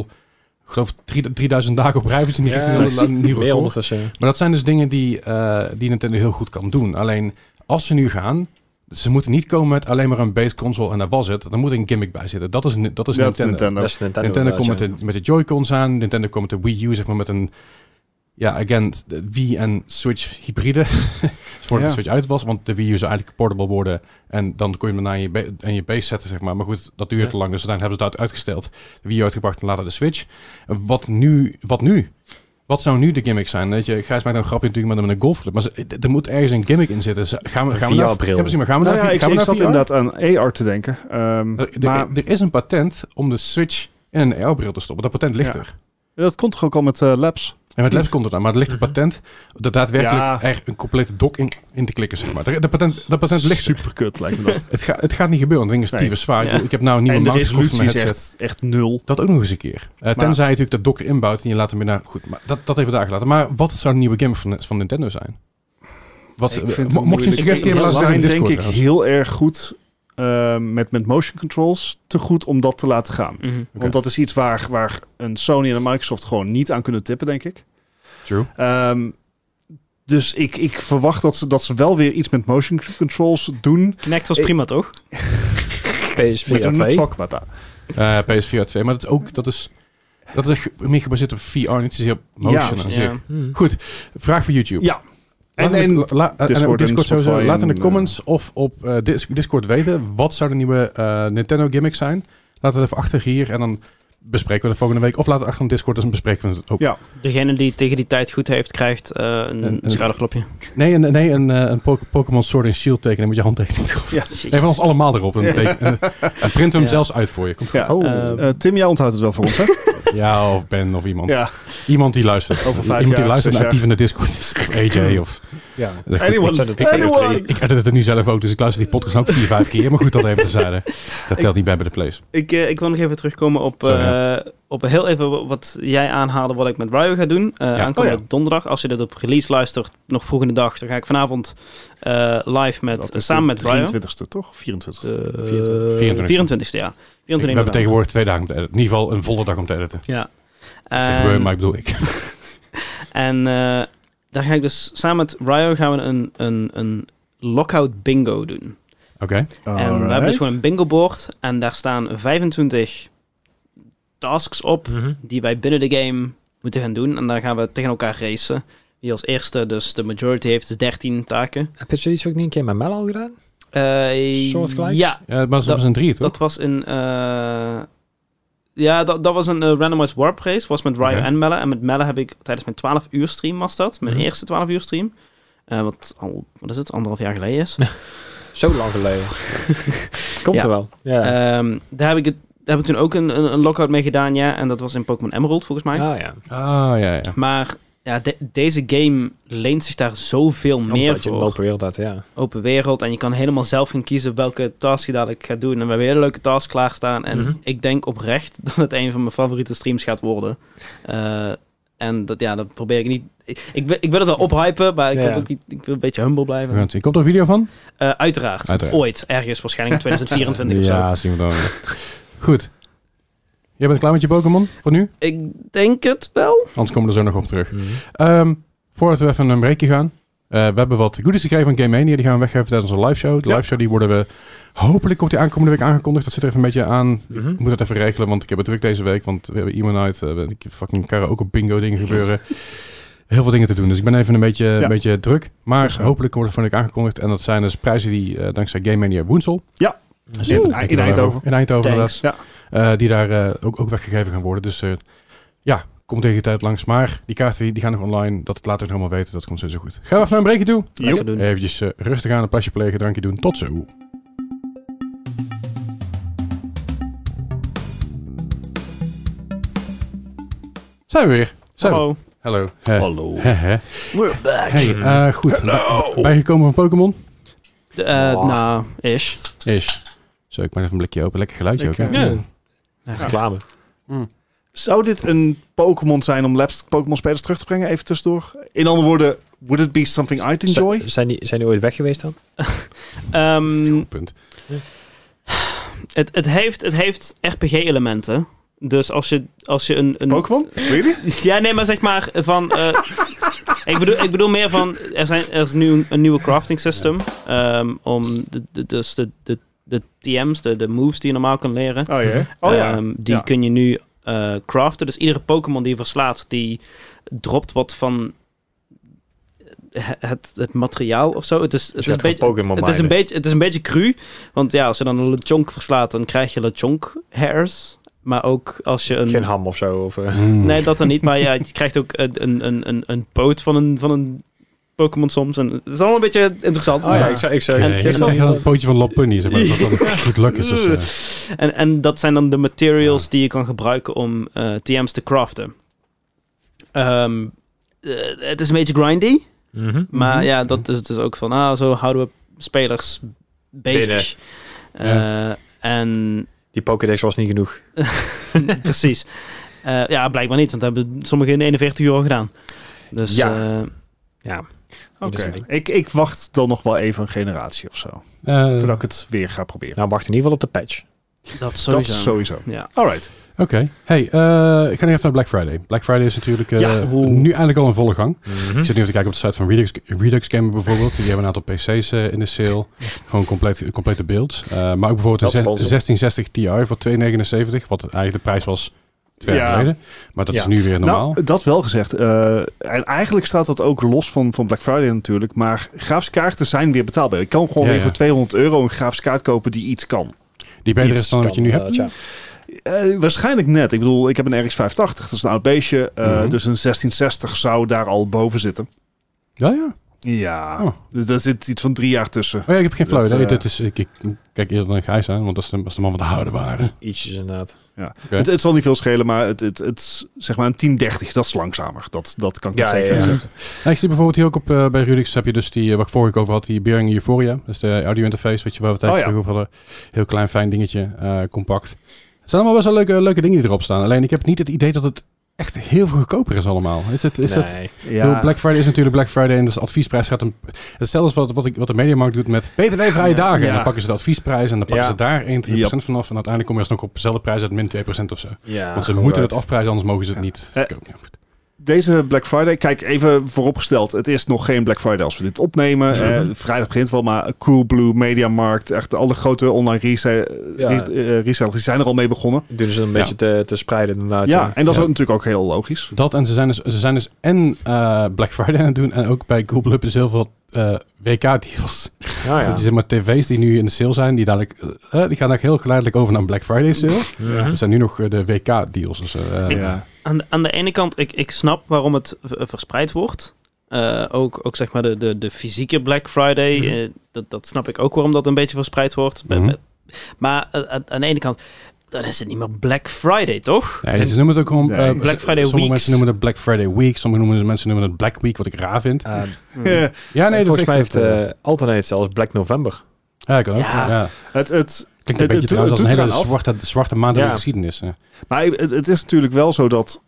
A: ik geloof drie- 3000 dagen op rij. of iets in die
E: Ja,
A: richting. Dat is een nieuw
E: Meer
A: record.
D: eh,
E: ondertussen.
A: Maar dat zijn dus dingen die, eh, die Nintendo heel goed kan doen. Alleen als ze nu gaan, ze moeten niet komen met alleen maar een base console en dat was het. Er moet een gimmick bij zitten. Dat is, ni- dat is
B: Dat is
A: Nintendo.
B: Nintendo.
E: Dat is Nintendo.
A: Nintendo komt met
E: inderdaad,
A: de, met de Joy-Cons aan. Nintendo komt met de Wii U, zeg maar, met een... Ja, again, de Wii en Switch hybride. [laughs] Dus Voordat
B: Ja.
A: de Switch uit was, want de Wii U zou eigenlijk portable worden. En dan kon je hem daarna in je, ba- in je base zetten, zeg maar. Maar goed, dat duurde
E: Ja.
A: te lang, dus uiteindelijk hebben ze dat uitgesteld. De Wii U uitgebracht en later de Switch. Wat nu? Wat nu? Wat zou nu de gimmick zijn? Weet je, Gijs maakt een grapje natuurlijk met met een golfclub. Maar ze- d- er moet ergens een gimmick in zitten. Z- Gaan we,
E: Een
A: gaan we naar-
E: VR-bril.
A: Ja, precies, maar gaan we
B: Nou
A: naar,
B: ja, ik,
A: gaan we
B: ik
A: naar
B: zat
A: VR?
B: inderdaad aan AR te denken. Ehm,
A: Er, er-
B: maar
A: er is een patent om de Switch in een AR-bril te stoppen. Dat patent ligt
B: Ja.
A: er.
B: dat komt toch ook al met eh, labs?
A: En met les komt het aan, maar er ligt een
D: Mhm.
A: patent dat daadwerkelijk
B: Ja.
A: er een complete dock in, in te klikken, zeg maar. De, de patent, dat patent ligt er.
B: super kut, lijkt me dat.
A: Het, ga- het gaat niet gebeuren, want het ding is
B: Nee.
A: tyfus zwaar. Ik
C: Ja.
A: bedoel, Ik heb nou een nieuwe
B: en de
A: mouse gekocht voor
B: resolutie
A: mijn
B: is
A: headset.
B: echt, echt nul.
A: Dat ook nog eens een keer. Eh, tenzij je natuurlijk dat dock inbouwt en je laat hem weer naar... Goed, maar dat, dat even daar laten. Maar wat zou de nieuwe game van, van Nintendo zijn? Wat,
B: Ik
A: eh,
B: vind het
A: mo- mocht je een
B: moeilijk.
A: suggestie hebben,
B: Ik-
A: laat
B: ze
A: het in
B: zijn
A: de
B: denk
A: Discord
B: ik
A: trouwens.
B: heel erg goed eh, met, met motion controls. Te goed om dat te laten gaan.
C: Mhm.
B: Want dat is iets waar, waar een Sony en een Microsoft gewoon niet aan kunnen tippen, denk ik.
A: True.
B: Ehm, dus ik, ik verwacht dat ze, dat ze wel weer iets met motion controls doen.
C: Kinect was
B: Ik-
C: prima, toch?
B: We
E: PSVR
B: doen het
E: 2.
B: talk about that.
A: Eh, PSVR 2, maar dat is ook... Dat is, dat is echt meer gebaseerd op VR, niet zozeer op motion aan zich.
C: Ja.
A: Vraag voor YouTube.
B: Ja.
A: En,
B: En-
A: en,
B: en
A: Discord, en eh, op
B: Discord en
A: Discord sowieso.
B: Spotify
A: Laat in de
B: en,
A: comments of op eh, Dis- Discord weten wat zou de nieuwe eh, Nintendo gimmick zijn. Laat het even achter hier en dan bespreken we het volgende week. Of laat het achter op Discord, dan bespreken we het ook.
B: Ja.
C: Degene die tegen die tijd goed heeft, krijgt eh, een,
A: Een- een-
C: een schouderklopje.
A: Nee, een, nee, een, eh, een Po- Pokémon Sword and Shield tekenen met je handtekening erop. Nee, van ons allemaal erop. En, teken- en, en print hem
C: Ja.
A: zelfs uit voor je. Komt
B: Ja.
A: goed.
C: Eh,
B: Eh, Tim, jij onthoudt het wel voor ons, hè?
A: ja, of Ben of iemand.
B: ja.
A: Iemand die luistert.
B: Over vijf
A: iemand die
B: jaar,
A: luistert en
B: zes
A: actief in de Discord is. Of AJ of...
E: Ja.
A: Goed,
B: Anyone.
A: ik-
E: Ik
A: Ik,
E: zei er
B: Anyone.
E: twee.
A: ik edit het nu zelf ook, dus ik luister die podcast ook vier, vijf keer. Maar goed, dat even
C: [laughs]
A: tezijde. Dat telt niet bij bij de plays.
C: Ik, eh, ik wil nog even terugkomen op,
A: Sorry,
C: eh, op heel even wat jij aanhaalde, wat ik met Ryo ga doen. Eh Aankomende
B: Oh, ja.
C: donderdag, als je dit op release luistert, nog vroeg in de dag, dan ga ik vanavond eh, live met,
B: Dat is
C: samen
B: de
C: met Ryo.
B: 23e, toch? 24e.
C: Eh,
A: 24e.
C: 24e, ja. 24e
A: Ik- we hebben tegenwoordig twee dagen om te editen. In ieder geval een volle dag om te editen.
C: Ja.
A: Ik
C: Ehm,
A: zeg we, maar ik bedoel ik. [laughs]
C: En eh, daar ga ik dus samen met Ryo gaan we een, een, een lockout bingo doen.
A: Oké.
C: En we hebben dus gewoon een bingo board en daar staan 25 tasks op
D: Mhm.
C: die wij binnen de game moeten gaan doen. En daar gaan we tegen elkaar racen. Wie als eerste dus de majority heeft, dus 13 taken.
D: Heb je zoiets ook niet een keer met Mel al gedaan?
C: Eh,
D: Soortgelijks?
C: Ja,
A: Ja, maar dat
C: Dat-
A: was een drie, toch?
C: dat was in... eh, ja, dat, dat was een eh, randomized warp race. was met Ryan
A: Oké.
C: en Melle. En met Melle heb ik tijdens mijn 12 uur stream was dat. Mijn
D: Mhm.
C: eerste 12 uur stream. Eh, wat al, wat is het, anderhalf jaar geleden [laughs] is.
D: Zo lang geleden. Komt
C: Ja.
D: er wel. Ja.
C: Ehm, daar, heb ik het, daar heb ik toen ook een, een, een lockout mee gedaan, ja. En dat was in Pokémon Emerald, volgens mij.
D: ah ja.
A: Ah, ja, ja.
C: Maar ja, de- deze game leent zich daar zoveel meer
D: Omdat je
C: voor.
D: een open wereld had, ja.
C: Open wereld. En je kan helemaal zelf gaan kiezen welke task je dadelijk gaat doen. En we hebben hele leuke tasks klaarstaan. En
D: Mhm.
C: ik denk oprecht [laughs] dat het een van mijn favoriete streams gaat worden. Eh, en dat, ja, dat probeer ik niet... Ik, ik, wil, ik wil het wel ophypen, maar ik,
D: Ja.
C: wil ook niet, ik wil een beetje humble
A: We
C: blijven.
A: gaan het zien. Komt er een video van?
C: Eh, uiteraard,
A: Uiteraard.
C: Ooit. Ergens waarschijnlijk
D: [laughs]
C: in 2024 of zo.
A: ja, zien we dan. weer. Goed. Jij bent klaar met je Pokémon voor nu?
C: Ik denk het wel.
A: Anders komen we er zo nog op terug. Ehm, voordat we even een breakje gaan. Eh, we hebben wat goodies gekregen van Game Mania. Die gaan we weggeven tijdens onze live show. De
B: Ja.
A: live show die worden we... Hopelijk komt die aankomende week aangekondigd. Dat zit er even een beetje aan.
D: Mhm.
A: Ik moet het even regelen, want ik heb het druk deze week. Want we hebben iemand uit. eh, weet ik, fucking karaoke bingo dingen
B: [laughs]
A: gebeuren. Heel veel dingen te doen. Dus ik ben even een beetje, een beetje druk. Maar
B: Ja.
A: hopelijk wordt het van ik aangekondigd. En dat zijn dus prijzen die eh, dankzij Game Mania Woensel.
B: Ja.
A: Dus
B: In-
A: even
B: in
A: kijken waar-
B: Eindhoven.
A: In Eindhoven,
C: Thanks.
A: inderdaad. Eh, die daar eh, ook, ook weggegeven gaan worden. Dus eh, ja, kom tegen die tijd langs. Maar die kaarten die, die gaan nog online. Dat laat ik nog helemaal weten. Dat komt sowieso goed. Gaan we even naar een breakje toe.
C: Lekker doen.
A: Eventjes eh, rustig aan, een plasje plegen, drankje doen. Tot zo. Zijn we weer? Zijn we?
C: Hallo.
A: Hallo. Hè.
B: Hallo.
A: Eh, Hè, hè.
C: We're back.
A: Hey, eh, goed. Bijgekomen van Pokémon?
C: De, eh, Nou, ish.
A: Is. Zo, ik maak even een blikje open. Lekker geluidje ook,
B: Lekker.
A: hè?
D: Ja.
C: Ja.
D: Reclame.
B: Zou dit een Pokémon zijn om lapsed Pokémon spelers terug te brengen? Even tussendoor. In andere woorden, would it be something I'd enjoy?
D: Z- Zijn die, zijn die ooit weg geweest dan?
C: Ehm,
A: Goed punt.
C: het, het heeft, het heeft RPG-elementen. Dus als je, als je een... een
B: Pokémon? Really?
C: ja, nee, maar zeg maar van... eh, ik, bedoel, ik bedoel meer van... Er, zijn, er is nu een, een nieuwe crafting system. ehm, om de, de, dus de, de, de TM's, de, de moves die je normaal kan leren.
B: Oh ja. Oh ja.
C: Ehm, die
B: Ja.
C: kun je nu eh, craften. Dus iedere Pokémon die je verslaat, die dropt wat van het, het, het materiaal of zo. Het is, het
E: Dus
C: is, een, beetje,
E: Pokémon
C: het, is een beetje, het is een beetje cru. Want ja, als je dan een Lechonk verslaat, dan krijg je Lechonk hairs. Maar ook als je een...
E: Geen ham of zo. Of, eh,
C: Nee, dat dan niet. Maar ja, je krijgt ook een, een, een, een, een poot van een, van een Pokémon soms. En het is allemaal een beetje interessant.
E: Oh ja, ik zou... Ik zou
A: Nee,
C: en-
A: ik
C: en-
A: krijg wel een pootje van Lopunny, zeg maar. Dat [laughs] dan goed lukt is. Dus, eh,
C: En, en dat zijn dan de materials die je kan gebruiken om eh, TM's te craften. Ehm, eh, het is een beetje grindy,
D: Mhm.
C: maar ja, dat is dus ook van, ah, zo houden we spelers bezig. Eh, En [laughs]
E: Die Pokédex was niet genoeg.
C: precies. Eh, ja, blijkbaar niet, want dat hebben sommigen in 41 uur al gedaan. Dus
E: Ja.
C: ja,
D: Ja. Dat
B: Oké.
D: is een ding.
B: Ik, ik wacht dan nog wel even een generatie of zo.
A: eh,
B: Voordat ik het weer ga proberen.
D: Nou, wacht in ieder geval op de patch.
C: dat sowieso.
B: Dat sowieso.
C: Ja.
B: Alright.
A: Oké. Hey, eh, ik ga nu even naar Black Friday. Black Friday is natuurlijk eh,
B: Ja, hoe-
A: nu eindelijk al in volle gang.
D: Mhm.
B: Hm?
A: Ik zit nu even te kijken op de site van Redux, Redux Gamer bijvoorbeeld. Die hebben een aantal PC's eh, in de sale. Gewoon compleet, complete builds. Eh, maar ook bijvoorbeeld een
E: Dat is
A: zes- 1660 Ti voor 2,79. Wat eigenlijk de prijs was twee jaar
B: Ja.
A: geleden. Maar dat
E: Ja.
A: is nu weer normaal.
B: Nou, dat wel gezegd. eh, en eigenlijk staat dat ook los van, van Black Friday natuurlijk. Maar grafische kaarten zijn weer betaalbaar. Ik kan gewoon
A: Ja,
B: weer
A: ja.
B: voor 200 euro een grafische kaart kopen die iets kan.
A: die beter
E: Iets
A: is dan wat je
E: kan,
A: nu
E: eh,
A: hebt.
E: tja.
B: Eh, waarschijnlijk net. Ik bedoel, ik heb een RX 580. Dat is een oud beestje. eh,
A: Mhm.
B: Dus een 1660 zou daar al boven zitten.
A: Ja, ja.
B: Ja.
A: Oh.
B: Dus daar zit iets van drie jaar tussen.
A: Oh ja, ik heb geen
B: Dat,
A: flauw idee.
B: eh,
A: Dit is, ik, ik kijk eerder naar Gijs aan, want dat is de, dat is de man van de houden waren.
E: Ietsjes inderdaad.
A: Ja.
B: Het, het zal niet veel schelen, maar het, het, het is zeg maar een 1030. Dat is langzamer. Dat, dat kan ik
E: Ja,
B: niet zeker
E: ja, ja.
B: zeggen.
A: Nou, ik zie bijvoorbeeld hier ook op eh, bij Rudix heb je dus die, eh, waar ik vorige keer over had, die Bering Euphoria. Dat is de audio interface, weet je waar we tijd
B: Oh, ja.
A: terug over hadden. Heel klein, fijn dingetje, eh, compact. Het zijn allemaal best wel leuke, leuke dingen die erop staan. Alleen ik heb niet het idee dat het echt heel veel goedkoper is allemaal. Is het, is dat,
E: Nee.
A: Ik bedoel, Black Friday is natuurlijk Black Friday en dus de adviesprijs gaat een... Hetzelfde is wat, wat, ik, wat de mediamarkt doet met btw-vrije dagen.
B: Ja.
A: En dan pakken ze de adviesprijs en dan pakken
E: Ja.
A: ze daar 21%
B: Yep.
A: vanaf. En uiteindelijk kom je alsnog op dezelfde prijs uit min 2% of zo.
E: Ja,
A: Want ze
E: goed.
A: moeten het afprijzen, anders mogen ze het
B: oh, Ja.
A: niet
B: Eh,
A: verkopen. Ja, goed.
B: Deze Black Friday, kijk even vooropgesteld, het is nog geen Black Friday als we dit opnemen. Eh, vrijdag begint wel, maar Coolblue, Mediamarkt, echt alle grote online rese-
E: Ja.
B: re- eh, resellers, die zijn er al mee begonnen.
E: Doen ze een beetje te, te spreiden inderdaad.
B: ja, en dat is
A: Ja.
B: ook natuurlijk ook heel logisch.
A: Dat en ze zijn dus, ze zijn dus en eh, Black Friday aan het doen en ook bij Google Hub is heel veel eh,
B: Ah,
A: WK-deals.
E: Ja, ja.
A: Dus zeg maar tv's die nu in de sale zijn, die, dadelijk, eh, die gaan eigenlijk heel geleidelijk over naar een Black Friday sale.
D: Mhm.
A: Dat zijn nu nog eh, de WK-deals. Dus, eh,
C: Ik-
B: Ja.
C: Aan de, aan de ene kant, ik, ik snap waarom het v- verspreid wordt. Eh, ook, ook zeg maar de, de, de fysieke Black Friday.
D: Mhm.
C: eh, dat, dat snap ik ook waarom dat een beetje verspreid wordt. Be-
A: Mhm.
C: be- Maar eh, aan- aan de ene kant, dan is het niet meer Black Friday, toch?
A: Nee, ze noemen het ook gewoon...
B: Nee.
A: eh,
B: Black
A: sommige
C: Friday weeks.
A: mensen noemen het Black Friday Week. Sommige noemen, mensen noemen het Black Week, wat ik raar vind.
D: Eh,
B: Eh,
A: Ja, nee, dat is
E: volgens mij
A: echt...
E: heeft eh Alternate zelfs Black November.
A: ja, kan ook. Ja.
C: Ja.
B: het, het,
A: Klinkt een
B: eh, Het- het
A: beetje
B: doet-
A: trouwens als
B: het
A: een
B: doet
A: hele
B: eraan af.
A: zwarte, zwarte maand in de
E: Ja.
A: geschiedenis. hè.
B: maar het, het is natuurlijk wel zo dat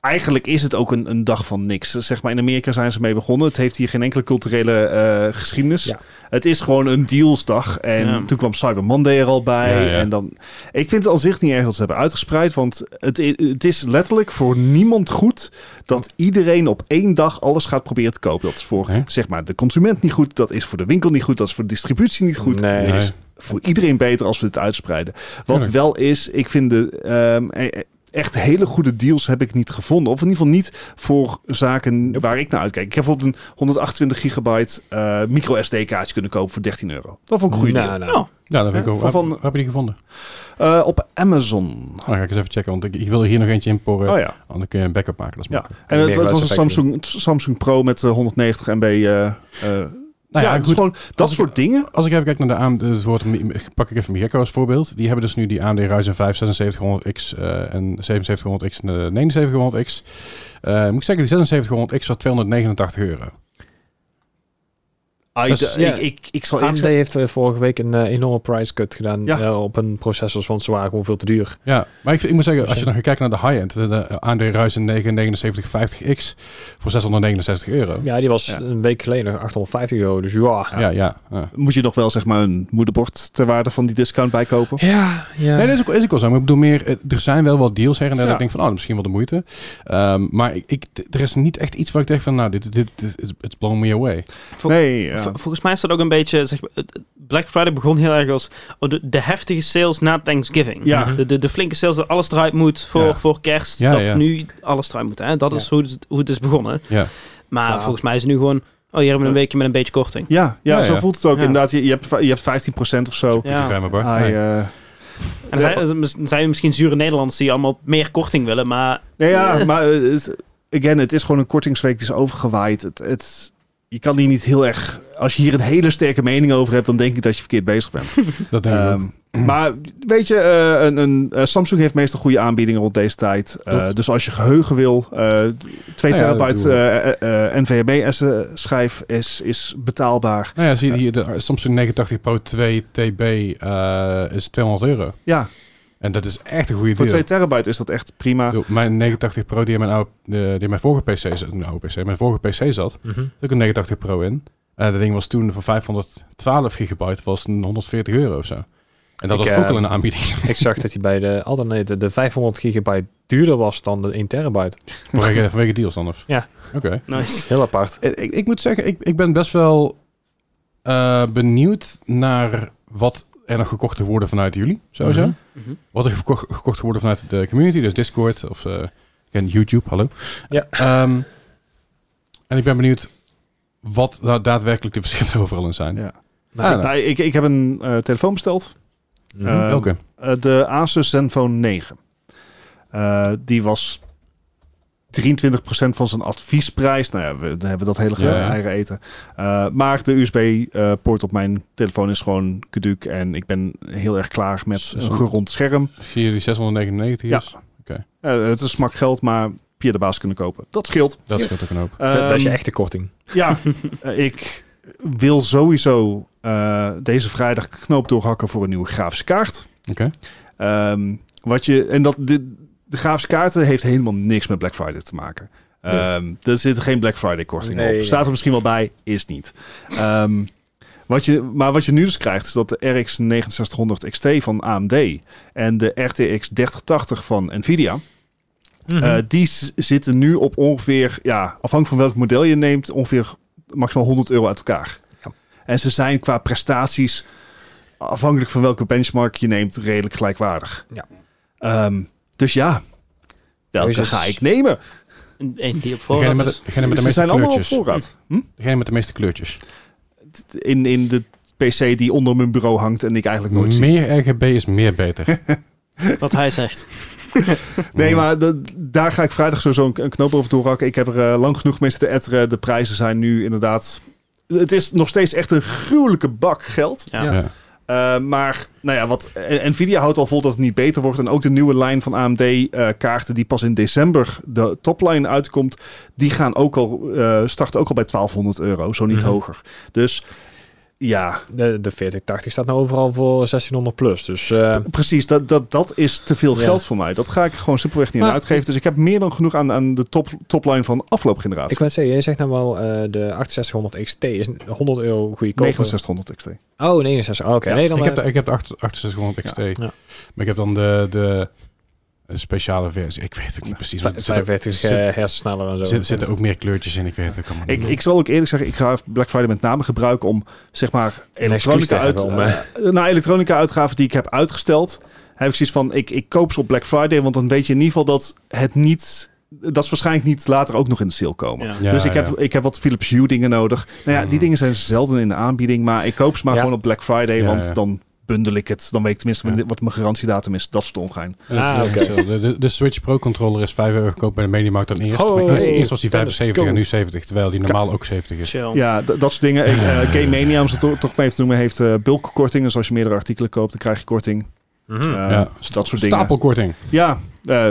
B: eigenlijk is het ook een, een dag van niks. Zeg maar, in Amerika zijn ze mee begonnen. Het heeft hier geen enkele culturele eh, geschiedenis.
D: Ja.
B: Het is gewoon een dealsdag. En
C: Ja.
B: toen kwam Cyber Monday er al bij.
A: Ja, ja.
B: En dan, ik vind het al zich niet erg dat ze hebben uitgespreid. Want het, i- het is letterlijk voor niemand goed dat iedereen op één dag alles gaat proberen te kopen. Dat is voor
A: Hè?
B: zeg maar, de consument niet goed. Dat is voor de winkel niet goed. Dat is voor de distributie niet goed.
E: Nee.
B: Het is voor iedereen beter als we dit uitspreiden. Wat
A: Tuurlijk.
B: wel is, ik vind de. ehm, e- e- Echt hele goede deals heb ik niet gevonden. Of in ieder geval niet voor zaken waar ik naar uitkijk. Ik heb op een 128 gigabyte eh, micro SD-kaartje kunnen kopen voor 13 euro. Dat vond ik een goede
E: Nou,
B: deal.
E: nou.
C: Oh,
A: Ja, dat vind ik
B: Hè?
A: ook.
B: Van-
A: Waar,
B: van-
A: waar heb je die gevonden?
B: Eh, op Amazon.
A: Oh, dan ga ik eens even checken, want ik, ik wilde hier nog eentje inporen.
B: Oh ja.
A: Dan kun je een backup maken, dat is
B: ja.
A: makkelijk.
B: En het,
E: meer
B: het was een
E: geluidseffecten
B: Samsung, Samsung Pro met eh, 190 MB. eh, eh,
A: Nou ja,
B: ja, het is
A: goed.
B: gewoon dat
A: Als ik-
B: soort dingen.
A: Als ik even kijk naar de AMD, het woord, pak ik even Migeco als voorbeeld. Die hebben dus nu die AMD Ryzen 5 7600X eh, en 7700X en eh, 7900X. Eh, moet ik zeggen, die 7600X was 289 euro.
B: Ah,
A: Dus,
B: ik,
A: ja.
B: ik, ik, ik zal eerlijk
E: AMD heeft eh, vorige week een eh, enorme price cut gedaan
B: Ja.
E: eh, op een processor, want ze waren gewoon veel te duur.
A: Ja, maar ik, ik moet zeggen, als je dan gaat kijken naar de high-end, de, de AMD Ryzen 97950X voor 669 euro.
E: Ja, die was
B: Ja.
E: een week geleden nog 850 euro, dus ja.
A: Ja, ja. ja,
B: moet je nog wel zeg maar een moederbord ter waarde van die discount bijkopen.
E: Ja, ja.
A: Nee, dat is ook, is ook wel zo. Maar ik bedoel meer, eh, er zijn wel wat deals her en der
B: Ja.
A: dat ik denk van, oh, misschien wel de moeite. Ehm, maar ik, ik- d- er is niet echt iets waar ik denk van, nou, dit, dit, dit is it's blown me away.
C: Vol-
B: nee, ja.
C: Vol- volgens mij is dat ook een beetje... Zeg, maar, het- het- Black Friday begon heel erg als oh, de, de heftige sales na Thanksgiving.
B: Ja.
C: De, de, de flinke sales dat alles eruit moet voor,
A: Ja.
C: voor kerst.
A: Ja,
C: dat
A: ja.
C: nu alles eruit moet. Hè? Dat is hoe het, hoe het is begonnen.
A: Ja.
C: Maar
E: Ja.
C: volgens mij is het nu gewoon... Oh, hier hebben we een weekje met een beetje korting.
B: Ja, ja,
A: Ja,
B: zo
A: ja.
B: voelt het ook.
C: Ja.
B: Inderdaad, je, je, hebt, va- je hebt 15% of zo.
C: Ja.
A: Ruim maar Bart.
B: Hij,
A: Nee.
B: eh,
C: En dan zijn, dan zijn er misschien zure Nederlanders die allemaal meer korting willen, maar...
B: nee, ja, maar eh, het, again, het is gewoon een kortingsweek die is overgewaaid. Het, het, je kan hier niet heel erg... Als je hier een hele sterke mening over hebt, dan denk ik dat je verkeerd bezig bent.
A: Dat denk ik ook.
B: Ehm, maar weet je, eh, een, een, eh, Samsung heeft meestal goede aanbiedingen rond deze tijd. Eh,
A: Klopt.
B: dus als je geheugen wil, eh 2
A: Nou ja, dat
B: terabyte eh,
A: doen we.
B: NVMe-schijf eh, is, is betaalbaar.
A: Nou ja, zie je hier, de Samsung 89 Pro 2 TB eh, is 200 euro.
B: Ja,
A: En dat is echt een goede
B: voor
A: deal.
B: 2 terabyte is dat echt prima.
A: Ik bedoel, Mijn 89 Pro, die in mijn, oude, eh, die in mijn vorige PC zat, mijn oude PC, mijn vorige PC zat, zat
E: Mhm.
A: ook een 89 Pro in. Eh dat ding was toen van 512 gigabyte, was een 140 euro of zo. En dat
E: Ik,
A: was
E: eh,
A: ook al een aanbieding.
E: [laughs] Ik zag dat hij bij de alternate de 500 gigabyte duurder was dan de 1 terabyte.
A: [laughs] vanwege, vanwege deals dan of?
E: Ja.
A: Oké.
C: Nice.
E: Heel apart.
A: Eh, Ik, ik moet zeggen, ik, ik ben best wel eh, benieuwd naar wat er nog gekocht te worden vanuit jullie, sowieso.
E: Mhm.
C: Mhm.
A: Wat er gekocht, gekocht wordt vanuit de community, dus Discord of eh, en YouTube, hallo.
E: Ja.
A: Ehm, en ik ben benieuwd wat nou daadwerkelijk de verschillen [laughs] overal in zijn.
B: Ja.
A: Ah, nou,
B: Nou, ik, ik heb een eh, telefoon besteld.
E: Mhm.
B: Eh,
A: welke?
B: Eh, de Asus Zenfone 9. Eh, die was 23% van zijn adviesprijs. Nou ja, we dan hebben we dat hele ge-
A: Ja, ja.
B: eigen eten. Eh, maar de USB-poort eh, op mijn telefoon is gewoon caduc. En ik ben heel erg klaar met
A: Zo.
B: een gerond scherm.
A: Zie je die 699
B: Ja.
A: is?
B: Eh, het is smak geld, maar via de baas kunnen kopen. Dat scheelt.
A: Dat scheelt ook een hoop.
E: Dat, dat is je
B: Ehm,
E: echte korting.
B: Ja, eh, ik wil sowieso eh, deze vrijdag de knoop doorhakken voor een nieuwe grafische kaart.
A: Oké.
B: Ehm, wat je, en dat, de, de grafische kaarten heeft helemaal niks met Black Friday te maken. Ehm, Er zit geen Black Friday korting
E: Nee,
B: op.
E: nee.
B: Staat er misschien wel bij, is niet. Ehm, wat je, maar wat je nu dus krijgt is dat de RX 6900 XT van AMD en de RTX 3080 van Nvidia,
A: Mhm.
B: eh, die s- zitten nu op ongeveer, ja, afhankelijk van welk model je neemt, ongeveer maximaal 100 euro uit elkaar.
E: Ja.
B: En ze zijn qua prestaties, afhankelijk van welke benchmark je neemt, redelijk gelijkwaardig.
E: Ja.
B: Ehm, dus ja, welke
E: Jezus.
B: ga ik nemen?
C: Een, een die
A: Degene
C: op voorraad
A: met,
C: is.
A: de- degene dus- met de
B: ze
A: meeste
B: zijn allemaal op
A: kleurtjes.
B: voorraad. Hm?
A: Degene met de meeste kleurtjes.
B: In, in de PC die onder mijn bureau hangt en ik eigenlijk nooit zie.
A: Meer RGB is meer beter.
C: Wat hij
A: [laughs]
C: zegt.
B: Nee, maar dat- daar ga ik vrijdag sowieso een, een knoop over doorhakken. Ik heb er eh, lang genoeg mee te etteren. De prijzen zijn nu inderdaad... Het is nog steeds echt een gruwelijke bak geld.
C: Ja.
A: Ja.
B: Eh, maar, nou ja, wat en- Nvidia houdt al vol dat het niet beter wordt. En ook de nieuwe lijn van AMD-kaarten, eh, die pas in december de topline uitkomt, die gaan ook al, eh, starten ook al bij 1200 euro, zo niet
E: Mhm.
B: hoger. Dus ja,
D: De, de 4080 staat nou overal voor 1600 plus. Dus eh,
B: precies. Dat, dat, dat is te veel
D: Ja.
B: geld voor mij. Dat ga ik gewoon simpelweg niet aan
D: Maar-
B: uitgeven. Dus ik heb meer dan genoeg aan, aan de top, topline van afloopgeneratie.
D: ik wou zeggen, jij zegt nou wel eh, de 6800 XT is 100 euro goedkoper.
B: 6900 XT.
D: Oh, 69. Oh, Oké,
B: Ja,
D: nee, dan
A: ik, heb
D: maar-
A: de, ik heb de 8- 6800 XT.
D: Ja.
A: Maar ik heb dan de, de speciale versie. Ik weet het niet precies. want er zitten-
D: 45
A: zit-
D: eh, hersensneller en zo.
A: Er zit- zitten ook meer kleurtjes in, ik weet het allemaal
D: Mhm.
B: Ik,
A: niet.
B: ik zal ook eerlijk zeggen, ik ga Black Friday met name gebruiken om zeg maar
D: excuus te
B: elektronica, uit,
D: hebben om, eh,
B: eh, nou, elektronica uitgaven die ik heb uitgesteld. Heb ik zoiets van, ik, ik koop ze op Black Friday, want dan weet je in ieder geval dat het niet, dat ze waarschijnlijk niet later ook nog in de sale komen.
C: Ja.
A: Ja,
B: dus ik heb,
A: ja.
B: ik heb wat Philips Hue dingen nodig. Nou ja, die
A: Hmm.
B: dingen zijn zelden in de aanbieding, maar ik koop ze maar
D: Ja.
B: gewoon op Black Friday,
A: Ja,
B: want
A: ja.
B: dan bundel ik het. Dan weet ik tenminste
A: Ja.
B: wat mijn garantiedatum is. Dat is de ongein.
D: Ah,
A: Dus, eh, de, de, de Switch Pro controller is 5 euro goedkoper bij de Mediamarkt dan eerst.
D: Ho,
A: maar eerst,
D: hey,
A: eerst was die
D: let's
A: 75 en
D: go.
A: nu 70, terwijl die normaal ook 70 is.
C: Chill.
B: Ja, d- dat soort dingen. Ik, eh, Game Mania, om ze to- toch mee te noemen, heeft eh bulkkorting. Dus als je meerdere artikelen koopt, dan krijg je korting.
D: Mhm.
B: Eh,
A: Mm. Ja,
B: Dat soort dingen.
A: Stapelkorting.
B: Ja, eh,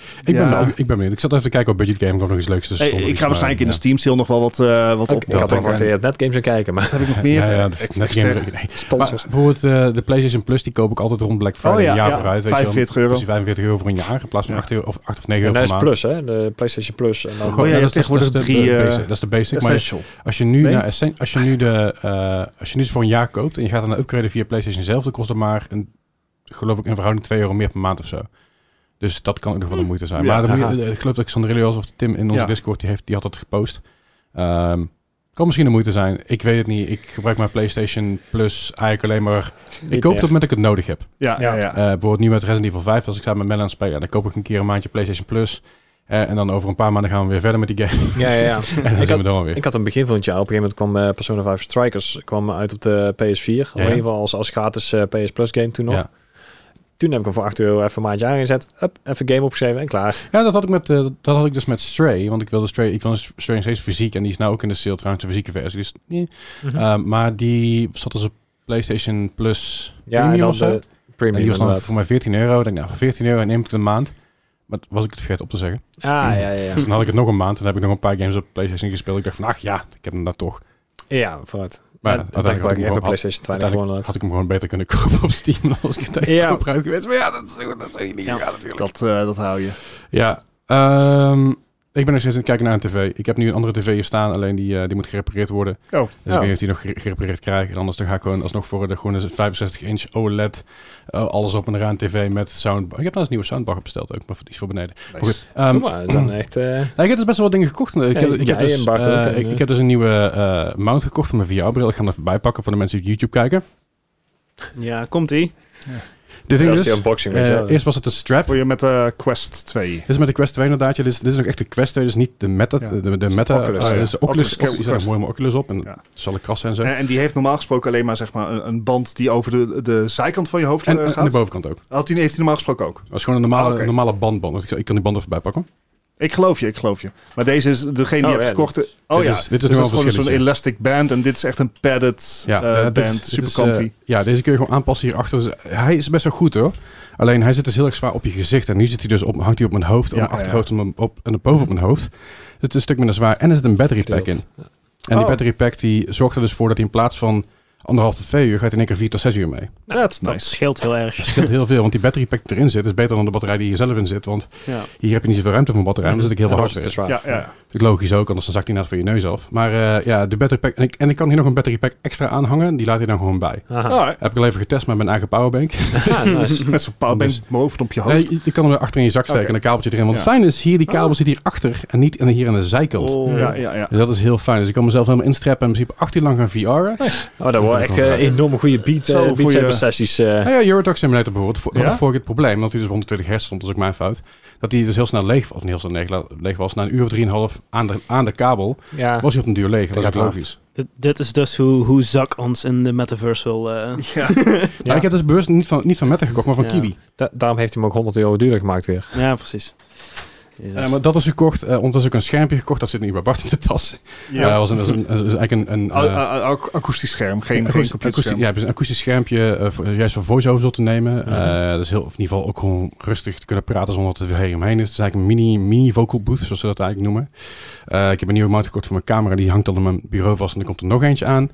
A: Ik,
B: Ja.
A: ben benieuwd, ik ben benieuwd. Ik zat even te kijken op Budget Game of nog iets leuks tussen
B: eh,
A: stond of
B: ik
A: iets,
B: ga waarschijnlijk in de
A: maar,
B: Steam sale nog wel wat, eh wat
D: ik, ik had al
B: opdoen.
D: verwacht dat je op netgames zou kijken, maar
A: [laughs]
B: Wat heb ik nog
A: ja.
B: meer? eh,
A: Ja, ja, de- net
B: Externe-
A: game- nee. Maar
D: sponsors.
A: bijvoorbeeld eh, de PlayStation Plus, die koop ik altijd rond Black Friday
B: Oh ja,
A: een jaar
B: ja,
A: vooruit. Weet
B: 45
A: je wel.
B: euro.
A: Dat is 45 euro voor een jaar in plaats van
B: Ja.
A: 8, euro, of 8 of 9
D: En
A: euro
D: dat
A: per
D: is
A: maand.
D: plus, hè? De PlayStation Plus. En dan
B: Oh ja,
A: dat
B: je
A: is-
B: hebt tegenwoordig
A: dat is de- de
B: drie, eh,
A: basic, Dat is de basic. Maar
B: Essential.
A: Als je nu,
B: Nee?
A: naar Essen- als je nu, de, eh, als je nu ze voor een jaar koopt en je gaat dan upgraden via PlayStation zelf, dan kost het maar, een, geloof ik, in verhouding 2 euro meer per maand of zo. Dus dat kan ook nog wel de moeite zijn.
B: Hmm. Ja,
A: maar dan moet
D: aha.
A: je, eh, ik geloof dat Xandrillo was of Tim in onze
B: Ja.
A: Discord, die, heeft, die had dat gepost. Ehm, kan misschien de moeite zijn. Ik weet het niet. Ik gebruik mijn PlayStation Plus eigenlijk alleen maar... Ik koop het op het moment dat ik het nodig heb.
B: Ja, ja, ja.
A: Eh, bijvoorbeeld nu met Resident Evil 5, als ik samen met Mel aan het spelen, dan koop ik een keer een maandje PlayStation Plus. Eh, en dan over een paar maanden gaan we weer verder met die game. [laughs]
D: Ja, ja, ja.
A: En dan
D: ik,
A: zien
D: had,
A: we dan weer.
D: ik had aan het begin van het jaar, op een gegeven moment kwam eh, Persona 5 Strikers kwam uit op de PS4. Of
A: Ja.
D: In ieder geval als, als gratis eh, PS Plus game toen nog.
A: Ja.
D: Toen heb ik hem voor 8 euro even een maandje aangezet. Up, even game opgeschreven en klaar.
A: Ja, dat had ik, met, eh, dat had ik dus met Stray. Want ik wilde Stray, ik wilde Stray nog steeds fysiek. En die is nou ook in de sale trouwens, de fysieke versie. Dus, eh. Eh, maar die zat als een PlayStation Plus
D: en
A: Premium
D: dan
A: of zo.
D: de
A: En
D: Premium
A: die was dan
D: inderdaad.
A: voor mij 14 euro. Ik denk, nou, voor 14 euro neem ik het een maand. Maar dat was ik het vergeten op te zeggen.
D: Ah, ja, ja, ja.
A: Dus dan had ik het nog een maand. En dan heb ik nog een paar games op PlayStation gespeeld. Ik dacht van, ach ja, ik heb hem daar toch.
D: Ja, vooruit.
A: Maar
D: Maar
A: ja,
D: ja,
A: uiteindelijk
D: dan gebruik
A: had
D: ik
A: ik
D: echt
A: hem
D: mijn
A: gewoon-
D: PlayStation 2 voor
A: Uiteindelijk had ik hem gewoon beter kunnen [laughs] kopen op Steam dan als ik het
D: Ja.
A: ja. gebruikt geweest. Maar ja, dat is, dat is niet
C: Ja.
A: gegaan natuurlijk.
B: Dat, eh, dat hou je.
A: Ja, ehm, ik ben nog steeds aan het kijken naar een tv. Ik heb nu een andere tv hier staan, alleen die, eh, die moet gerepareerd worden.
B: Oh,
A: Dus ik weet niet of die nog gere- gerepareerd krijgen. En anders dan ga ik gewoon alsnog voor de groene 65-inch OLED, eh, alles op en eraan tv met soundbar. Ik heb nou eens een nieuwe soundbar besteld ook, maar die is voor beneden. Maar goed, ehm,
D: Doe maar, dan echt... eh,
A: nou, ik heb dus best wel wat dingen gekocht. Ik, heb,
D: Ja,
A: ik,
D: jij
A: heb, dus,
D: en Bart
A: eh,
D: ook, en,
A: ik,
D: eh.
A: ik heb dus een nieuwe eh, mount gekocht voor mijn VR-bril. Ik ga hem even bijpakken voor de mensen die op YouTube kijken.
C: Ja, komt-ie.
A: Dit ding
D: zelfs
A: is,
D: die unboxing, weet je
A: eh,
D: wel.
A: eerst was het de strap.
B: Voor je met eh, Quest 2.
A: Dit is met de Quest 2 inderdaad. Ja, dit, is, dit is nog echt de Quest 2, dus niet de Meta.
B: Ja.
A: De, de,
D: is
A: Meta.
D: de Oculus,
A: eh,
B: ja.
A: dus de Oculus.
B: Oculus Quest.
A: die zijn er mooi mijn Oculus op en
B: Ja. Eh,
A: dat zal ik krassen en zo.
B: En,
A: En,
B: en die heeft normaal gesproken alleen maar, zeg maar een, een band die over de, de zijkant van je hoofd eh,
A: en, aan de
B: gaat.
A: bovenkant ook.
B: Had die, heeft hij normaal gesproken ook.
A: Dat is gewoon een normale,
B: Ah, oké.
A: normale bandband. Want ik, ik kan die band even bijpakken.
B: Ik geloof je, ik geloof je. Maar deze is degene die je
D: Oh,
B: hebt
D: ja,
B: gekocht.
D: dit
B: oh
A: dit
B: ja,
A: is- dit is
B: Dus
A: nu
B: dat
A: al
B: is gewoon
A: een
B: zo'n
A: verschilletje.
B: elastic band. En dit is echt een padded
A: Ja,
B: eh,
A: eh, dit is-
B: band.
A: dit
B: Super
A: is, eh,
B: comfy.
A: ja, deze kun je gewoon aanpassen hierachter. Dus hij is best wel goed hoor. Alleen hij zit dus heel erg zwaar op je gezicht. En nu zit hij dus op, hangt hij op mijn hoofd,
B: Ja,
A: op
B: ja,
A: mijn achterhoofd om- op, en boven op mijn hoofd. Dus het is een stuk minder zwaar. En er zit een battery pack in. En die
B: Oh.
A: battery pack die zorgt er dus voor dat hij in plaats van anderhalf tot twee uur, gaat hij in één keer vier tot zes uur mee.
B: That's
C: Dat
B: nice.
C: scheelt heel erg.
A: Dat scheelt heel veel, want die battery pack die erin zit is beter dan de batterij die hier zelf in zit. Want
C: Ja.
A: hier heb je niet zoveel ruimte voor een batterij, dan zit ik heel
D: ja,
A: veel
D: dat
A: hard
D: is te
A: weer.
D: zwaar.
B: Ja, ja.
A: Logisch ook, anders dan zakt hij net van je neus af. Maar eh, ja, de battery pack, en ik, en ik kan hier nog een battery pack extra aanhangen, die laat hij dan gewoon bij.
B: [laughs]
D: [laughs] Aha.
B: Alright.
A: Heb ik al even getest met mijn eigen powerbank.
D: Ah, nice.
B: Ah. Met zo'n powerbank
A: Dus-
B: bovenop op je hoofd.
A: Nee, je, je kan hem achter in je zak steken
B: Oké.
A: en een kabeltje erin. Want
B: Ja.
A: het fijn is, hier die kabel zit hier achter en niet in- hier aan de zijkant.
C: Oh.
B: Ja, ja, ja.
A: Dus dat is heel fijn. Dus ik kan mezelf helemaal instreppen en in principe acht uur lang gaan VR'en.
D: Oh, dat wordt echt eh, enorme goede beat,
B: Zo
D: eh, beat
B: goeie-
D: Saber sessies. eh.
A: Nou ja, Eurotalk Simulator bijvoorbeeld. vo- Dat
B: Ja?
A: had ik vorige keer het probleem, dat hij dus op 120 hertz stond, dat is ook mijn fout. Dat hij dus heel snel leeg was, of niet heel snel leeg, la- leeg was. Na een uur of drieënhalf aan de, aan de kabel
D: Ah. ja.
A: was hij op een duur leeg. Dat, is
D: Dat gaat
A: ook logisch.
C: Dit, dit is dus hoe, hoe Zak ons in de metaverse wil... eh,
B: Ja.
A: Maar ik heb dus bewust niet van, niet van Meta gekocht, maar van
C: Ja.
A: Kiwi.
D: Da- daarom heeft hij hem ook 100 euro duurder gemaakt weer.
C: ja, precies. Jezus.
A: Eh, maar dat is gekocht. eh ondertussen ook een schermpje gekocht. Dat zit nu bij Bart in de tas. Ja. dat was een, dat is een- dat is eigenlijk een... een
B: Au-
A: eh,
B: au- au- akoestisch scherm, geen, geen
A: akoestisch- akoestisch-
B: computerscherm.
A: ja, dus een akoestisch schermpje, eh, voor- juist voor voice-overs op te nemen. Eh
D: Mhm.
A: dus heel, of in ieder geval ook gewoon rustig te kunnen praten zonder dat het weer omheen is. Het is eigenlijk een mini, mini vocal booth, zoals ze dat eigenlijk noemen. Eh, ik heb een nieuwe mount gekocht voor mijn camera. Die hangt al aan mijn bureau vast en er komt er nog eentje aan.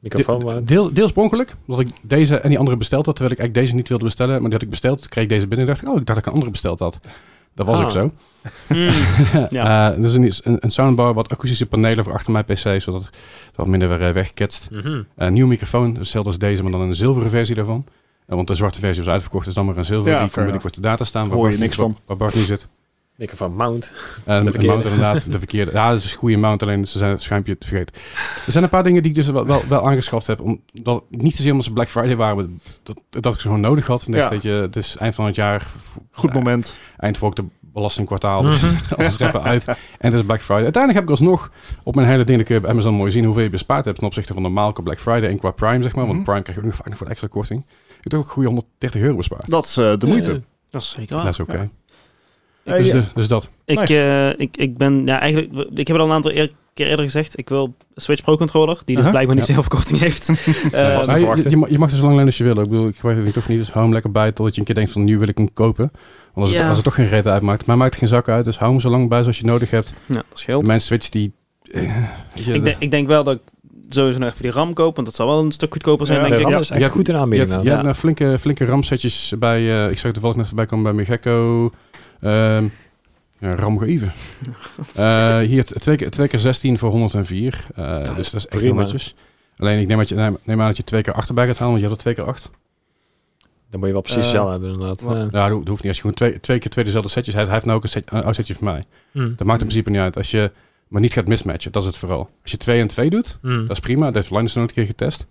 D: Microfoon.
A: De-
D: maar-
A: deel, deels per ongeluk. Omdat ik deze en die andere besteld had. Terwijl ik eigenlijk deze niet wilde bestellen. Maar die had ik besteld. Toen kreeg ik deze binnen. En dacht ik, oh, ik dacht dat ik een andere besteld had. Dat was
D: Ah.
A: ook zo. [laughs]
C: Mm. Ja.
A: ja. dus een, een, een soundbar, wat akoestische panelen voor achter mijn PC. Zodat het wat minder weer eh, wegketst.
D: Mhm.
A: Een nieuwe microfoon. dus Hetzelfde als deze, maar dan een zilveren versie daarvan. Eh, want de zwarte versie was uitverkocht. Dus dan maar een zilveren.
B: Ja,
A: die komt
B: fair
A: binnenkort de data staan.
B: Hoor je
A: Bart-
B: niks van.
A: Waar Bart nu zit.
D: Microfoon mount.
A: Eh, de
D: verkeerde.
A: mount inderdaad, de verkeerde. Ja, dat is een goede mount, alleen ze zijn het schuimpje vergeten. Er zijn een paar dingen die ik dus wel, wel, wel aangeschaft heb. Omdat, niet zozeer omdat ze Black Friday waren, maar dat, dat ik ze gewoon nodig had. En dacht,
B: Ja.
A: weet je, het is eind van het jaar, v-
B: Goed moment.
A: eind voor ook de belastingkwartaal, dus
B: Mhm.
A: [laughs] alles er even uit. En het is Black Friday. Uiteindelijk heb ik alsnog op mijn hele ding, dan kun je bij Amazon mooi zien hoeveel je bespaard hebt ten opzichte van normaal qua Black Friday en qua Prime, zeg maar. Want
B: Mhm.
A: Prime krijg je ook nog vaak nog wat extra korting. Ik heb toch ook goede 130 euro bespaard.
B: Dat is eh, de moeite.
C: Dat is zeker waar.
A: dat is oké.
B: Ja.
A: Dus,
B: Ja.
A: de- dus dat.
C: Ik,
B: Nice.
C: eh, ik, ik ben, ja, eigenlijk, ik heb het al een aantal eer- keer eerder gezegd. Ik wil Switch Pro Controller, die dus
B: Aha.
C: blijkbaar niet
A: Ja.
C: zoveel korting
A: [laughs]
C: heeft. Eh,
A: Nou, je- je, je mag, je mag er zo lang lenen als je wil. Ik bedoel, ik gebruik het toch niet. Dus hou hem lekker bij totdat je een keer denkt van nu wil ik hem kopen. Want als,
C: Ja.
A: het, als het toch geen reet uitmaakt. Maar maakt geen zak uit. Dus hou hem zo lang bij zoals je nodig hebt.
C: ja, dat scheelt.
A: Mijn Switch die... eh, weet je,
C: Ik, denk- ik denk wel dat ik sowieso nog even die RAM koop, want dat zal wel een stuk goedkoper zijn,
B: Ja,
C: denk
A: de
C: ik.
A: RAM.
D: Dat is echt
A: Ja,
D: goed in
A: je
D: aanbieding.
A: hebt,
D: nou.
A: je hebt
C: Ja.
A: nou flinke, flinke ramsetjes bij... eh, ik zag toevallig net voorbij komen bij Megekko. ehm ja, Ram even. Eh, hier t- twee keer, twee keer 16 voor 104. Eh, dus dat is echt heel
D: prima.
A: netjes. Alleen ik neem, dat je, neem, neem aan dat je twee keer achterbij gaat halen, want je had er twee keer acht.
D: Dan moet je wel precies
C: Eh,
D: zelf hebben inderdaad.
C: wat-
D: Ja.
A: Nou, dat ho- dat hoeft niet. Als je gewoon twee, twee keer twee dezelfde setjes hebt, hij heeft nou ook een, set, een oud setje van mij.
D: Mm.
A: Dat maakt in principe niet uit. Als je maar niet gaat mismatchen, dat is het vooral. Als je twee en twee doet,
D: Mm.
A: dat is prima. Dat heeft Linus nog een keer getest.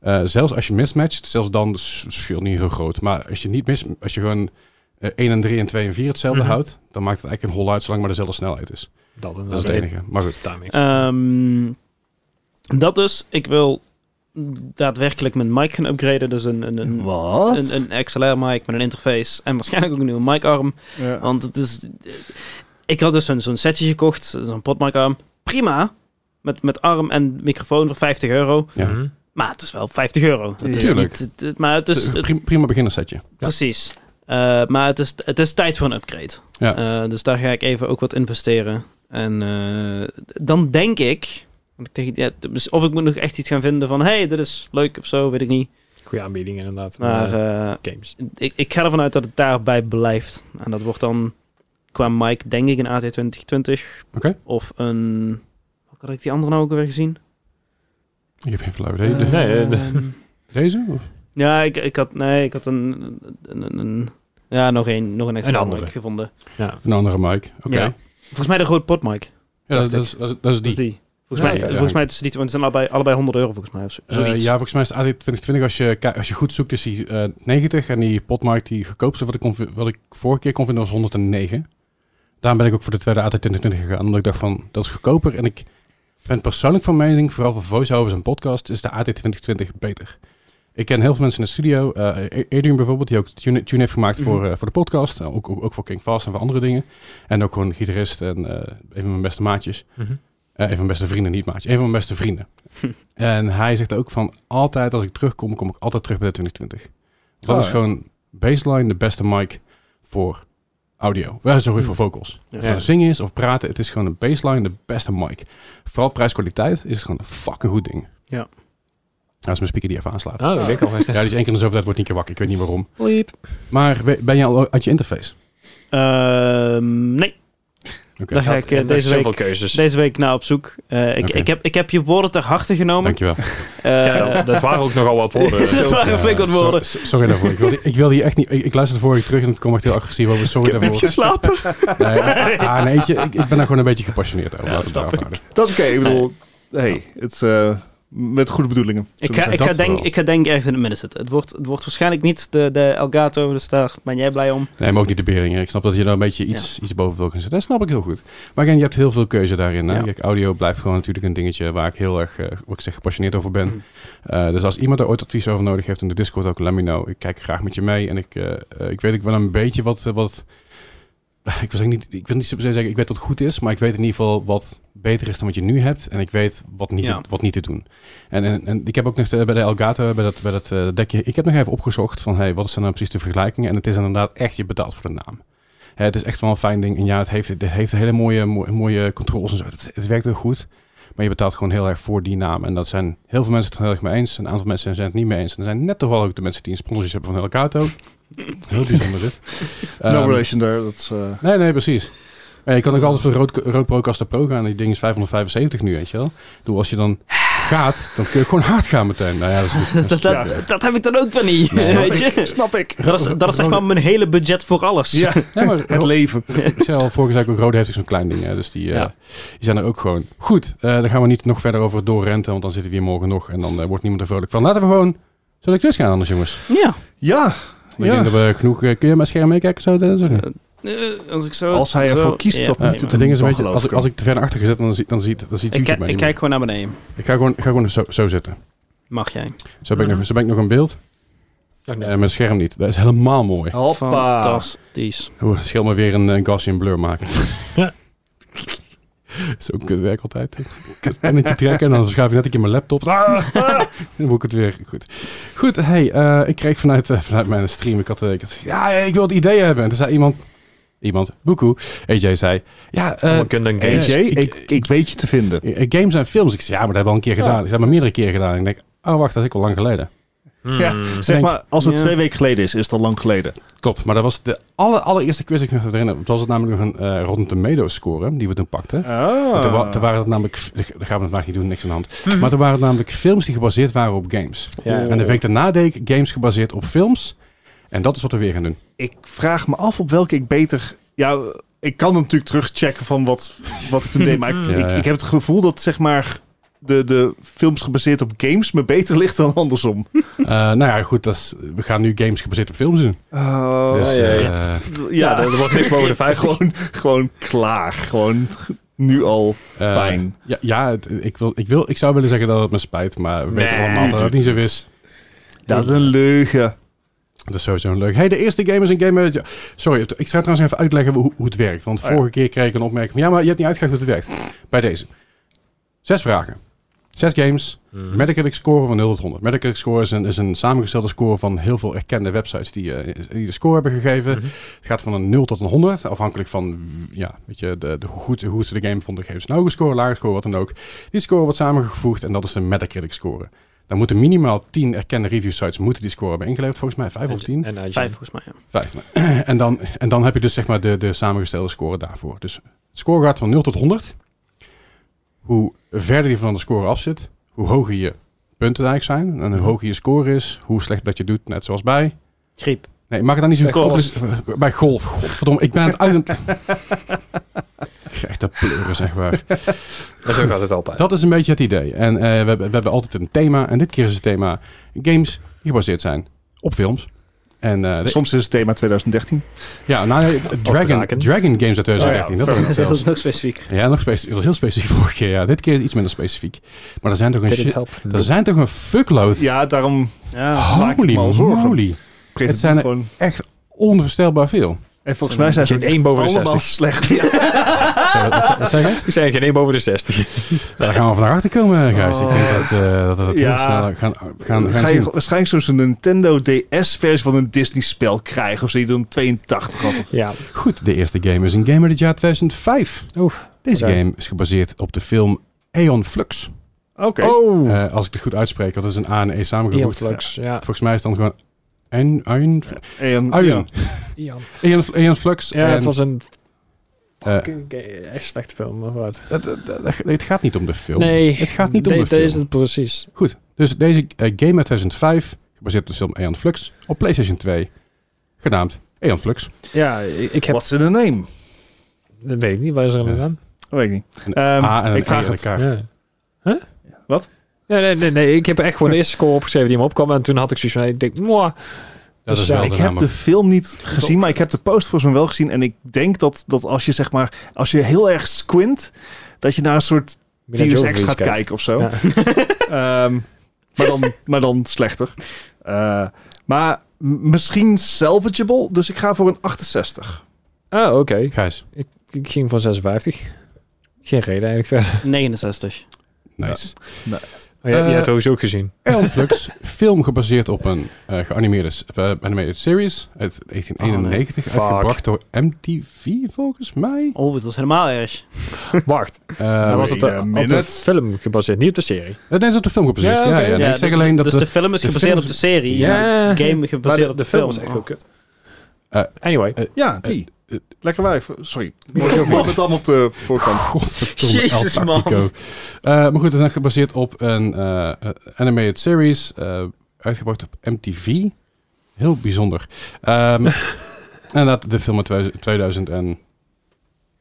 A: Eh, zelfs als je mismatcht, zelfs dan is het verschil niet heel groot. Maar als je niet mis, als je gewoon eh, 1 en 3 en 2 en 4 hetzelfde
D: Mhm.
A: houdt, dan maakt het eigenlijk een hol uit zolang maar dezelfde snelheid is.
D: Dat
A: Dat is het enige. Maar goed.
D: Timing.
C: Ehm, dat dus, ik wil daadwerkelijk mijn mic gaan upgraden, dus een, een, een,
B: Wat?
C: een, een XLR mic met een interface en waarschijnlijk ook een nieuwe micarm.
B: Ja.
C: Want het is. Ik had dus zo'n zo'n setje gekocht, zo'n potmicarm. Prima. Met, met arm en microfoon voor 50 euro.
A: Ja.
D: Mhm.
C: Maar het is wel 50 euro. Het is
A: Tuurlijk.
C: niet, het- het- maar het
D: Dus
C: is.
A: Eh,
C: het-
A: Prima, prima beginnersetje.
C: Precies. Eh, maar het is, het is tijd voor een upgrade.
A: Ja.
C: Eh, dus daar ga ik even ook wat investeren. En eh, dan denk ik. want ik denk, ja, dus of ik moet nog echt iets gaan vinden van. hey, dit is leuk of zo, weet ik niet.
D: Goede aanbieding inderdaad.
C: Maar
D: Eh,
C: eh,
D: games.
C: ik, ik ga ervan uit dat het daarbij blijft. En dat wordt dan qua mic, denk ik, een AT2020.
A: Oké.
C: Of een... Hoe had ik die andere nou ook weer gezien?
A: Ik heb geen flauw idee. De-
D: nee, eh,
C: Ehm,
A: Deze? Of?
C: ja, ik, ik had... Nee, ik had een... een, een, een- ja, nog een, nog een extra
D: Een andere.
C: mic gevonden.
A: Een andere mic. Oké.
C: Ja. Volgens mij de grote potmic.
A: Ja, dat, dat is, dat is- dat is
C: Dat is
A: die.
C: die. Volgens mij,
A: Ja, oké.
C: volgens mij tussen die twee, want het zijn allebei, allebei 100 euro volgens mij. Of zo-
A: Eh,
C: zoiets.
A: ja, volgens mij is het AD 2020, als je, ki- als je goed zoekt, is die eh, 90. En die potmarkt, die goedkoopste, wat ik, kon vi- wat ik vorige keer kon vinden, was 109. Daarom ben ik ook voor de tweede AD 2020 gegaan. Omdat ik dacht van, dat is goedkoper. En ik ben persoonlijk van mening, vooral voor voiceovers en podcasts, is de AD 2020 beter. Ik ken heel veel mensen in de studio. eh Adrian bijvoorbeeld, die ook de tune, tune heeft gemaakt voor, eh, voor de podcast. Eh, ook, ook, ook voor King Fast en voor andere dingen. En ook gewoon gitarist en eh, een van mijn beste maatjes.
D: Mhm.
A: Eh, een van mijn beste vrienden, niet maatje. Een van mijn beste vrienden. En hij zegt ook van, altijd als ik terugkom, kom ik altijd terug bij de 2020. Dat
B: Oh,
A: is
B: ja.
A: gewoon baseline, de beste mic voor audio. Wel sorry,
D: Hm.
A: voor vocals. Of
C: Ja.
A: het nou zingen is of praten, het is gewoon een baseline, de beste mic. Vooral prijs-kwaliteit is het gewoon een fucking goed ding.
C: Ja.
A: Nou, Dat is mijn speaker die even aanslaat.
D: Oh, dat weet ik al.
A: [laughs] Ja, die is één keer in de zoveel tijd wordt niet keer wakker. Ik weet niet waarom. Maar ben- ben je al uit je interface?
C: Ehm, nee.
A: Oké.
C: Daar ga ik eh, deze week...
D: zoveel keuzes.
C: Deze week naar op zoek. Eh, ik,
A: Oké.
C: ik, heb, ik heb je woorden ter harte genomen.
A: Dankjewel.
C: Eh,
D: Ja, dat waren ook nogal wat [laughs] woorden.
C: dat waren flink wat
A: Eh, so-
C: woorden.
A: so- sorry daarvoor. Ik wilde, ik wilde hier echt niet... Ik, ik luisterde vorige terug en het kwam echt heel agressief over. Sorry daarvoor.
C: Slapen.
A: Nee, ah, nee, weet je, ik, ik ben daar gewoon een beetje gepassioneerd over. Laten we het daarop houden.
B: Dat is oké. Ik bedoel, hey, het is eh, met goede bedoelingen.
C: Ik
A: Zullen
C: ga,
A: we
C: ik,
A: dat
C: ga denk,
A: vooral?
C: ik ga denk ergens in het midden zitten. Het wordt, het wordt waarschijnlijk niet de, de Elgato, dus daar ben jij blij om.
A: Nee, maar ook niet de beringen. Ik snap dat je daar een beetje iets, iets boven wil gaan zetten. Dat snap ik heel goed. Maar again, je hebt heel veel keuze daarin. Hè?
C: Ja.
A: Kijk, audio blijft gewoon natuurlijk een dingetje waar ik heel erg, eh, wat ik zeg, gepassioneerd over ben.
C: Mhm.
A: Eh, dus als iemand daar ooit advies over nodig heeft in de Discord, ook let me know. Ik kijk graag met je mee. En ik, eh, eh, ik weet ik wel een beetje wat... eh, wat [laughs] ik wil, zeggen niet, ik wil niet zo per se zeggen, ik weet wat goed is, maar ik weet in ieder geval wat beter is dan wat je nu hebt. En ik weet wat niet,
C: Ja.
A: te, wat niet te doen. En, en, en ik heb ook nog de- bij de Elgato, bij dat, bij dat eh, dekje, ik heb nog even opgezocht van, hey, wat zijn nou precies de vergelijkingen? En het is inderdaad echt, je betaalt voor de naam. Hè, het is echt wel een fijn ding. En ja, het heeft, het heeft hele mooie, mooie, mooie controls en zo. Het, het werkt heel goed. Maar Maar je betaalt gewoon heel erg voor die naam. En dat zijn heel veel mensen het er heel erg mee eens. Een aantal mensen zijn het niet mee eens. En er zijn net toevallig ook de mensen die een sponsorship hebben van Elkato. heel bijzonder dit.
B: no
A: Ehm,
B: relation there. Dat is, eh,
A: Nee, nee, precies. Maar je kan ook altijd voor rood, rood Procaster Pro gaan. Die ding is 575 nu, weet je wel. Doe als je dan gaat, dan kun je gewoon hard gaan meteen. Nou ja, dat is
C: [laughs]
A: niet...
C: Dat, dat,
B: Ja.
C: dat heb ik dan ook van niet.
A: Nee.
C: weet je?
B: snap ik.
C: Dat is, dat is zeg maar mijn hele budget voor alles.
B: Ja,
A: Nee, maar
B: het leven.
A: ik zei al, vorige week ook, Rode heeft ook zo'n klein ding. Hè, dus die, eh,
C: Ja.
A: die zijn er ook gewoon. Goed, eh daar gaan we niet nog verder over doorrenten. Want dan zitten we hier morgen nog. En dan eh, wordt niemand er vrolijk van. Laten we gewoon... Zullen we dus gaan anders, jongens?
C: [laughs] Ja.
B: Ja,
A: Ik denk dat we genoeg... eh, kun je mijn scherm meekijken? Zo, dat is ook niet.
C: Eh, als ik zo...
B: als hij
C: zo-
B: ervoor kiest
C: ja,
B: dat
A: Eh,
B: niet te
A: het
B: doen.
A: ding is een
B: dan
A: beetje,
B: geloof
A: als ik, als ik te ver naar achter gezet, dan ziet, dan ziet, dan ziet YouTube
C: Ik, kijk-
A: mij niet
C: ik
A: meer.
C: kijk gewoon naar beneden.
A: Ik ga gewoon, ik ga gewoon zo, zo zitten.
C: Mag jij.
A: Zo ben, ik nog, zo ben ik nog in beeld.
D: Oh, nee.
A: Eh, mijn scherm niet. Dat is helemaal mooi.
B: hem. Hoppa.
C: Fantastisch.
A: Oeh, dat scheelt me weer een, een Gaussian blur maken. [laughs] Zo kut werk altijd. Kut pennetje trekken en dan schuif ik net een keer mijn laptop. Ah, ah. [laughs] dan moet ik het weer goed. Goed, hey, eh, ik kreeg vanuit, eh, vanuit mijn stream, ik had, eh, ik had gezegd, ja, ik wil het idee hebben. En toen zei iemand, iemand, Boekoe, AJ zei, ja, eh,
D: We kunnen
A: eh,
D: games.
B: AJ,
A: ik-
B: ik, ik weet je te vinden.
A: eh, games en films. Ik zei, ja, maar dat hebben we al een keer
B: Ja.
A: gedaan. Ik heb maar meerdere keren gedaan. En ik denk, oh wacht, dat is ik al lang geleden.
D: Hmm.
B: Ja, zeg
A: Denk-
B: maar, als het
C: Ja.
B: twee weken geleden is, is het al lang geleden.
A: Klopt, maar dat was de aller, allereerste quiz, ik nog herinner. Het was het namelijk nog een eh Rotten Tomatoes score, die we toen
B: Ah.
A: pakten. Maar Toen, wa- toen waren het namelijk, dat gaan we het maar niet doen, niks aan de hand. Maar toen waren het namelijk films die gebaseerd waren op games.
D: Ja.
A: En de week daarna deed ik games gebaseerd op films. En dat is wat we weer gaan doen.
B: Ik vraag me af op welke ik beter... Ja, ik kan natuurlijk terugchecken van wat, wat ik toen deed. [laughs] Maar ik,
A: Ja, ja.
B: ik, ik heb het gevoel dat zeg maar... De, de films gebaseerd op games me beter [laughs] ligt dan andersom.
A: Eh, nou ja, goed, dat is, we gaan nu games gebaseerd op films doen. dus,
D: ja, ja.
A: eh,
B: Oh. ja,
D: Ja,
B: dat-
D: dat wordt niks boven de vijf.
B: [laughs] gewoon, gewoon klaar. Gewoon nu al
A: eh,
B: pijn.
A: ja, ja het- ik, wil, ik, wil, ik zou willen zeggen dat het me spijt, maar we weten
D: Nee.
A: allemaal dat het niet zo is.
B: Dat is een leugen.
A: Dat is sowieso een leuk. Hey, de eerste game is een game. met- Sorry, ik ga trouwens even uitleggen hoe, hoe het werkt. Want
B: Oh ja.
A: vorige keer kreeg ik een opmerking van ja, maar je hebt niet uitgelegd hoe het werkt. Bij deze. Zes vragen. Zes games.
B: Mhm.
D: Hmm.
A: Metacritic score van 0 tot 100. Metacritic score is een, is een samengestelde score van heel veel erkende websites die, eh, die de score hebben gegeven.
D: Mhm.
A: Het gaat van een 0 tot een 100, afhankelijk van w- ja, weet je, de, de, hoe goed, hoe ze de game vonden. Geven ze een hoge score, een lage score, wat dan ook. Die score wordt samengevoegd en dat is de Metacritic score. Dan moeten minimaal 10 erkende review sites moeten die score hebben ingeleverd, volgens mij 5 of 10.
D: En IGN.
C: Vijf volgens mij. ja.
A: Vijf. [clears throat] En dan, en dan heb je dus zeg maar de, de samengestelde score daarvoor. Dus het score gaat van 0 tot 100. Hoe verder je van de score af zit, hoe hoger je punten eigenlijk zijn. En hoe hoger je score is, hoe slecht dat je doet, net zoals bij.
C: Griep.
A: Nee, mag het dan niet zo
B: Bij golf.
A: compli- Bij golf. Godverdomme, ik ben aan het uit. [laughs] Ik krijg de pleuren, zeg maar.
D: En zo gaat het altijd.
A: Dat is een beetje het idee. En eh, we, hebben, we hebben altijd een thema. En dit keer is het thema games die gebaseerd zijn op films. En eh, de-
B: Soms is het thema 2013.
A: ja, nou, nee, Dragon,
D: draken.
A: Dragon Games uit 2013.
B: Oh ja,
A: dat was het
C: [laughs] Dat
A: zelfs.
C: is nog specifiek.
A: Ja, nog specifiek, heel specifiek vorige keer. Ja. Dit keer iets minder specifiek. Maar er zijn toch een,
D: Did it
A: shit,
D: help?
A: er zijn toch een fuckload.
B: Ja, daarom
C: Ja.
B: maak ik
A: Holy
B: me al zorgen.
A: moly.
B: het
A: Het zijn er-
B: gewoon.
A: Echt onvestelbaar veel.
B: En volgens mij zijn ze
D: Geen
B: echt
D: één boven de
B: allemaal
D: 60.
B: slecht. Ja.
A: Zou je dat- wat- wat zeg
D: [laughs]
A: je?
D: Er zijn geen één boven de 60.
A: Ja, daar gaan we vandaag achter komen, Gijs. Ik denk dat eh, dat we dat heel
B: Ja.
A: snel gaan, gaan, gaan
B: Ga je
A: zien.
B: waarschijnlijk zo'n Nintendo DS-versie van een Disney-spel krijgen. Of zo die dan 82 had.
D: Ja.
A: Goed, de eerste game is een game uit het jaar 2005.
D: Oef.
A: Deze
D: Oké.
A: game is gebaseerd op de film Aeon Flux.
B: Oké.
D: Oh.
A: Eh, als ik het goed uitspreek, dat is een A en E
D: Ian
A: samengevoegd.
D: Flux. Ja.
A: Volgens mij is het dan gewoon... En, Aeon,
B: En, eh,
A: Aeon.
D: Ian.
A: Aeon, Aeon Flux.
D: Ja,
A: en-
D: het was een
A: Eh,
D: fucking ge- echt slechte film, maar wat.
A: Het, het- het- het gaat niet om de film.
D: Nee.
C: [laughs]
A: Het gaat niet om
D: nee,
A: de film.
D: dat is het precies.
A: Goed, dus deze eh, game uit 2005, gebaseerd op de film Aeon Flux, op PlayStation 2, genaamd Aeon Flux.
D: Ja, ik heb...
B: What's in the name?
D: Dat weet ik niet, waar is er
A: Ja.
D: aan?
B: Dat weet ik niet.
A: Een
B: Ehm,
A: A en een
B: ik vraag
A: E aan
B: het.
A: elkaar.
D: Ja. Huh?
B: Wat?
D: Nee, nee, nee, nee, ik heb echt gewoon de eerste score opgeschreven die me opkwam. En toen had ik zoiets van, ik denk, mwah.
A: Dat is
D: Ja,
A: wel
B: ik
A: de
B: heb
A: naam.
B: de film niet gezien, maar ik heb de post volgens mij wel gezien. En ik denk dat, dat als je zeg maar, als je heel erg squint, dat je naar een soort
D: Mila
B: Deus
D: Jovovich
B: Ex gaat
D: kijkt.
B: kijken of zo.
D: Ja.
B: [laughs] Ehm, maar, dan, maar dan slechter. Eh, maar m- misschien salvageable, dus ik ga voor een 68.
D: Oh, oké.
A: Gijs,
D: Ik ging van 56. Geen reden eigenlijk verder.
C: 69.
A: Nice.
D: Oh, jij,
A: Eh,
D: jij hebt het
A: [laughs]
D: ook gezien.
A: Elflux, film gebaseerd op een eh, geanimeerde s- eh, animated series uit 1991,
D: Oh, nee.
A: uitgebracht door MTV volgens mij.
C: Oh, het was helemaal erg.
D: Wacht,
A: Eh,
D: hij was
B: wait
D: op
B: a
D: de, op de
B: minute.
D: film gebaseerd, niet op de serie.
A: het is op de film gebaseerd. Ja,
D: Ja, oké.
A: ja, nee,
C: Ja,
A: ik zeg
C: de-
A: alleen dat
C: Dus
A: de-
C: de film is
A: de
C: gebaseerd
A: film-
C: op de serie. Ja.
D: Ja,
C: Game
D: maar
C: gebaseerd
D: de,
C: op
D: de film was echt
C: Oh.
D: heel kut.
A: Eh,
D: Anyway,
B: Ja, die. Lekker wijf. Sorry. Ik had het allemaal op de voorkant.
A: Godverdomme,
C: Jezus,
A: El
C: man.
A: Tactico. Eh, maar goed, het is echt gebaseerd op een eh, eh, animated series, eh, uitgebracht op MTV. Heel bijzonder. Ehm, en dat de film uit 2000 2000 en...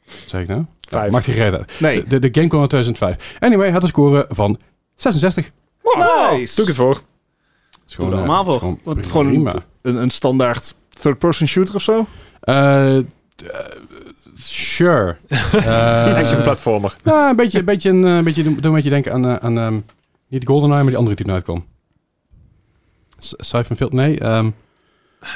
A: Wat zeg ik nou?
D: vijf.
A: Maakt geen reet uit.
B: Nee.
A: De, de game kwam uit 2005. Anyway, hij had een score van 66.
B: Oh, Nice.
D: Doe ik het voor.
A: Dat is gewoon,
C: Doe
A: eh,
C: normaal
A: dat is
C: voor.
B: Want
A: gewoon
B: gewoon-
A: prima.
B: Een, een standaard third-person shooter of zo?
A: Eh, d- eh, sure. Eh,
D: Action platformer.
A: nou, een beetje, een beetje, een, eh, beetje, doe doe een beetje denken aan, eh, aan ehm, niet GoldenEye, maar die andere die toen uitkwam. S- Siphon Field, nee. ehm,
D: Eh,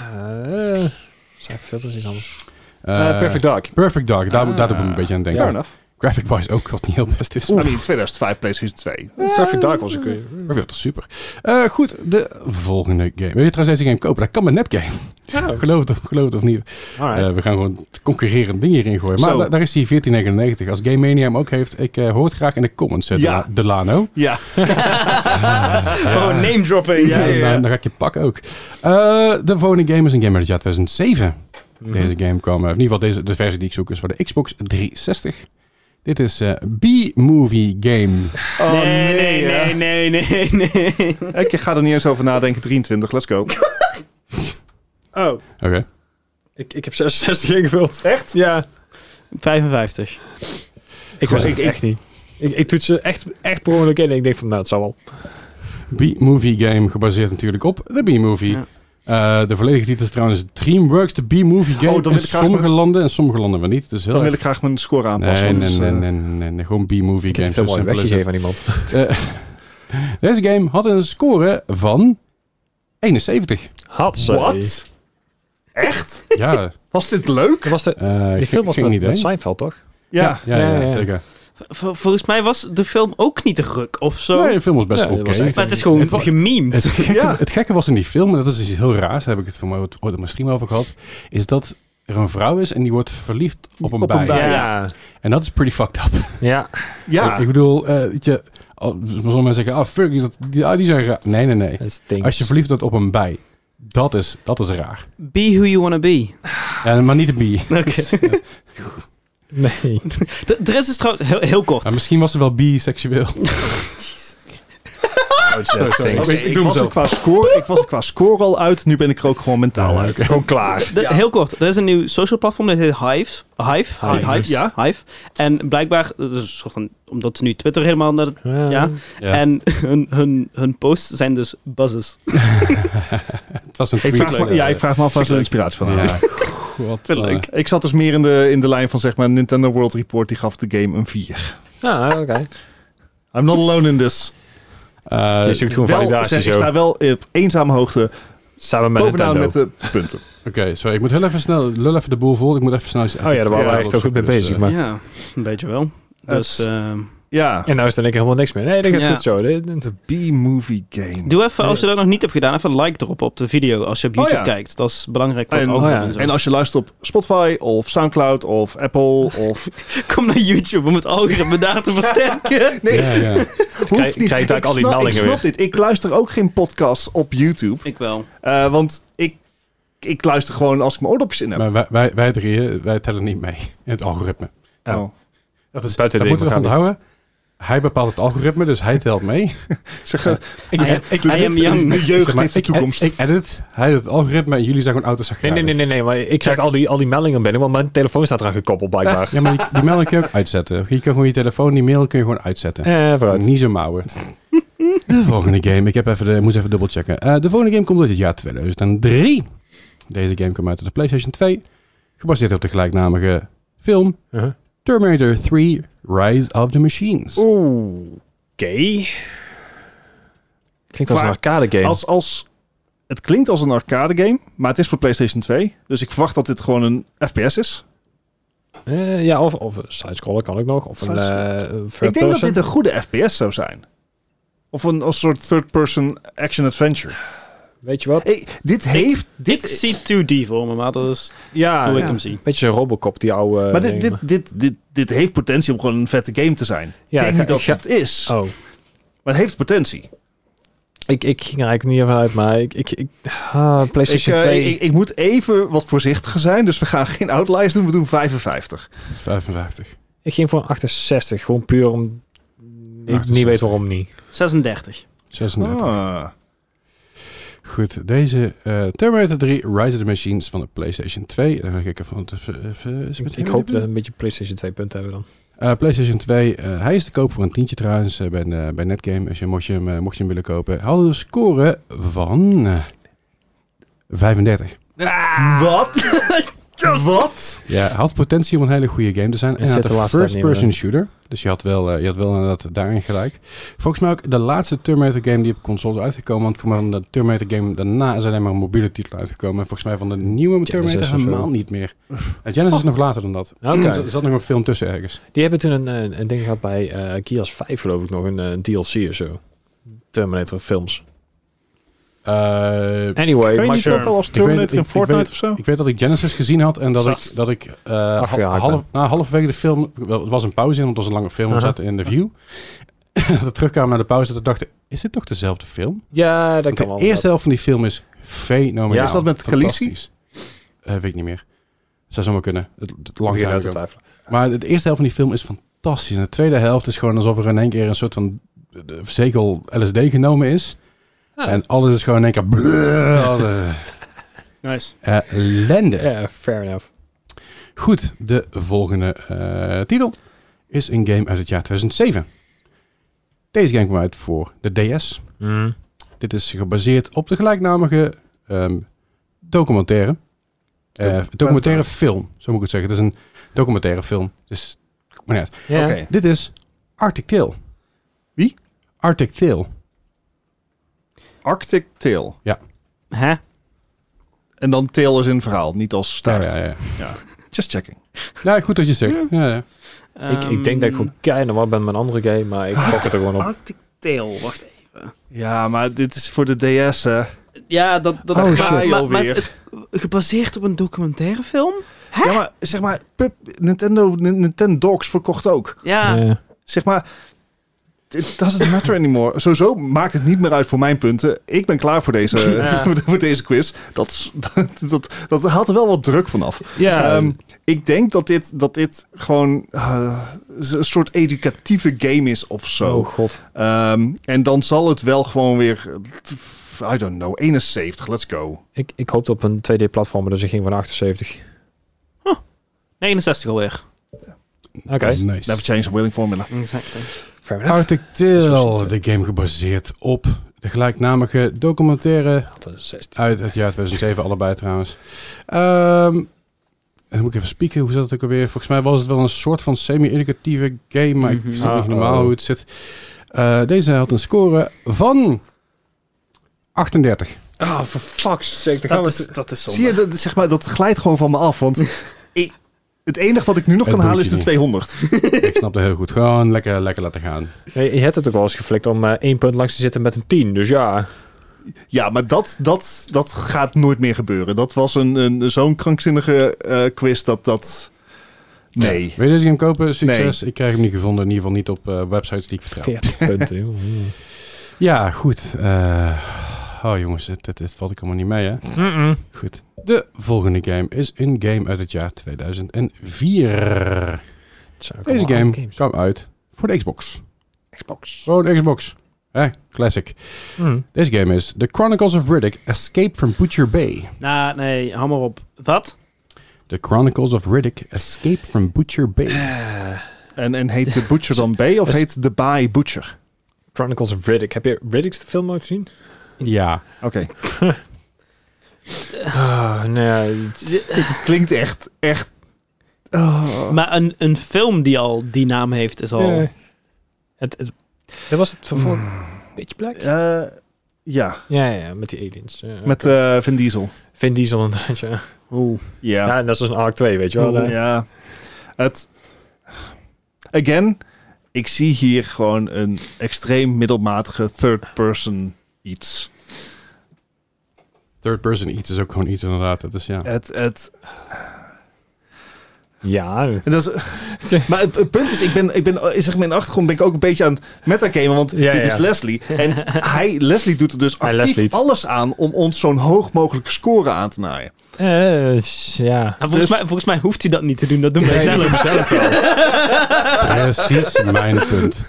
D: zijn filters iets anders.
A: eh,
D: Eh, Perfect Dark.
A: Perfect Dark, daar, daar doe ik een
D: Ah,
A: beetje aan
B: Fair
A: denken.
B: enough.
A: Graphic-wise ook wat niet heel best is.
B: I mean, 2005 PlayStation 2.
D: Perfect Dark was ook... eh,
A: Maar veel te super. Eh, goed, de volgende game. Wil je trouwens deze game kopen? Dat kan met Netgame. [laughs] geloof, het of, geloof het of niet.
D: alright.
A: Eh, we gaan gewoon het concurrerend ding hierin gooien. Maar
B: Zo.
A: da- daar is die 1499. Als Game Mania hem ook heeft, ik eh, hoor het graag in de comments, eh,
B: Ja.
A: Dela- Delano.
B: Ja.
C: [laughs] [laughs] Oh, name dropping. Ja, nou, ja, ja.
A: Dan, dan ga ik je pak ook. Eh, de volgende game is een game uit het jaar 2007.
B: Mhm.
A: Deze game kwam, eh, in ieder geval deze, de versie die ik zoek, is voor de Xbox 360. Dit is eh, B-movie
B: [laughs]
A: game.
B: Oh,
C: nee, nee,
B: hè.
C: nee, nee, nee, [laughs] nee.
B: [laughs] Ik ga er niet eens over nadenken. 23, let's go.
D: Oh,
A: Oké.
D: ik, ik heb 66 ingevuld.
B: Echt?
D: Ja.
C: 55.
D: Ik was het
B: ik-
D: echt niet. Ik, ik toets ze echt, echt per ongeluk in en ik denk van, nou, het zal wel.
A: B-movie game, gebaseerd natuurlijk op de B-movie.
C: Ja.
A: Eh, de volledige titel is trouwens DreamWorks, de B-movie game.
B: Oh, dan
A: in
B: wil ik graag
A: sommige
B: mijn-
A: landen en sommige landen maar niet. Het is heel
B: Dan
A: erg
B: wil ik graag mijn score aanpassen.
A: Nee,
B: want,
A: nee, nee,
B: eh,
A: nee, nee, nee, gewoon B-movie
D: Ik heb
A: games.
D: het veel
A: Zo simpel
D: mooi
A: is
D: weggegeven aan iemand.
A: het. Eh, [laughs] Deze game had een score van
B: [laughs]
A: 71.
D: Had ze.
B: Wat? Echt?
A: Ja,
B: Was dit leuk?
D: Dat was de,
A: eh,
D: die
A: ik
D: film was
A: ging
D: met,
A: niet
D: met
A: heen.
D: Seinfeld, toch?
B: Ja.
A: Ja, ja,
D: Ja, ja.
A: zeker.
C: Vol- volgens mij was de film ook niet de ruk of zo.
A: Nee, de film was best
D: Ja,
A: oké.
D: die was echt-
C: maar het is gewoon
A: Het wa-
C: gememd.
A: Het gekke,
B: [laughs] Ja.
A: het gekke was in die film, en dat is dus iets heel raars, daar heb ik het voor mij ooit ooit op mijn stream over gehad, is dat er een vrouw is en die wordt verliefd op een
B: Op een
A: bij.
B: bij.
D: Ja.
A: En dat is pretty fucked up.
D: Ja.
B: Ja.
A: Ik, ik bedoel, eh weet je, al- sommige mensen zeggen, ah fuck, is dat, die, ah, die zijn raar. Nee, nee, nee.
D: Dat stinkt.
A: Als je verliefd wordt op een bij, dat is, dat is raar.
C: Be who you wanna [laughs] be.
A: Ja, maar niet de bie.
C: Oké.
D: [laughs] Nee.
C: D- Er is dus trouwens heel, heel kort.
A: Maar misschien was ze wel biseksueel.
D: Dat stinkt.
B: Oké,
A: Ik doe
B: ik,
A: hem
B: was er
A: zelf.
B: qua score, ik was er qua score al uit, nu ben ik er ook gewoon mentaal uit.
D: Gewoon klaar.
C: De- Heel kort. Er is een nieuw social platform dat heet Hives. Hive. Heet
D: Hive.
C: Hives.
B: Ja.
C: Hive. En blijkbaar, dat is een soort van, omdat ze nu Twitter helemaal naar het- Ja. En [laughs] hun, hun, hun posts zijn dus buzzes.
A: Het was een
B: Ik
A: tweet.
B: vraag, me-
A: eh,
B: ja, ik vraag me af waar ze de inspiratie van halen. [laughs]
A: Ja, god.
C: Vind ik.
B: Ik zat dus meer in de, in de lijn van zeg maar Nintendo World Report, die gaf de game een 4.
D: Ja, oké.
B: I'm not alone in this.
A: Eh,
D: je zoekt gewoon
B: Wel,
D: validatie
B: zeg, ik
D: zo.
B: sta wel op eenzame hoogte
D: Samen met
B: bovenaan
D: Nintendo.
B: met de punten.
A: Oké, sorry. Ik moet heel even snel... Lul even de boel vol. Ik moet even snel...
D: Oh ja, daar waren
B: Ja,
D: we echt ook goed mee
A: dus,
D: bezig.
A: eh,
D: maar.
C: Ja, een beetje wel. Dus
B: Het-
C: ehm,
B: Ja,
D: En nou is dan ik helemaal niks meer. Nee, dat gaat
C: Ja.
D: goed zo. Dit-
A: Oh,
D: dit-
B: B-movie game.
C: doe even, als je dat nog niet hebt gedaan, even een like erop op de video als je op
B: Oh
C: YouTube
B: ja.
C: kijkt. Dat is belangrijk voor het
B: En-
D: oh
C: algoritme
D: ja.
C: en zo.
B: en als je luistert op Spotify of Soundcloud of Apple of...
C: Kom naar YouTube om het algoritme daar te versterken.
B: Nee,
A: eh. Ja,
D: [laughs]
A: ja.
B: hoeft
D: Krijg-
B: niet.
D: krijg je daar
B: ik
D: al die
B: snap, ik
D: meldingen
B: snap dit. Ik luister ook geen podcast op YouTube.
C: Ik wel.
B: eh, want ik, ik luister gewoon als ik mijn oordopjes in heb.
A: Maar wij, wij, wij drieën, wij tellen niet mee in het algoritme.
D: Ja.
B: Oh.
A: Dat is...
D: Buiten
A: dat
D: de
A: moeten we ervan
D: ding, we gaan
A: houden. Hij bepaalt het algoritme, dus hij telt
D: [laughs]
A: mee.
B: Zeg, eh,
C: Ik, I,
B: doe
C: I am
B: dit,
C: young.
B: De jeugd
A: Zeg maar,
B: heeft de
A: ik-
B: toekomst.
A: Ik, edit, hij doet het algoritme en jullie zijn gewoon auto's
D: Nee, nee, nee, nee, nee, maar ik krijg al die, al die meldingen binnen, want mijn telefoon staat eraan gekoppeld blijkbaar.
A: Ja, maar die, die mail kun je ook uitzetten. Je kan gewoon je telefoon, die mail kun je gewoon uitzetten.
D: Eh, vooruit.
A: Niet zo mouwen. [laughs] De volgende game. Ik heb even de, moest even dubbelchecken. Eh de volgende game komt uit het jaar 2003. Deze game kwam uit op de PlayStation 2. Gebaseerd op de gelijknamige film
D: Uh-huh.
A: Terminator 3 Rise of the Machines.
D: Oeh, oké. Klinkt als een
B: Maar
D: arcade game.
B: Als, als, het klinkt als een arcade game, maar het is voor PlayStation 2. Dus ik verwacht dat dit gewoon een FPS is.
D: Eh, ja, of, of een sidescroller kan ook nog. Of een
B: Sidescroller.
D: eh, third
B: Ik denk dat
D: person.
B: dit een goede FPS zou zijn. Of een, een soort third-person action-adventure.
D: Weet je wat?
B: Hey, dit heeft...
C: [laughs] Dit ik zie 2D voor me, maar dat is
D: Ah, ja,
C: hoe ik
B: ja.
C: hem zie.
D: beetje zo'n Robocop, die oude... eh,
B: maar dit,
D: dingen.
B: dit, dit, dit, dit heeft potentie om gewoon een vette game te zijn.
D: ja,
B: ik denk
D: [laughs] ik
B: niet
D: ga-
B: dat
D: ik ga-
B: het is,
D: Oh,
B: maar het heeft potentie.
D: ik, ik ging er eigenlijk niet even uit, maar ik... ik, ik ah,
B: Ik,
D: PlayStation
B: eh,
D: 2...
B: ik, ik moet even wat voorzichtiger zijn, dus we gaan geen outliers doen. We doen 55.
A: 55.
D: Ik ging voor een 68, gewoon puur om... Ik niet
A: 68.
D: weet waarom niet.
C: 36.
A: 36.
B: Ah.
A: Goed, deze eh, Terminator 3 Rise of the Machines van de PlayStation 2. Dan ga ik even... want, eh, eh, is het
D: Ik,
A: met
D: ik
A: hem?
D: hoop dat we een beetje PlayStation 2 punten hebben dan.
A: Eh, PlayStation 2, eh, hij is te koop voor een tientje trouwens eh, bij, eh, bij Netgame. Als je, mocht, je hem, eh, mocht je hem willen kopen. Hij had een score van eh, 35.
B: [laughs] Wat? Wat?
A: Ja, hij had potentie om een hele goede game te zijn. En hij
D: zit
A: had
D: de
A: een
D: laatste tijd niet
A: first-person shooter. Dus je had, wel, eh, je had wel inderdaad daarin gelijk. Volgens mij ook de laatste Terminator game die op console is uitgekomen. Want voor mij van de Terminator game daarna is alleen maar een mobiele titel uitgekomen. En volgens mij van de nieuwe
D: Genesis
A: Terminator
D: of zo. Oh.
A: helemaal niet meer. En Genesis is nog later dan dat.
D: Oké.
A: Er zat- Er zat nog een film tussen ergens.
D: Die hebben toen een, een, een ding gehad bij eh Gears 5 geloof ik nog, een, eh, DLC of zo. Terminator films.
A: Eh,
D: Anyway,
B: Kan je
D: maar
B: niet
D: sure.
B: ook al als
A: Ik weet-
B: Terminator in
A: ik- ik
B: Fortnite
A: weet-
B: of zo?
A: Ik weet dat ik Genesis gezien had en dat ik, dat ik eh,
D: Afgehaakt
A: half, na halverwege de film, wel, het was een pauze in, want het was een lange film, we
D: Aha.
A: zaten in de view. [laughs] dat we terugkwamen naar de pauze, dat ik dacht, is dit toch dezelfde film?
D: Ja, dat
A: Want
D: kan wel.
A: de eerste helft van die film is fenomenaal.
D: Ja, is
B: dat met
A: Fantastisch.
B: Khaleesi?
A: Eh, weet ik niet meer. Zou zomaar kunnen. Het, het lang
D: Begin
A: jaar
D: uit
A: ago.
D: te twijfelen.
A: Maar de eerste helft van die film is fantastisch. En de tweede helft is gewoon alsof er in één keer een soort van eh, zegel LSD genomen is.
D: Ah.
A: En alles is gewoon in één keer... blur.
C: Nice.
A: Ellende.
D: Ja, fair enough.
A: Goed, de volgende eh, titel is een game uit het jaar 2007. Deze game kwam uit voor de DS. Dit is gebaseerd op de gelijknamige ehm, documentaire. Eh, documentaire film, zo moet ik het zeggen. Het is een documentaire film. Dus, maar net.
D: Ja.
B: Oké.
A: Dit is Arctic Tail.
B: Wie?
A: Arctic Tail.
B: Arctic Tail.
C: Hè?
B: En dan Tail is in verhaal, niet als staart.
A: Ja, ja, ja.
B: Just checking.
A: Ja, Nou, goed dat je het zegt. Ja, ja.
D: Ik, ik denk dat ik gewoon keihard wat ben met mijn andere game, maar ik pak het er gewoon op.
C: Arctic Tail, wacht even.
B: Ja, maar dit is voor de DS, hè.
C: Ja, dat... dat
B: Oh,
C: maar-
B: shit.
C: maar- maar,
B: Alweer.
C: het- gebaseerd op een documentaire film?
B: Ja, maar zeg maar, pup, Nintendo, N- Nintendogs verkocht ook.
C: Ja.
D: Ja.
B: Zeg maar, it doesn't matter anymore. [laughs] Sowieso maakt het niet meer uit voor mijn punten. Ik ben klaar voor deze,
C: Ja.
B: [laughs] voor deze quiz. Dat, is- [laughs] dat, dat, dat haalt er wel wat druk vanaf.
D: Ja,
B: Ehm, ik denk dat dit, dat dit gewoon eh, een soort educatieve game is of zo.
D: oh god.
B: Ehm, en dan zal het wel gewoon weer, eh, I don't know, 71, let's go.
D: Ik, ik hoopte op een 2D-platformer, dus ik ging van 78.
C: 69 alweer.
D: Oké,
B: Never
A: Nice.
B: change the willing formula.
C: Exactly.
D: fair enough.
A: Arctic Tail, de game gebaseerd op de gelijknamige documentaire
D: Had een 16.
A: Uit het jaar 2007, allebei trouwens. Ehm, en dan moet ik even spieken, hoe zat het ook alweer? Volgens mij was het wel een soort van semi-educatieve game, maar
C: Mhm.
A: ik snap niet
D: Ah,
A: normaal
D: oh.
A: hoe het zit. Eh, deze had een score van 38.
D: Ah, for fuck's sake. Dan gaan
C: Dat
D: we
C: is, dat is zonde.
B: Zie je, dat, zeg maar, dat glijdt gewoon van me af, want [laughs] ik- het enige wat ik nu nog
A: Het
B: kan
A: doet
B: halen
A: je
B: is de
A: niet.
B: 200.
A: ik snap dat heel goed. Gewoon lekker, lekker laten gaan.
D: Nee, je hebt het ook wel eens geflikt om eh, één punt langs te zitten met een 10. Dus ja,
B: Ja, maar dat, dat, dat gaat nooit meer gebeuren. Dat was een, een, zo'n krankzinnige eh, quiz dat dat... Nee.
A: Wil je deze game kopen? Succes. Ik krijg hem niet gevonden, in ieder geval niet op eh, websites die ik vertrouw.
D: [laughs] 40 punten. joh.
A: Ja, goed. Eh, oh jongens, dit, dit, dit valt ik allemaal niet mee, hè?
D: Mm-mm.
A: Goed. De volgende game is een game uit het jaar 2004.
D: Het zijn ook
A: Deze
D: allemaal oude
A: game kwam uit voor de Xbox.
D: Xbox.
A: Gewoon Xbox. Hè, classic.
D: Mm.
A: Deze game is The Chronicles of Riddick Escape from Butcher Bay.
C: Nou, nee, hou maar op. Wat?
A: The Chronicles of Riddick Escape from Butcher Bay.
B: En, en heet de Butcher dan B of
D: Dus-
B: heet de Baai Butcher?
D: Chronicles of Riddick. Heb je Riddick's de film ooit gezien?
A: Ja.
B: Oké. [laughs]
D: Ah, nee.
B: Het klinkt echt, echt... Oh.
C: Maar een, een film die al die naam heeft is al... Nou,
D: Ja. Het, het, dat was het voor Pitch Black? Hmm. Ja.
B: Eh, ja,
D: Ja, ja, met die aliens. ja.
B: met eh, Vin Diesel.
D: Vin Diesel inderdaad, ja.
C: Oeh.
B: Ja.
D: Ja, en dat is dus een Ark 2, weet je wel.
B: Ja.
D: hè?
B: ja. Het, again, ik zie hier gewoon een extreem middelmatige third-person iets.
A: Third person iets is ook gewoon iets inderdaad. Dat is ja.
B: Het, het,
D: Ja,
B: en dat is, maar het, het punt is, ik ben, ik ben, zeg maar in de achtergrond ben ik ook een beetje aan het metagamen, want
D: Ja,
B: dit
D: ja.
B: is Leslie. En hij, Leslie doet er dus
D: Hij
B: actief
D: Leslie.
B: alles aan om ons zo'n hoog mogelijke score aan te naaien.
D: eh, s- ja.
C: En Nou, volgens,
B: Dus-
C: mij, volgens mij hoeft hij dat niet te doen. Dat doen wij
D: Nee,
C: zelf.
A: Precies mijn punt.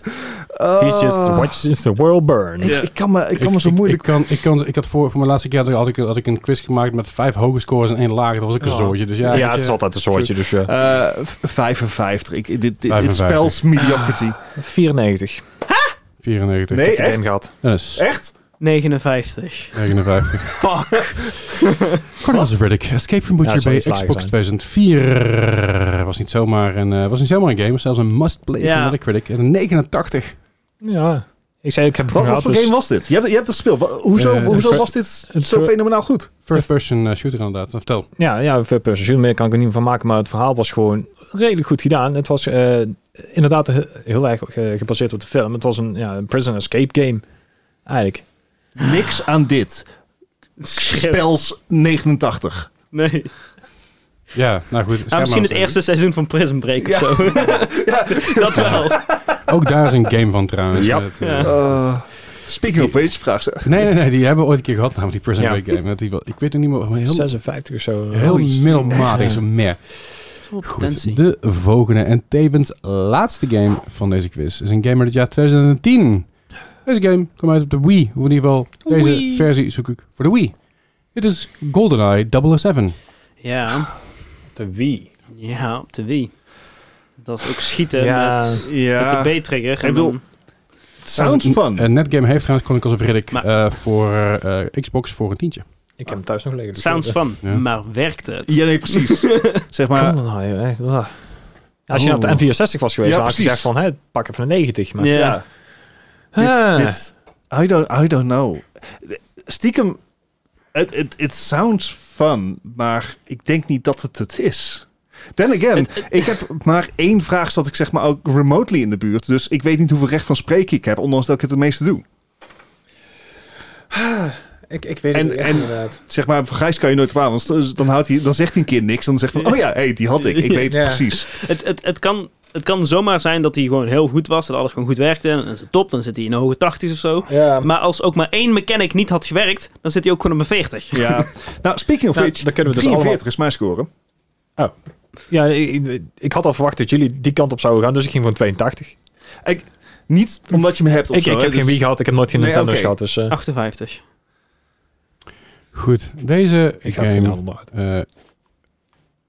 D: He's just watches the world burn.
B: Eh, Ik, ik kan me, [laughs] ik kan me zo moeilijk...
A: Ik, kan, ik, kan, ik had voor, voor mijn laatste keer had ik, had, ik, had ik een quiz gemaakt met vijf hoge scores en één lage. Dat was ook een
D: Ja.
A: zoortje. Dus ja,
D: Ja,
A: weet
D: het
A: je,
D: is altijd een soortje, dus ja.
B: eh 55. Ik, dit, dit, dit
A: 55.
B: spels mediocrity.
A: Ah,
D: 94.
A: 94.
B: Nee,
D: Eén
B: echt?
D: gehad.
A: Dat is
B: Echt?
C: 59.
A: 59.
C: [laughs]
A: [laughs]
C: Fuck.
A: Chronicles of Riddick, Escape from Butcher
D: Ja,
A: Bay,
D: het zal
A: Xbox
D: niet
A: 2004. Was niet zomaar een, eh, was niet zomaar een game, was zelfs een must-play
C: Ja.
A: van Metacritic. En een 89.
D: Ja. Ik zei, ik heb hem
B: Wat, wat
D: gehad,
B: voor
D: dus-
B: game was dit? Je hebt, je hebt het gespeeld. Wa- Hoezo,
A: Eh,
B: hoezo
A: het-
B: was dit
D: het-
B: zo fenomenaal goed?
A: First-person eh, shooter inderdaad. Nou, Vertel.
D: Ja, ja, third person shooter, meer kan ik er niet van maken, maar het verhaal was gewoon redelijk goed gedaan. Het was eh, inderdaad he- heel erg eh, gebaseerd op de film. Het was een, ja, een prison escape game, eigenlijk.
B: Niks aan dit. Spels 89.
C: Nee.
A: Ja, nou goed.
C: Ah,
A: schijnbaar
C: misschien het
A: was-
C: eerste seizoen van Prison Break
B: Ja.
C: [laughs] of zo. Dat wel.
A: Ook daar is een game van trouwens.
D: Ja.
A: Het, eh,
C: Ja.
B: Eh, speaking of which, vraag ze.
A: Nee, nee, nee, die hebben we ooit een keer gehad, namelijk die Prison
D: Ja.
A: Break game. Dat die wel, ik weet het niet meer, maar heel,
D: 56 of zo.
A: heel
D: Zoiets.
A: middelmatig. Zo meh.
C: Potentie.
A: Goed, de volgende en tevens laatste game van deze quiz is een game uit het jaar 2010. Deze game kwam uit op de Wii, of in ieder geval deze
D: Wii.
A: versie zoek ik voor de Wii. Dit is GoldenEye 007.
C: Ja.
D: De Wii.
C: Ja, op de Wii. Dat is ook schieten
D: Ja.
C: met,
B: Ja.
C: met de B-trigger. en
B: bedoel,
C: dan-
B: Sounds fun.
A: En Netgame heeft trouwens Chronicles of Riddick
C: Maar-
A: eh, voor eh, Xbox voor een tientje.
D: Ik heb hem thuis nog liggen. dus-
C: sounds fun,
A: Ja.
C: maar werkt het?
B: Ja, nee, precies. [laughs] zeg
D: Kan
B: maar,
D: dat nou, joh, echt, ah. Als je
A: Oh.
D: op de N64 was geweest,
B: Ja,
D: dan had ik
B: precies.
D: gezegd van, hè, pak even een 90. Maar,
C: Ja.
B: ja.
D: Ah.
B: Dit, dit, I, don't, I don't know. Stiekem, het it, it sounds fun, maar ik denk niet dat het het is. Then again, ik heb maar één vraag zat ik zeg maar ook remotely in de buurt. Dus ik weet niet hoeveel recht van spreken ik heb, ondanks dat ik het het meeste doe.
E: Ik, ik weet
B: En-
E: het echt
B: en-
E: inderdaad.
B: Zeg maar, van Gijs kan je nooit kwaad, want dan, houdt hij, dan zegt hij een keer niks. Dan zegt hij van, oh ja, hey, die had ik. Ik weet het
E: Ja.
B: precies.
C: Het, het, het, kan, het kan zomaar zijn dat hij gewoon heel goed was, dat alles gewoon goed werkte. En dan is het top, dan zit hij in de hoge 80 of zo.
E: Ja,
C: Maar als ook maar één mechanic niet had gewerkt, dan zit hij ook gewoon op een
D: [laughs]
C: 40.
B: Ja. Nou, speaking of
D: Nou,
B: which,
D: dan kunnen we dus
B: 43
D: allemaal-
B: is mijn score.
D: ja, ik, ik- ik had al verwacht dat jullie die kant op zouden gaan, dus ik ging voor een 82.
B: Niet omdat je me hebt of
D: Ik,
B: zo,
D: ik
B: hè,
D: heb geen
B: dus-
D: Wii gehad, ik heb nooit geen
B: Nee,
D: Nintendo's
B: oké. Ah.
D: gehad, dus eh,
C: 58.
A: Goed, deze
D: ik ga
A: game...
D: het finale onderuit.
A: eh,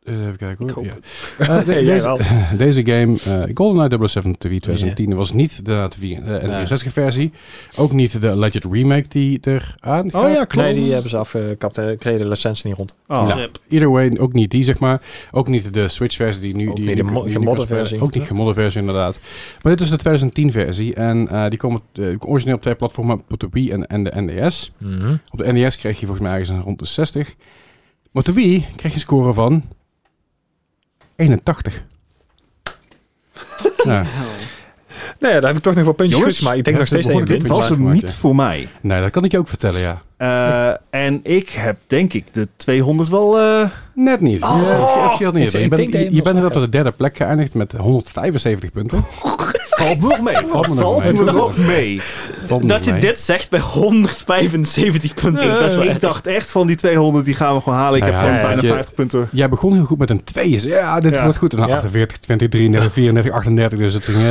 A: eens even kijken hoor.
D: hoop
A: Ja.
D: [laughs]
A: Eh, de-
D: Nee, jij
A: deze,
D: wel.
A: [laughs] Deze game, eh GoldenEye 007 de Wii 2010, was niet de E N64-versie. Ook niet de Alleged Remake die eraan gaat.
B: Oh ja, klopt.
D: Nee, die hebben ze afgekapt. eh, kregen de licentie niet rond.
B: Oh.
A: Ja. Either way, ook niet die, zeg maar. Ook niet de Switch-versie die nu...
D: Ook
A: die,
D: niet de
A: die-
D: mo-
A: die-
D: gemodde
A: die-
D: versie.
A: Ook niet gemodde versie, inderdaad. Maar dit is de 2010-versie. En eh, die kwam op de- origineel op twee platformen, op de Wii en, en de E NDS.
D: Mhm.
A: Op de NDS kreeg je volgens mij ergens een rond de 60. Maar op de Wii kreeg je een score van... 81. ja.
D: Nee, daar heb ik toch nog wel puntjes
B: Jongens,
D: goed, maar ik denk
A: ja,
D: nog steeds
A: dat
D: één
A: behoorlijk
B: Dit
D: puntje.
A: puntje.
B: was hem
A: Smaak
B: niet
A: maken.
B: voor mij.
A: Nee, dat kan ik je ook vertellen, ja.
B: Eh, En ik heb denk ik de 200 wel... eh,
A: Net niet. ja, het, sche- het scheelt
D: Ik
A: niet.
D: zei,
A: Je
D: ik
A: bent,
D: denk dat je
A: je, je
D: hem
A: bent
D: wel
A: inderdaad op de derde plek geëindigd met 175 punten.
B: valt me nog mee. Valt
A: Valt
B: me
A: me nog mee.
B: nog mee.
A: Valt me
C: Dat je
A: mee.
C: dit zegt bij 175 punten. dat is wel
B: Ik dacht echt van die 200 die gaan we gewoon halen. Ik
A: Nou
B: heb
A: ja,
B: gewoon
D: ja,
B: bijna
A: weet je-
B: 50 punten.
A: Jij begon heel goed met een 2. Dus ja, dit
B: Ja.
A: wordt goed. En dan
D: Ja.
A: 48, 20, 33, 34, 38. Dus het ging... eh, we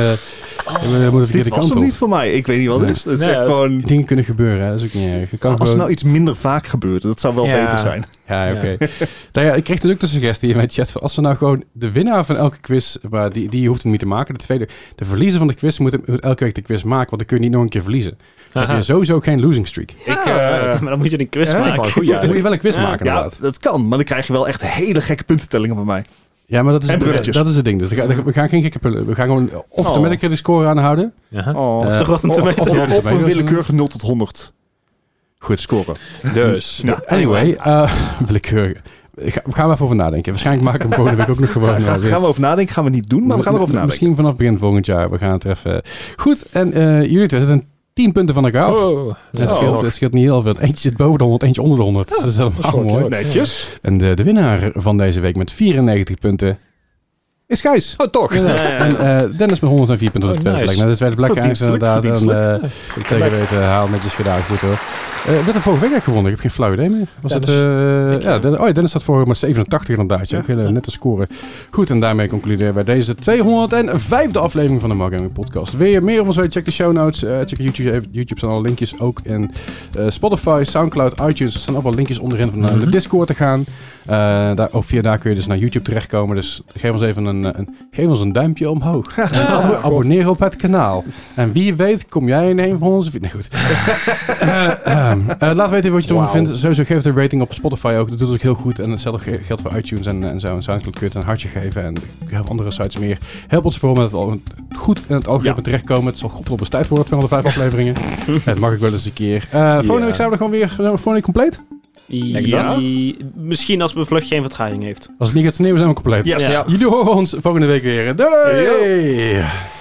A: moeten
B: Dit
A: verkeerde
B: was
A: kant
B: hem
A: op.
B: niet voor mij. Ik weet niet wat het is. Het is
D: Nee,
B: echt
D: het-
B: gewoon...
A: Dingen kunnen gebeuren, hè. dat is ook niet erg. Je kan
B: Als het
A: gewoon-
B: nou iets minder vaak gebeurde, dat zou wel
D: Ja.
B: beter zijn.
A: Ja,
D: Ja.
A: oké. nou ja, ik kreeg dus ook de suggestie in mijn chat van als we nou gewoon de winnaar van elke quiz, maar die, die hoeft hem niet te maken. De tweede, de verliezer van de quiz moet, hem- moet elke week de quiz maken, want dan kun je niet nog een keer verliezen. Dus dan heb
D: Aha.
A: je sowieso geen losing streak.
B: Ik, eh,
C: maar dan moet je een quiz
B: Ja, ik
C: maken.
D: wou goed,
A: Dan moet je wel een quiz
C: [laughs] Ja.
A: maken,
B: ja,
A: inderdaad.
B: dat kan. Maar dan krijg je wel echt hele gekke puntenstellingen van mij.
A: Ja, maar dat is,
B: En
A: het,
B: bruggetjes.
A: dat is het ding. Dus we gaan- we gaan geen gekke pullen. We gaan gewoon of de
D: Oh.
A: Metacritic score aanhouden.
D: Aha.
B: Oh.
A: Eh,
C: de Rotten
B: of, of,
C: Tomatoes.
B: of, of een
A: Tomatoes.
B: willekeurig 0 tot 100
A: Goed.
B: scoren.
D: Dus.
B: Nou,
A: [laughs] Anyway, eh willekeurig. Ik ga- gaan we even over nadenken. Waarschijnlijk maken we hem volgende week ook nog gewoon.
B: Daar
A: eh,
B: gaan,
A: weer.
B: we over nadenken. Gaan we niet doen, maar we gaan erover nadenken.
A: Misschien vanaf begin volgend jaar. We gaan het er even... Goed, en eh, jullie twee zitten 10 punten van elkaar af.
D: Oh,
A: Het, scheelt, het scheelt niet heel veel. Eentje zit boven de 100, eentje onder de 100. dat is helemaal
D: wel
A: mooi.
D: knap.
B: Oh, Netjes.
A: En de, de winnaar van deze week met 94 punten is Gijs.
D: Oh, toch?
C: Ja, ja, ja.
A: En eh, Dennis met 104 punten op de
D: Oh,
A: tweede
D: nice.
A: plek. Nou, de tweede plek is
B: Verdienstelijk,
A: inderdaad. En,
B: verdienstelijk.
A: [laughs] eh tegen weten, haal netjes gedaan. Goed hoor. Eh, werd er vorige week eigenlijk gewonnen. Ik heb geen flauw idee meer. Was het,
D: Dennis.
A: eh,
D: Ik,
A: ja,
D: eh,
A: Dennis, oh ja, Dennis staat vorige met 87 inderdaad. Ja.
B: Ja.
A: Ook hele nette score. Goed, en daarmee concluderen wij deze 205e aflevering van de Mark Gaming Podcast. Wil je meer om ons weten? Check de show notes. eh, check YouTube. YouTube staan alle linkjes ook in eh, Spotify, Soundcloud, iTunes. Er staan allemaal linkjes onderin van eh, de
D: Mhm.
A: Discord te gaan. Eh, daar, ook via daar kun je dus naar YouTube terechtkomen. Dus geef ons even een, eh, een, geef ons een duimpje omhoog. En abo- abonneer op het kanaal. En wie weet kom jij in een van onze... vi- Nee, goed. Eh, ehm, eh, laat weten wat je ervan
D: Wauw.
A: vindt. Sowieso geef het een rating op Spotify ook. Dat doet ook heel goed. En hetzelfde ge- geldt voor iTunes en, en zo. En Soundcloud kun je het een hartje geven. En heel veel andere sites meer. Help ons vooral met het al- goed in het algoritme terechtkomen. Het zal godverdomme eens tijd worden, 205 afleveringen. het mag ik wel eens een keer. Eh Volgende
B: Ja.
A: week zijn we er gewoon weer. Zijn we volgende week compleet?
B: het
C: Ja. Misschien als mijn vlucht geen vertraging heeft.
A: Als het niet gaat sneeuwen, zijn we compleet.
B: Yes.
C: Ja.
A: Jullie horen ons volgende week weer. Doei!